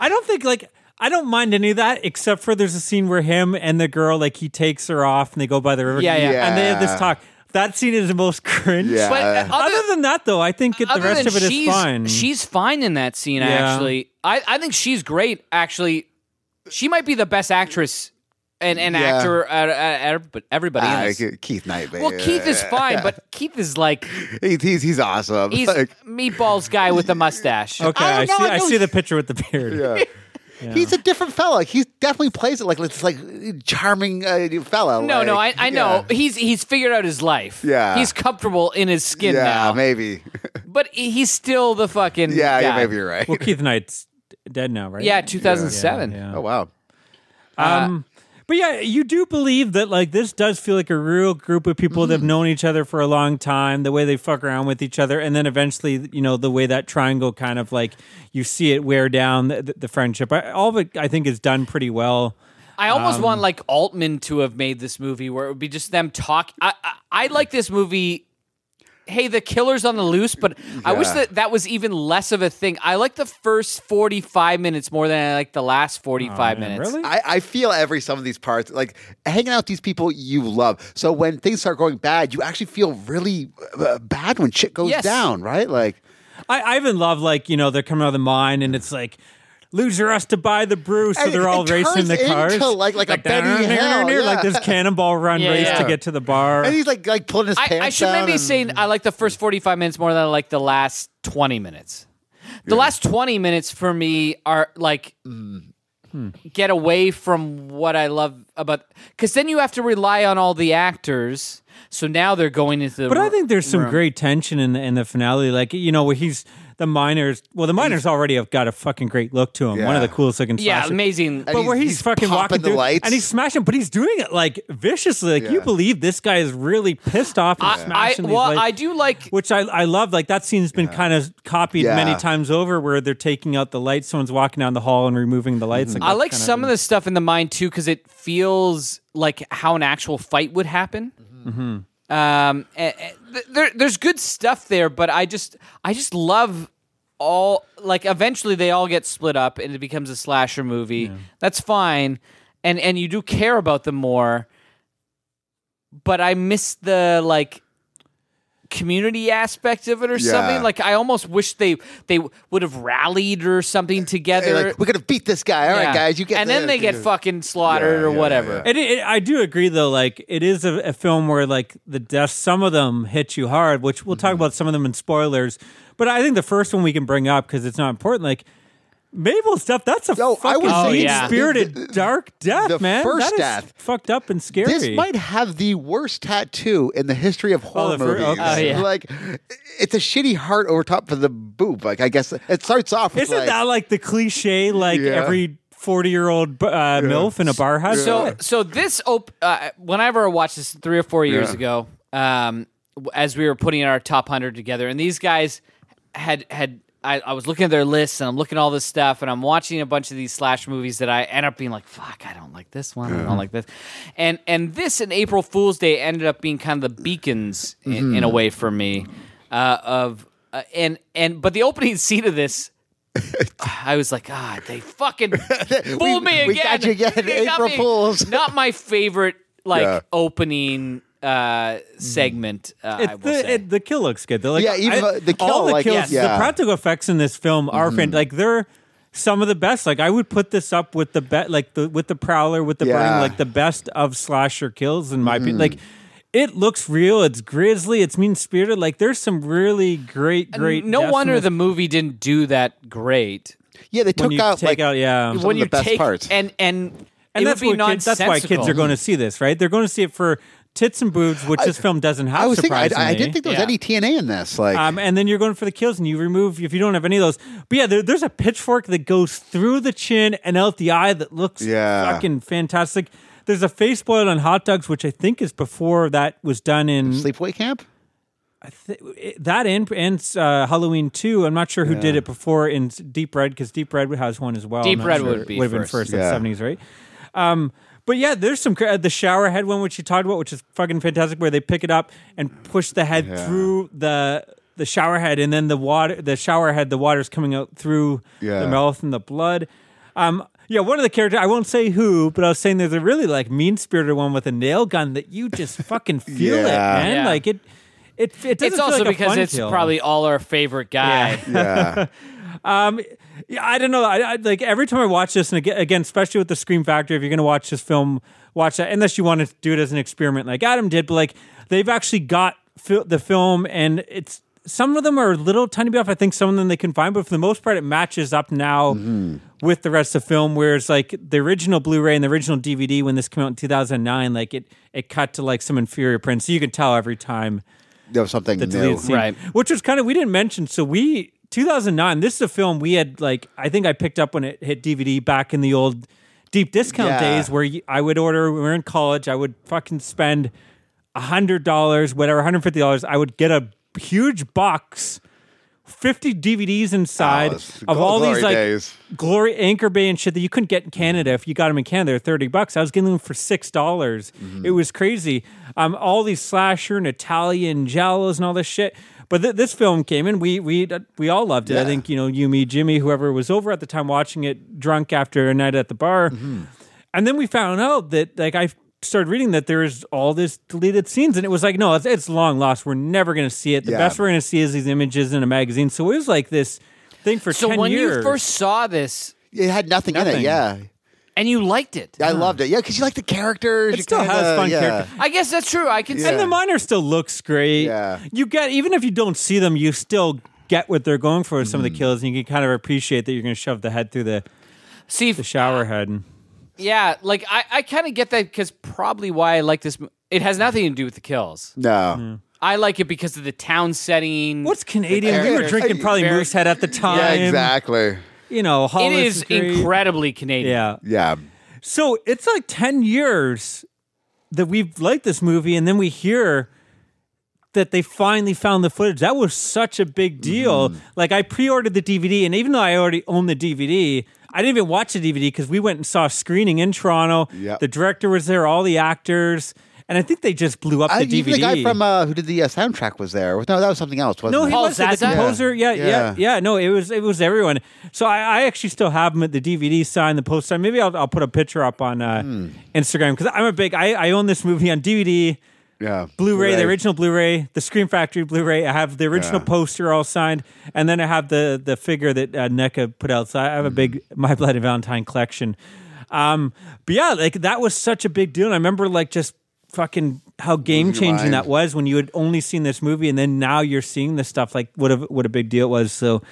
I don't think like I don't mind any of that except for there's a scene where him and the girl like he takes her off and they go by the river. Yeah, yeah. And they have this Yeah. talk. That scene is the most [laughs] cringe. Yeah. but Uh, other, Other than that, though, I think it, the other rest than of it is she's, fine. She's fine in that scene. Yeah. Actually, I I think she's great. Actually, she might be the best actress and, and Yeah. actor out, out, out of everybody. in Ah, this. Keith Knight. Well, Keith is fine, but Keith is like [laughs] he's he's, he's awesome. he's Like, meatballs guy with a [laughs] mustache. okay, I I, don't see. know, I I know see the picture with the beard. yeah. He's a different fella. He definitely plays it like it's like charming uh, fella. No, like, no, I, I know Yeah, he's he's figured out his life. Yeah. he's comfortable in his skin Yeah, now. maybe. [laughs] But he- he's still the fucking yeah, yeah, guy. maybe you're right. Well, Keith Knight's dead now, right? Yeah, 2007. Yeah, yeah. Oh wow. Uh, Um, but yeah, you do believe that like this does feel like a real group of people Mm-hmm. that have known each other for a long time, the way they fuck around with each other, and then eventually, you know, the way that triangle kind of like you see it wear down the, the friendship. I, all of it, I think, is done pretty well. I almost Um, want like Altman to have made this movie where it would be just them talk. I I, I like this movie. Hey, the killer's on the loose, but I wish Yeah. that that was even less of a thing. I like the first forty five minutes more than I like the last forty five Oh, Man, minutes. Really? I, I feel every sum of these parts, like hanging out with these people you love. So when things start going bad, you actually feel really uh, bad when shit goes Yes. down, right? Like, I, I even love like you know they're coming out of the mine, and it's like. Loser us to buy the brew, so And they're it all racing turns the cars. into, like- like a Benny Hill, yeah. like this cannonball run Yeah, race yeah. to get to the bar. and he's like, like pulling his I, pants. I should down and- maybe say I like the first 45 minutes more than I like the last 20 minutes. The last 20 minutes for me are like get away from what I love about because then you have to rely on all the actors. So now they're going into the But I think there's some great tension in the in the finale. Like you know, where he's the miners. Well, the miners already have got a fucking great look to him. One of Yeah. the coolest looking. yeah, slasher- amazing. But where he's- he's, he's fucking walking popping the through lights. and he's smashing, but he's doing it like viciously. Like you Yeah. believe this guy is really pissed off and I, I smashing well, these lights. I do like which I, I love. Like that scene's been kind of copied Yeah. many times over, where they're taking out the lights. Someone's walking down the hall and removing the lights. I that's like kind some of the stuff in the mind too because it feels like how an actual fight would happen. Um, eh, eh, th- there, there's good stuff there, but I just, I just love all. Like eventually, they all get split up, and it becomes a slasher movie. That's fine, and and you do care about them more. But I miss the like community aspect of it or Yeah. something like i almost wish they they would have rallied or something They're together Eh, like, we're gonna beat this guy. All right, yeah. guys, you get. and then the- they get fucking slaughtered Yeah, or yeah, whatever. yeah. It, it, I do agree, though. Like it is a, a film where like the deaths, some of them hit you hard, which we'll talk about some of them in spoilers. But I think the first one we can bring up because it's not important. Like Mabel's death, that's a No, I fucking would say mean yeah. spirited, dark death, the man. first That is death. fucked up and scary. This might have the worst tattoo in the history of horror the fir- movies. okay. Oh, [laughs] yeah. Like, it's a shitty heart over top for the boob. Like, I guess it starts off. With Isn't that like the cliche? Like Yeah. every forty-year-old uh, milf in a bar has. So, it? so this op- uh, whenever I watched this three or four years Yeah. ago, um, w- as we were putting our top hundred together, and these guys had had. I, I was looking at their lists and I'm looking at all this stuff and I'm watching a bunch of these slash movies that I end up being like, fuck, I don't like this one. I don't like this. And and this and April Fool's Day ended up being kind of the beacons in, in Mm-hmm. a way for me uh, of uh, and and but the opening [laughs] scene of this I was like, God, they fucking fooled me [laughs] again. we got you [laughs] again, They got April me. Fools. Not my favorite like Yeah. opening uh segment. Uh, I It's will say. the, Mm. it, the kill looks good. They're like, Yeah, even I- the- the all kill, the like, kills, yes, yeah. Mm-hmm. the practical effects in this film are fan- like they're some of the best. Like I would put this up with the bet, like the with the prowler, with the burning, Yeah. Mm-hmm. like the best of slasher kills in my opinion. Like it looks real. It's grisly. It's mean spirited. Like there's some really great, great. no deaths in wonder this. the movie didn't do that great. Yeah, they took you out take like out, yeah. some When of the best parts. and and and it that's would be why kids, that's why kids are nonsensical. going to see this, right? They're going to see it for tits and boobs, which this film doesn't have. I was thinking, I, surprisingly. I didn't think there was Yeah. any TNA in this. Like, Um, and then you're going for the kills, and you remove if you don't have any of those. But yeah, there, there's a pitchfork that goes through the chin and out the eye that looks Yeah. fucking fantastic. There's a face boiled on hot dogs, which I think is before that was done in [laughs] sleepaway camp. I thi- it- that and and uh, Halloween two. I'm not sure who did it before in s- Deep Red because Deep Red has one as well. I'm Deep not Red sure. would be would have been first. first Yeah. in the 70s, right? Um, but yeah, there's some cra- the shower head one which you talked about, which is fucking fantastic, where they pick it up and push the head through the the shower head, and then the water, the shower head, the water's coming out through Yeah. the mouth and the blood. Um, yeah, one of the characters I won't say who, but I was saying there's a really like mean spirited one with a nail gun that you just fucking feel it, Yeah. man. Yeah. Like it, it, it doesn't It's feel also like a because fun it's kill. probably all our favorite guy. Yeah. Um, yeah, I don't know. I, I like every time I watch this, and aga- again, especially with the Scream Factor, if you're going to watch this film, watch that unless you want to do it as an experiment, like Adam did. But like, they've actually got fil- the film, and it's some of them are a little tiny bit off. I think some of them they can find, but for the most part, it matches up now with the rest of the film. Whereas like the original Blu-ray and the original DVD when this came out in 2009, like it it cut to like some inferior print, so you can tell every time There was something the deleted new. scene. Right. Which was kind of we didn't mention. So we 2009. This is a film we had like I think I picked up when it hit DVD back in the old deep discount Yeah. days where you, I would order. We were in college. I would fucking spend hundred dollars, whatever, hundred fifty dollars. I would get a huge box. 50 DVDs inside Oh, it's of all glory these like days. glory anchor bay and shit that you couldn't get in Canada. If you got them in Canada, they're 30 bucks. I was getting them for $6. dollars Mm-hmm. It was crazy. Um, all these slasher and Italian giallos and all this shit. But th- this film came in. We we uh, we all loved it. I Yeah. think you know you, me, Jimmy, whoever was over at the time watching it, drunk after a night at the bar, Mm-hmm. and then we found out that like I started reading that there is all this deleted scenes, and it was like no, it's, it's long lost. We're never going to see it. The Yeah. best we're going to see is these images in a magazine. So it was like this thing for So 10 when years. you first saw this It had nothing, in it. Nothing. Yeah. and you liked it, I loved it. Yeah, because you like the characters. It you still kinda- has fun yeah. character- I guess that's true. I can see And the minor still looks great. Yeah. You get even if you don't see them, you still get what they're going for with some of the kills, and you can kind of appreciate that you're going to shove the head through the, see the shower head. And Yeah, like I, I kind of get that because probably why I like this. mo- It has nothing to do with the kills. No. I like it because of the town setting. what's Canadian? We were characters- drinking probably Very- Moosehead at the time. Yeah, exactly. You know, it Hollis is great. incredibly Canadian. Yeah. Yeah. So it's like 10 years that we've liked this movie, and then we hear that they finally found the footage. That was such a big deal. Mm-hmm. Like, I pre ordered the DVD, and even though I already owned the DVD, I didn't even watch the DVD because we went and saw a screening in Toronto. Yep. The director was there, all the actors, and I think they just blew up the I, DVD. even the guy from uh, who did the uh, soundtrack was there. No, that was something else. Wasn't No, it? he Paul was the Zaza? composer. Yeah. Yeah, yeah, Yeah. No, it was it was everyone. So I, I actually still have him at the DVD sign, the post sign. Maybe I'll, I'll put a picture up on uh, Hmm. Instagram because I'm a big. I, I own this movie on DVD, yeah. Blu-ray, the original Blu-ray, the Scream Factory Blu-ray. I have the original Yeah. poster all signed, and then I have the the figure that uh, NECA put out. So I have a big Mm-hmm. My Bloody Valentine collection. Um, but yeah, like that was such a big deal. And I remember like just fucking how game changing mind. that was when you had only seen this movie, and then now you're seeing this stuff. Like what a what a big deal it was. So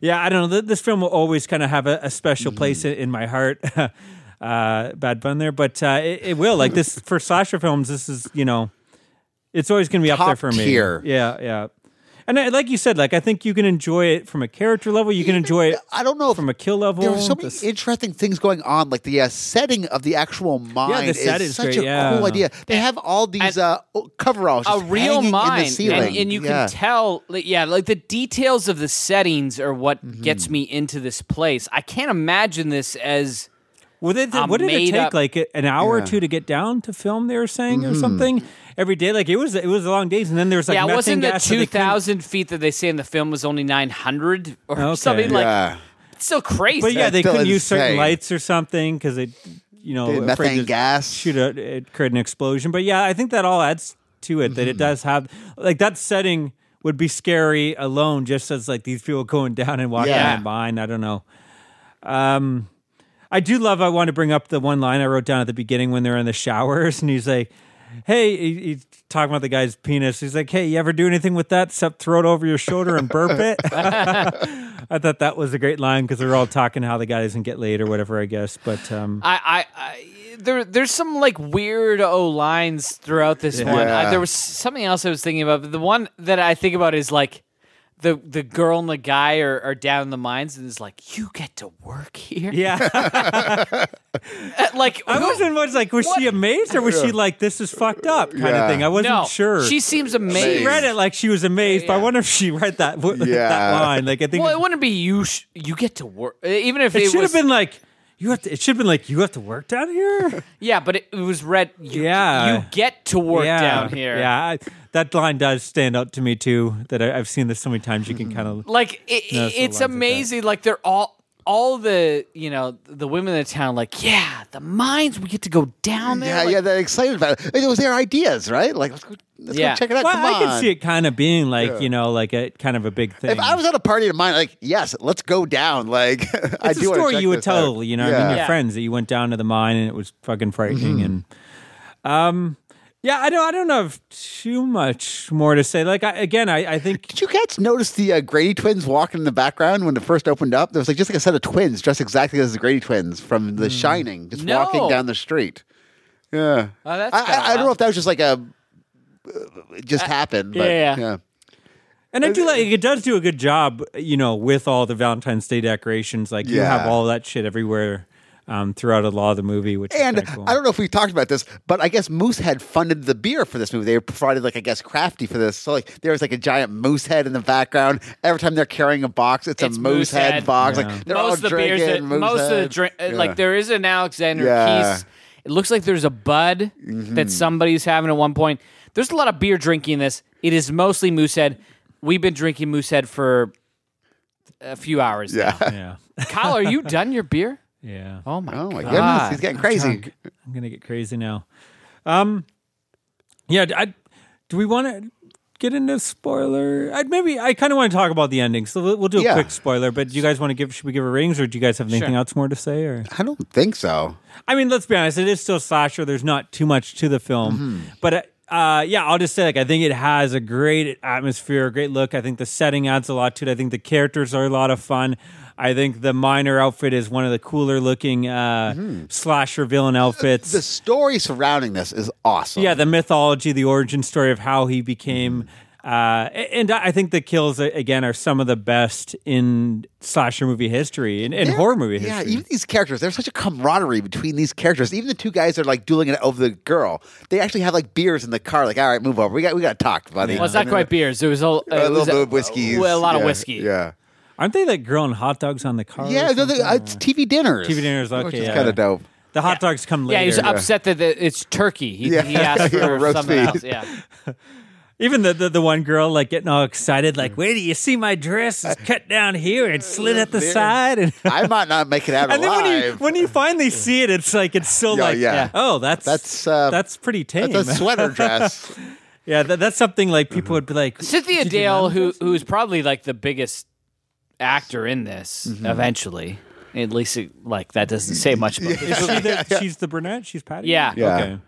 yeah, I don't know. Th- This film will always kind of have a, a Mm-hmm. special place in, in my heart. [laughs] Uh, bad pun there, but uh, it, it will. Like this for slasher films, this is you know it's always going to be up Top there for me. tier. Yeah, yeah. And I, like you said, like I think you can enjoy it from a character level. You can enjoy it I don't know if from a kill level. There were so many This- interesting things going on, like the uh, setting of the actual mind. set is such great, a yeah. cool idea. They have all these And- uh, coveralls, A just real hanging mind, in the ceiling, and, and you Yeah. can tell, like, yeah, like the details of the settings are what Mm-hmm. gets me into this place. I can't imagine this as Well, they- they- a what did it take? made-up- Like a- an hour or two to get down to film? They were saying Mm-hmm. or something every day. Like it was it was long days, and then there was like yeah, it methane wasn't the gas that they two couldn't- thousand feet that they say in the film was only nine hundred or Okay. something like. yeah. It's still crazy. But yeah, That's they still couldn't use certain insane. lights or something because it, you know, The afraid methane to gas. shoot a, it created an explosion. But yeah, I think that all adds to it that it does have like that setting would be scary alone, just as like these people [laughs] going down and walking Yeah. in behind. I don't know. Um, I do love. I want to bring up the one line I wrote down at the beginning when they're in the showers, [laughs] and he's like, "Hey," he- he's talking about the guy's penis. He's like, "Hey, you ever do anything with that except throw it over your shoulder and burp it?" [laughs] I thought that was a great line because they're all talking how the guy doesn't get laid or whatever, I guess. But um, I, I, I there, there's some like weird O lines throughout this one. I, Yeah. there was something else I was thinking about. But the one that I think about is like the the girl and the guy are, are down in the mines and is like, you get to work here. Yeah, Uh, [laughs] like I who- wasn't was like, was she What? amazed or was she like, this is fucked up kind Yeah. of thing? I wasn't no, sure. She seems amazed. she read it like she was amazed, but I wonder if she read that Yeah. that line. Like I think Well, it- it wouldn't be you. Sh- you get to work, Uh, even if it, it, should was. have been like you have to. It should have been like you have to work down [laughs] here. yeah, but it, it was read. You, Yeah. you get to work yeah, down here. Yeah, I, that line does stand out to me too. That I, I've seen this so many times. You can kind of like it, No, it's the lines it's like that. amazing. Like, they're all all the you know the women in the town. Like, yeah, the mines. We get to go down there. Yeah, like, yeah, they're excited about it. It was their ideas, right? Like, let's go, let's Yeah. go check it out. Well, Come on. I can see it kind of being like you know, like a kind of a big thing. If I was at a party of mine, like, yes, let's go down. Like, [laughs] I it's do a wanna story check you would this out. Mm-hmm. tell, you know, what I mean, your Yeah. friends that you went down to the mine and it was fucking frightening. And um, yeah, I don't, I don't have too much more to say. Like I, again, I, I think Did you guys notice the uh, Grady twins walking in the background when it first opened up? There was like just like a set of twins dressed exactly as the Grady twins from Hmm. The Shining, just No. walking down the street. Yeah, Oh, that's I, kinda I, I don't wild. know if that was just like a it Uh, just happened. But, yeah, yeah. And I do like it does do a good job, you know, with all the Valentine's Day decorations. Like you have Yeah. all that shit everywhere um, throughout a lot of the movie, which And is kinda cool. I don't know if we talked about this, but I guess Moose had funded the beer for this movie. They provided like I guess crafty for this. So like there was like a giant moose head in the background. Every time they're carrying a box, it's, It's a moose, moose head, head. box. Yeah. Like they're all most of the drinking beers that moose most of the head. drink uh, Yeah. like there is an Alexander Yeah. Mm-hmm. Keith's. It looks like there's a Bud that somebody's having at one point. There's a lot of beer drinking in this. It is mostly Moosehead. We've been drinking Moosehead for a few hours yeah. now. yeah, Kyle, [laughs] are you done your beer? yeah. Oh my Oh my god. goodness, he's getting crazy. I'm gonna get crazy now. Um, yeah. I, do we want to get into spoiler? I'd maybe I kind of want to talk about the ending, so we'll, we'll do a Yeah. quick spoiler. But do you guys want to give? Should we give a ratings, or do you guys have anything else more to say? Or I don't think so. I mean, let's be honest, it is still slasher. There's not too much to the film, Mm-hmm. but. Uh, yeah, I'll just say like I think it has a great atmosphere, a great look. I think the setting adds a lot to it. I think the characters are a lot of fun. I think the miner outfit is one of the cooler looking uh, slasher villain outfits. Mm-hmm. The story surrounding this is awesome. Yeah, the mythology, the origin story of how he became. Uh, a- and I I think the kills a- again are some of the best in slasher movie history and, and They're- horror movie Yeah, history. even these characters, there's such a camaraderie between these characters. Even the two guys that are like dueling it over the girl. They actually have like beers in the car. Like, all right, move over. We got we got to talk, buddy. Well, it's not quite beers. It was a, uh, A it little was bit of whiskey. Well, a lot of whiskey. Yeah. Aren't they like grilling hot dogs on the car? or Yeah, no, something? they- uh, it's TV dinners. TV dinners, Which okay, is yeah. kind of dope. the hot dogs come later. Yeah, he was upset that the, it's turkey. He, Yeah. he [laughs] asked Yeah, for roast something beef. else. Yeah. Even the, the the one girl like getting all excited, Mm. like, "Wait, do you see my dress [laughs] is cut down here and slid at the side?" And, [laughs] I might not make it out [laughs] and then alive. when you when you [laughs] finally see it, it's like it's still Yeah, like, yeah. "Oh, that's That's, uh, that's pretty tame." That's [laughs] a Mm-hmm. sweater dress. [laughs] yeah, that, that's something like people would be like, Cynthia "Did you Dale, remember who this?" who's probably like the biggest actor in this, eventually. At least, it, like that doesn't say much about. Is she the, she's the brunette? She's Patty? Yeah. Yeah. Okay.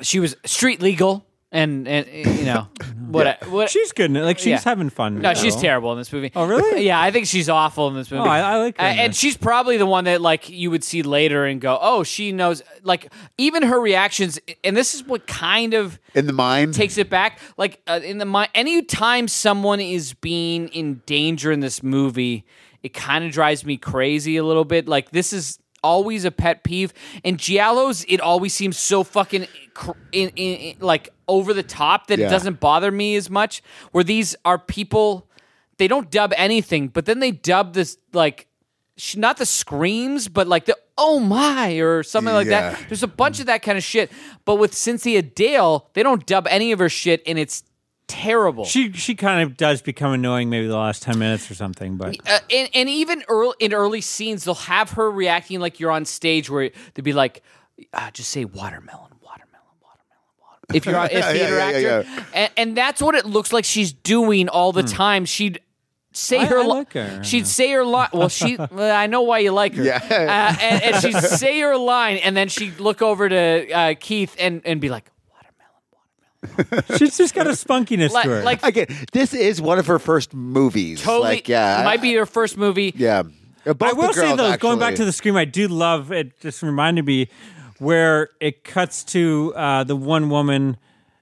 She was street legal, and and [laughs] you know what? what She's good. in it. Like she's Yeah. having fun. no, she's though. terrible in this movie. Oh, really? [laughs] Yeah, I think she's awful in this movie. Oh, I- I like her Uh, in and this. she's probably the one that like you would see later and go, "Oh, she knows." Like even her reactions, and this is what kind of In the mine. takes it back. Like uh, in the mind, anytime someone is being in danger in this movie, it kind of drives me crazy a little bit. Like this is always a pet peeve, and Giallo's it always seems so fucking cr- in, in, in- like over the top that Yeah. it doesn't bother me as much. Where these are people, they don't dub anything, but then they dub this like. sh- Not the screams, but like the oh my or something like that. Yeah. There's a bunch of that kind of shit. But with Cynthia Dale, they don't dub any of her shit, and it's terrible. She she kind of does become annoying maybe the last ten minutes or something, [laughs] but uh, and, and even early, in early scenes, they'll have her reacting like you're on stage, where they'll be like, uh, "Just say watermelon, watermelon, watermelon, watermelon." If you're a if Yeah, theater yeah, yeah, actor, And, and that's what it looks like she's doing all the time. She'd say I- her, I li- like her. she'd say her line. Well, she, well, I know why you like her. Yeah. uh, and, and she'd say her line, and then she'd look over to uh, Keith and and be like, "Watermelon." she's just got a spunkiness like, to her. like Again, this is one of her first movies. totally Like, yeah. it might be her first movie. Yeah. Uh, both I will the say girls, though, going back actually. to the scream, I do love it. Just reminded me where it cuts to uh, the one woman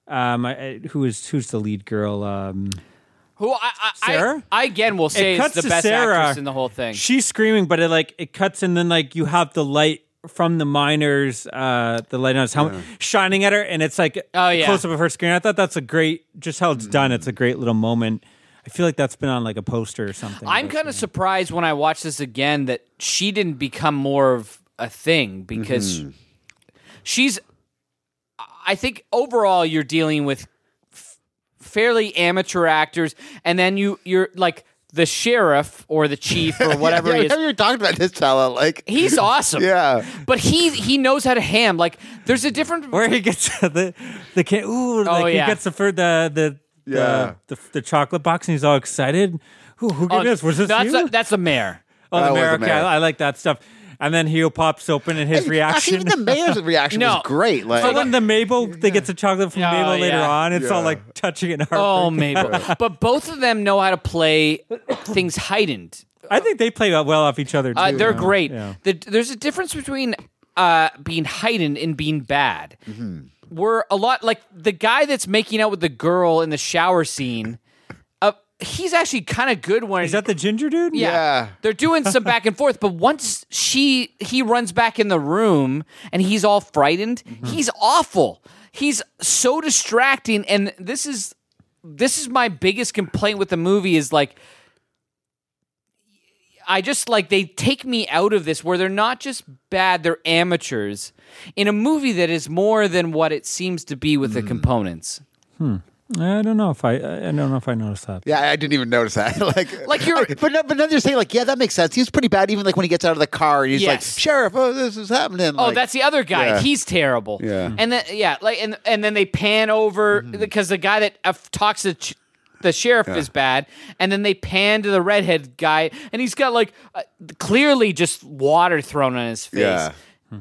um, I- I- who is who's the lead girl. Um, Who I I, Sarah? I, I again will say it is cuts the to best Sarah. actress in the whole thing. She's screaming, but it like it cuts, and then like you have the light from the miners, uh, the light on his helmet shining at her, and it's like Oh, yeah. close up of her screen. I thought that's a great, just how Mm. it's done. It's a great little moment. I feel like that's been on like a poster or something. I'm but- kind of surprised when I watch this again that she didn't become more of a thing because Mm-hmm. she's. I think overall you're dealing with f- fairly amateur actors, and then you you're like the sheriff or the chief or [laughs] whatever yeah, he is. Have you talked about this fella? Like He's awesome. Yeah. But he he knows how to ham. Like there's a [laughs] different where he gets [laughs] the the kid. Ooh, like Oh, yeah. he gets the fir- the the Yeah. the, the, the chocolate box, and he's all excited. Ooh, who Oh, gave this? Was this that's you? A, that's the mayor. oh, That the was mayor. the Okay, mayor. I, I like that stuff. And then Hio pops open, and his reaction. Even the [laughs] mayor's reaction No. was great. Like But when the Mabel, they get the chocolate from Oh, Mabel later yeah. on. It's all Yeah. like touching and heart. Oh, Mabel. [laughs] but both of them know how to play things heightened. I think they play well off each other. Too, Oh. Uh, they're yeah. great. Yeah. The, there's a difference between uh, being heightened and being bad. Mm-hmm. We're a lot like the guy that's making out with the girl in the shower scene. Uh, he's actually kind of good when Is that the ginger dude? yeah. Yeah. They're doing some back and forth, but once she he runs back in the room and he's all frightened, he's awful. He's so distracting and this is this is my biggest complaint with the movie is like I just like they take me out of this where they're not just bad, they're amateurs in a movie that is more than what it seems to be with the components. I don't know if I. I don't know if I noticed that. Yeah, I didn't even notice that. [laughs] like, Like you're- but no, but then they're saying like, yeah, that makes sense. He's pretty bad. Even like when he gets out of the car and he's Yes. like, sheriff, oh, this is happening. Oh, Like, that's the other guy. yeah. He's terrible. Yeah. Mm-hmm. And then yeah, like and and then they pan over because the guy that uh, talks to ch- the sheriff is bad, and then they pan to the redhead guy, and he's got like uh, clearly just water thrown on his face. Yeah.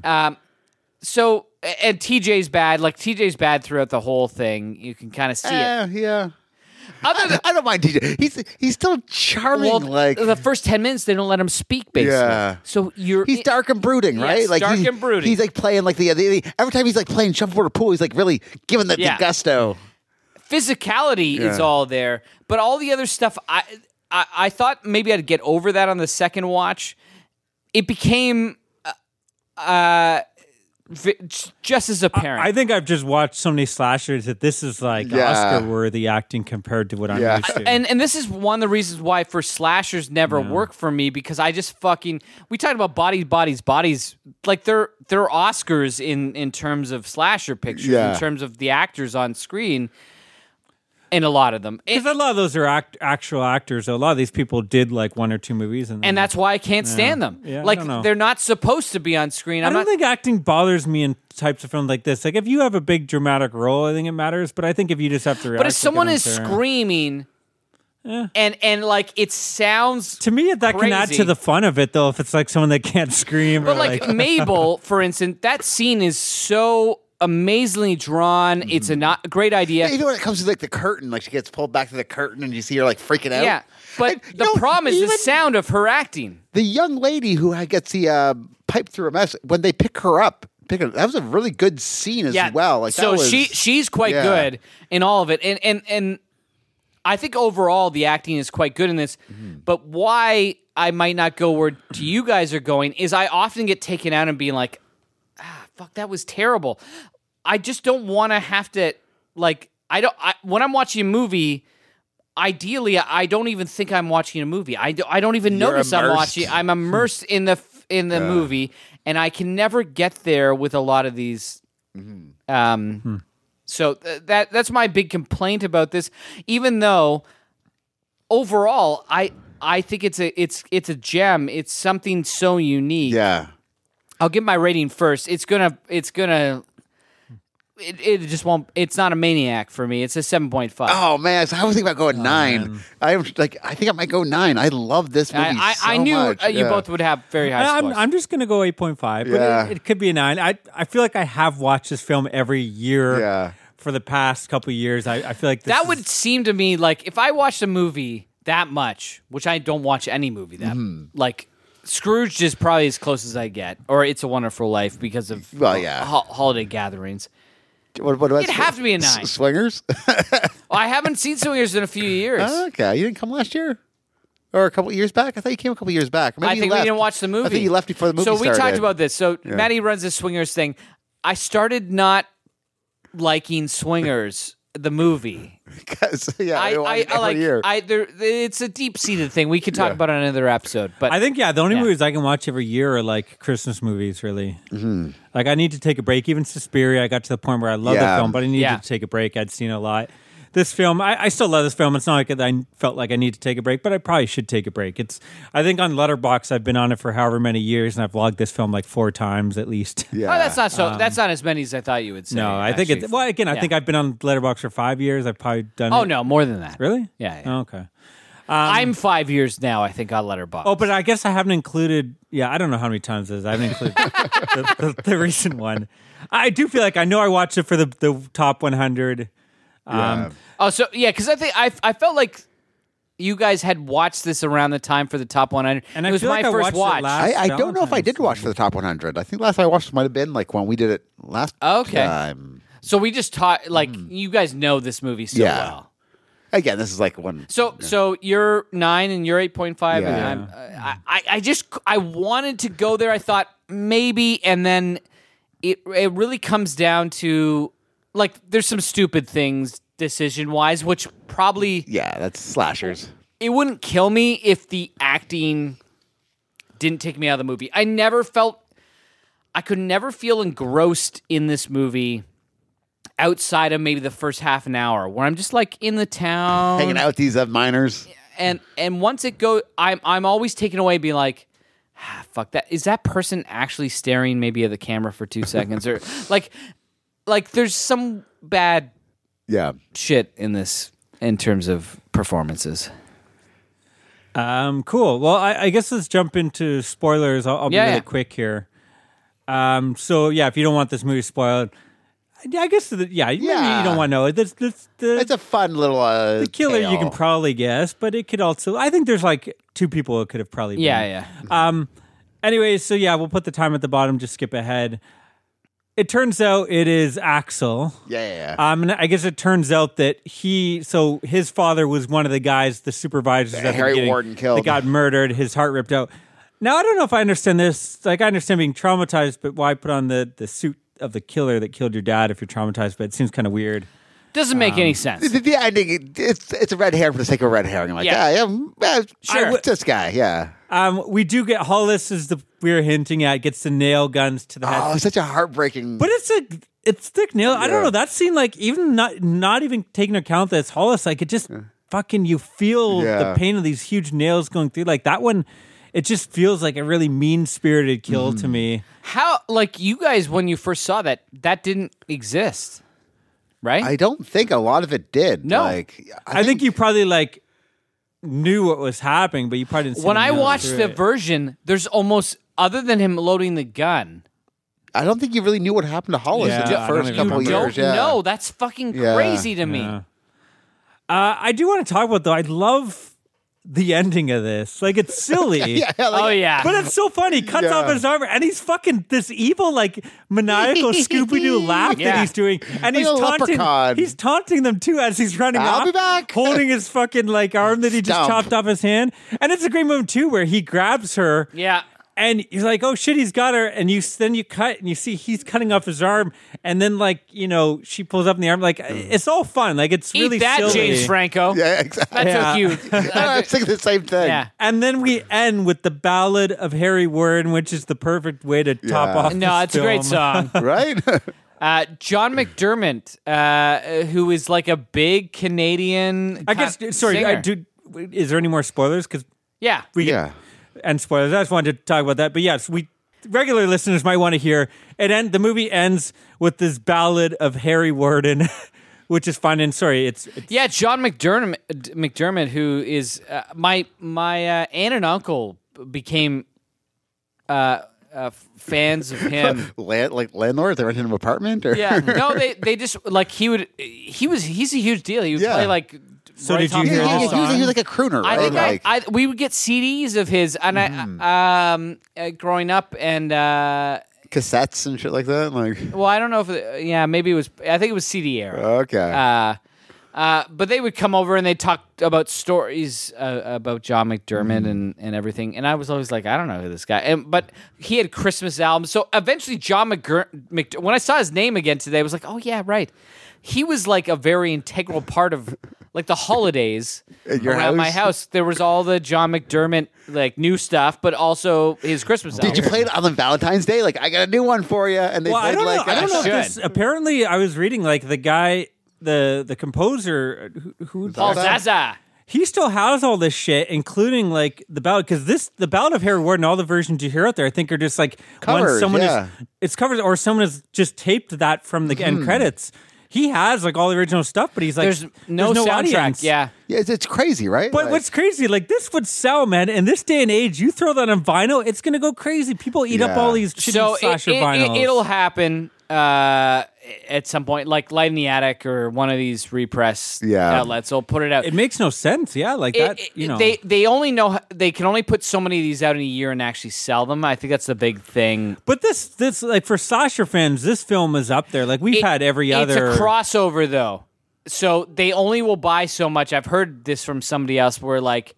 Um. So a- and TJ's bad. Like TJ's bad throughout the whole thing. You can kind of see it. Eh, yeah. Other than I, I don't mind DJ. He's he's still charming. well, like the first ten minutes, they don't let him speak. Basically. Yeah. So you're he's dark and brooding, Yes, right? Like dark he's, and brooding. He's like playing like the, the, the- every time he's like playing shuffleboard or pool, he's like really giving the, Yeah. the gusto. physicality is all there, but all the other stuff, I, I I thought maybe I'd get over that on the second watch. It became uh, uh, vi- j- just as apparent. I think I've just watched so many slashers that this is like Yeah. Oscar-worthy acting compared to what I'm Yeah. used to. Uh, and and this is one of the reasons why for slashers never work for me because I just fucking we talked about bodies bodies bodies like they're they're Oscars in in terms of slasher pictures Yeah. in terms of the actors on screen in a lot of them It- because a lot of those are act, actual actors. so A lot of these people did like one or two movies, and, then- and that's why I can't stand them. Yeah, I like don't know. they're not supposed to be on screen. I I'm don't not. think acting bothers me in types of films like this. Like if you have a big dramatic role, I think it matters. But I think if you just have to, react but if like someone an is unfair- screaming, and and like it sounds to me, that can add crazy. to the fun of it, though. If it's like someone that can't scream, But or like, Mabel, for instance, that scene is so amazingly drawn. It's a Mm-hmm. not great idea. Even when it comes to like the curtain, like she gets pulled back to the curtain and you see her like freaking out. yeah, but And, the no, problem is the even sound of her acting. the young lady who I gets the uh, pipe through a mess when they pick her up. Pick her, that was a really good scene as Yeah, well. Like so that was, she she's quite yeah. good in all of it, and and and I think overall the acting is quite good in this. Mm-hmm. But why I might not go where to you guys are going is I often get taken out and being like, ah, fuck, that was terrible. I just don't want to have to like I don't I, when I'm watching a movie. Ideally, I don't even think I'm watching a movie. I, do, I don't even notice I'm immersed. watching. I'm immersed in the f- in the movie, and I can never get there with a lot of these Mm-hmm. um, So th- that that's my big complaint about this. Even though overall, I I think it's a it's it's a gem. It's something so unique. yeah. I'll give my rating first. It's gonna it's gonna. It, it just won't. It's not a maniac for me. It's a seven point five. Oh man, so I was thinking about Oh, going nine. I was like, I think I might go nine. I love this movie. I, I, so I knew much. uh, you Yeah. both would have very high [laughs] I'm, scores. I'm just gonna go eight point five. Yeah. But it, it could be a nine. I I feel like I have watched this film every year. Yeah. For the past couple of years, I, I feel like this that is- would seem to me like if I watched a movie that much, which I don't watch any movie that Mm-hmm. like Scrooge is probably as close as I get, or It's a Wonderful Life because of Well, yeah. ho- holiday gatherings. What, what about It'd have to be a nine. swingers? [laughs] I haven't seen Swingers in a few years. okay, you didn't come last year, or a couple years back. I thought you came a couple years back. Maybe I you think we left. didn't watch the movie. I think you left before the movie. So we talked started. about this. So Maddie runs this swingers thing. I started not liking swingers, the movie. [laughs] 'Cause, yeah, I, we watched I, it I every like. year. I there. It's a deep seated thing. We could talk about it on another episode. But oh, I think yeah, the only Yeah. movies I can watch every year are like Christmas movies. Really, Mm-hmm. like I need to take a break. Even Suspiria, I got to the point where I love Yeah. the film, but I needed Yeah. to take a break. I'd seen a lot. This film, I, I still love this film. It's not like I felt like I need to take a break, but I probably should take a break. It's I think on Letterbox I've been on it for however many years, and I've logged this film like four times at least. yeah. oh, that's not so. that's not as many as I thought you would [laughs] say. um, No, I think actually. it's well. Again, I Yeah. think I've been on Letterbox for five years. I've probably done. Oh it- no, more than that. really? Yeah, yeah. Oh, okay. I'm five years now. I think on Letterboxd. Oh, but I guess I haven't included. Yeah, I don't know how many times it is. I haven't [laughs] included the, the, the recent one. I do feel like I know I watched it for the the top 100. Um, Oh, so yeah, because I think I I felt like you guys had watched this around the time for the top 100, And it I was feel my like I first watched it watch. last- I, I don't know if I Valentine's did watch for the top 100. I think last time I watched might have been like when we did it last Okay. time. So we just taught like you guys know this movie so Yeah. well. Again, this is like one. So so you're nine and you're eight point five, and Yeah. I'm uh, I, I I just I wanted to go there. I thought maybe, and then it it really comes down to like there's some stupid things decision wise, which probably yeah, that's slashers. it wouldn't kill me if the acting didn't take me out of the movie. I never felt I could never feel engrossed in this movie outside of maybe the first half an hour where I'm just like in the town Hanging out with these uh, minors. and and once it go I'm I'm always taken away being like ah, fuck that is that person actually staring maybe at the camera for 2 seconds [laughs] or like like there's some bad Yeah. shit in this in terms of performances. um, cool. Well, I, I guess let's jump into spoilers. I'll, I'll Yeah, be really yeah. quick here. Um, so yeah, if you don't want this movie spoiled, yeah, I guess the, yeah, maybe Yeah. you don't want to know. This, this, the, It's a fun little. Uh, the killer you tale. can probably guess, but it could also. I think there's like two people it could have probably. Yeah, been. yeah. Anyways, so yeah, we'll put the time at the bottom, just skip ahead. It turns out it is Axel. Yeah, yeah, yeah. Um, and I guess it turns out that he, so his father was one of the guys, the supervisors that Harry Warden killed. That got murdered, his heart ripped out. Now, I don't know if I understand this. Like, I understand being traumatized, but why put on the, the suit of the killer that killed your dad if you're traumatized? But it seems kind of weird. Doesn't make any sense. The- the ending, it- it's it's a red herring for the sake of a red herring. I'm like, Yeah. yeah, yeah, mm, yeah Sure. sure. this guy, yeah. Um, we do get Hollis, is the we are hinting at, gets the nail guns to the head. Oh, such a heartbreaking. Uh, But it's a it's thick nail. I don't know. That scene, like even not not even taking account that it's Hollis, like it just fucking you feel Yeah. the pain of these huge nails going through. Like that one, it just feels like a really mean spirited kill to me. How like you guys when you first saw that that didn't exist, right? I don't think a lot of it did. No. like, I, think, you probably like knew what was happening, but you probably didn't. See when the I nails watched through the it. version, there's almost other than him loading the gun. I don't think you really knew what happened to Hollis Yeah, in the I don't first even couple remember. Don't years. Yeah. know. That's fucking Yeah. crazy to me. uh, I do want to talk about though. I love the ending of this. Like [laughs] it's silly. yeah, [laughs] yeah, like, oh yeah. But it's so funny. He cuts Yeah. off his arm, and he's fucking this evil, like [laughs] maniacal Scooby Doo laugh Yeah. that he's doing, and he's a taunting. leprechaun. He's taunting them too as he's running I'll off, be back. [laughs] holding his fucking like arm that he just Stump. chopped off his hand. And it's a great moment too, where he grabs her. yeah. And you're like, oh shit, he's got her. And you then you cut and you see he's cutting off his arm. And then like you know she pulls up in the arm. Like Mm. it's all fun. Like it's Eat really that, silly. James Franco. yeah, exactly. That Yeah. took you. [laughs] I was that took- thinking the same thing. yeah. And then we end with the ballad of Harry Warren, which is the perfect way to top Yeah. off. No, this it's a great film. song. [laughs] Right? Uh, John McDermott, uh, who is like a big Canadian. [laughs] I guess. co- Sorry, I singer. do. Is there any more spoilers? Because Yeah. we yeah. and spoilers. I just wanted to talk about that. But yes, we regular listeners might want to hear it. End the movie ends with this ballad of Harry Warden, [laughs] which is fun. And sorry, it's, it's Yeah, John McDermott, McDermott who is uh, my my uh, aunt and uncle became uh, uh, fans [laughs] of him. Land, like landlord, they're renting an apartment, [laughs] or yeah, no, they they just like he would he was he's a huge deal. He would Yeah. play like. So Roy did you Thompson hear this he, all the Yeah, was, time. song? he was like a crooner. I right? think like, I, I we would get CDs of his and I um uh, growing up and uh cassettes and shit like that? Like, Well, I don't know if it, yeah, maybe it was. I think it was CD era. okay. Uh, uh, but they would come over and they talked about stories uh, about John McDermott and, and everything. And I was always like, I don't know who this guy. And but he had Christmas albums. So eventually, John McGur- Mc- when I saw his name again today, I was like, oh yeah, right. He was like a very integral part of like the holidays At your around my house? house. There was all the John McDermott like new stuff, but also his Christmas. Did you albums. play it on the Valentine's Day? Like, I got a new one for you, and they well, I played don't like know. I uh, don't know if should. this. Apparently, I was reading like the guy, the the composer uh, who, who Paul Zaza? he still has all this shit, including like the ballad, because this the ballad of Harry Warden, all the versions you hear out there, I think are just like Covers, one someone yeah. Hmm. is it's covers or someone has just taped that from the end credits. He has like all the original stuff, but he's like There's no, there's soundtrack. audience. Yeah. Yeah, it's, it's crazy, right? But Like- what's crazy, like this would sell, man. In this day and age, you throw that on vinyl, it's gonna go crazy. People eat up Yeah. all these shitty so it, slasher it- vinyls. it, will happen uh, at some point, like Light in the Attic or one of these repress Yeah. outlets. They'll put it out. it makes no sense, yeah. Like It- that, it- you know. They they only know they can only put so many of these out in a year and actually sell them. I think that's the big thing. but this, this, like for slasher fans, this film is up there. Like we've It- had every other. It's a crossover though, so they only will buy so much. I've heard this from somebody else where like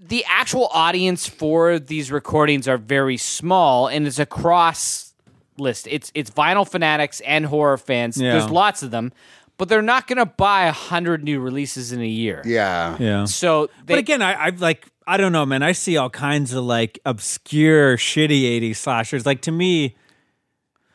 the actual audience for these recordings are very small, and it's a cross list. It's it's vinyl fanatics and horror fans. Yeah. There's lots of them, but they're not going to buy a hundred new releases in a year. yeah. yeah. So, they, but again, I, I've like I don't know, man. I see all kinds of like obscure, shitty '80s slashers. Like to me,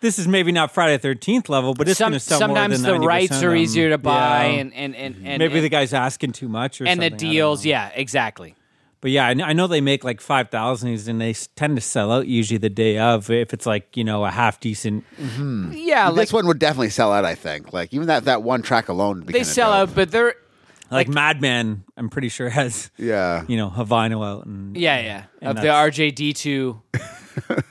this is maybe not Friday Thirteenth level, but it's some- gonna sell more sometimes than the 90% rights of are them. easier to buy, Yeah. and and and, and maybe and, the guy's asking too much, or and something, the I don't deals. know. Yeah, exactly. But yeah, I kn- I know they make like five thousand these, and they s- tend to sell out usually the day of if it's like you know a half decent. Yeah, like this one would definitely sell out, I think. Like, even that, that one track alone. would be they kinda sell dope. out, but they're Like, Madman, I'm pretty sure [laughs] has Yeah. you know Havana out and Yeah, yeah. And of the that's- RJD2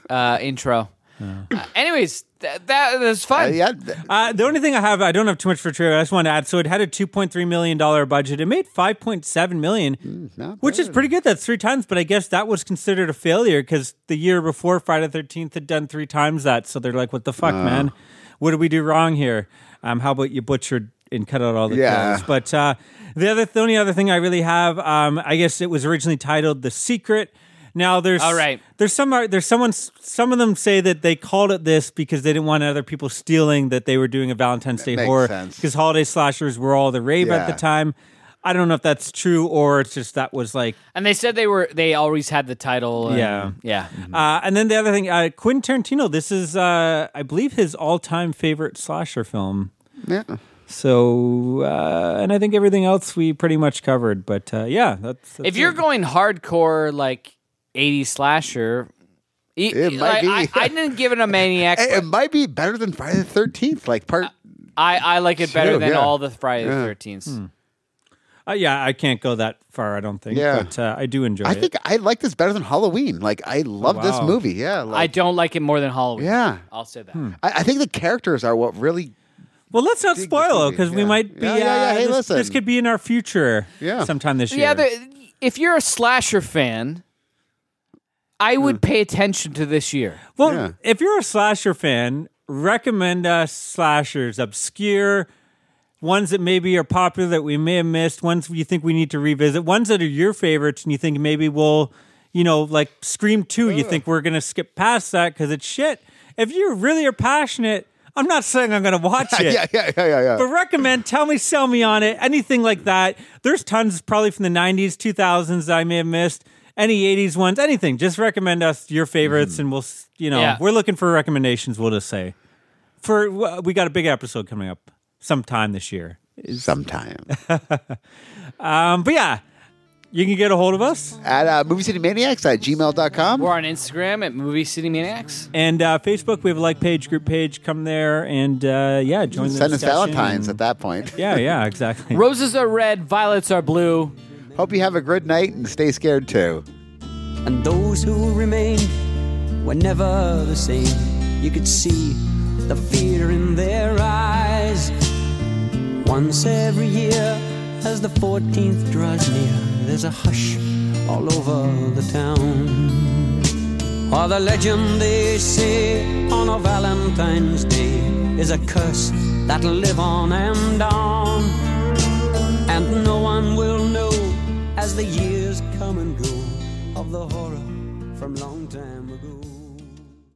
uh, [laughs] intro. Uh, anyways, th- that was fun. Yeah. th- Uh, the only thing I have, I don't have too much for trivia. I just want to add. So it had a two point three million dollar budget. It made five point seven million, not which is pretty good. That's three times, but I guess that was considered a failure because the year before Friday the Thirteenth had done three times that. So they're like, "What the fuck, man? What did we do wrong here? Um, how about you butchered and cut out all the Yeah. kills?" But uh, the other, the only other thing I really have, um, I guess it was originally titled "The Secret." Now there's All right. there's some ar- there's someone some of them say that they called it this because they didn't want other people stealing that they were doing a Valentine's Day makes horror sense. because holiday slashers were all the rave at the Yeah. time. I don't know if that's true or it's just that was like. And they said they were they always had the title. and- Yeah. yeah. Mm. Uh, and then the other thing, uh, Quentin Tarantino. This is uh, I believe his all time favorite slasher film. Yeah. So uh, and I think everything else we pretty much covered. But uh, yeah, that's, that's If you're it. going hardcore like 80s slasher, e- It might like, be. I, I didn't give it [laughs] a maniac. It, but it might be better than Friday the 13th. Like, Uh, part. I, I like it better Sure, than yeah. all the Friday the 13th. Hmm. uh, yeah, I can't go that far. I don't think. Yeah. but uh, I do enjoy. I it. think I like this better than Halloween. Like, I love this wow. movie. Yeah. I Like, don't like it more than Halloween. yeah. I'll say that. Hmm. I, I think the characters are what really. Well, let's not Dig this spoil it movie, because we yeah. might be. Yeah, yeah, uh, yeah, hey, this, listen. this could be in our future. Yeah. sometime this year. Yeah, the, if you're a slasher fan, I Hmm. would pay attention to this year. well, yeah. if you're a slasher fan, recommend us slashers, obscure ones that maybe are popular that we may have missed, ones you think we need to revisit, ones that are your favorites and you think maybe we'll, you know, like Scream Two. You think we're gonna skip past that because it's shit. If you really are passionate, I'm not saying I'm gonna watch [laughs] it. Yeah, yeah, yeah, yeah, yeah. but recommend, tell me, sell me on it, anything like that. There's tons probably from the 90s, 2000s that I may have missed. Any 80s ones, anything. Just recommend us your favorites, Mm-hmm. and we'll, s- you know, Yeah. we're looking for recommendations, we'll just say. For w- We got a big episode coming up sometime this year. Sometime. Um, but yeah, you can get a hold of us At uh, moviecitymaniacs at gmail.com. We're on Instagram at Movie City Maniacs. and uh, Facebook. We have a like page, group page. Come there and uh, yeah, join the Send us discussion. Valentine's at that point. Yeah, yeah, exactly. Roses are red, violets are blue. Hope you have a good night and stay scared too. and those who remained were never the same. You could see the fear in their eyes. Once every year, as the 14th draws near, there's a hush all over the town. While the legend they say Valentine's Day is a curse that'll live on and on. And no one will know as the years come and go of the horror from long time ago.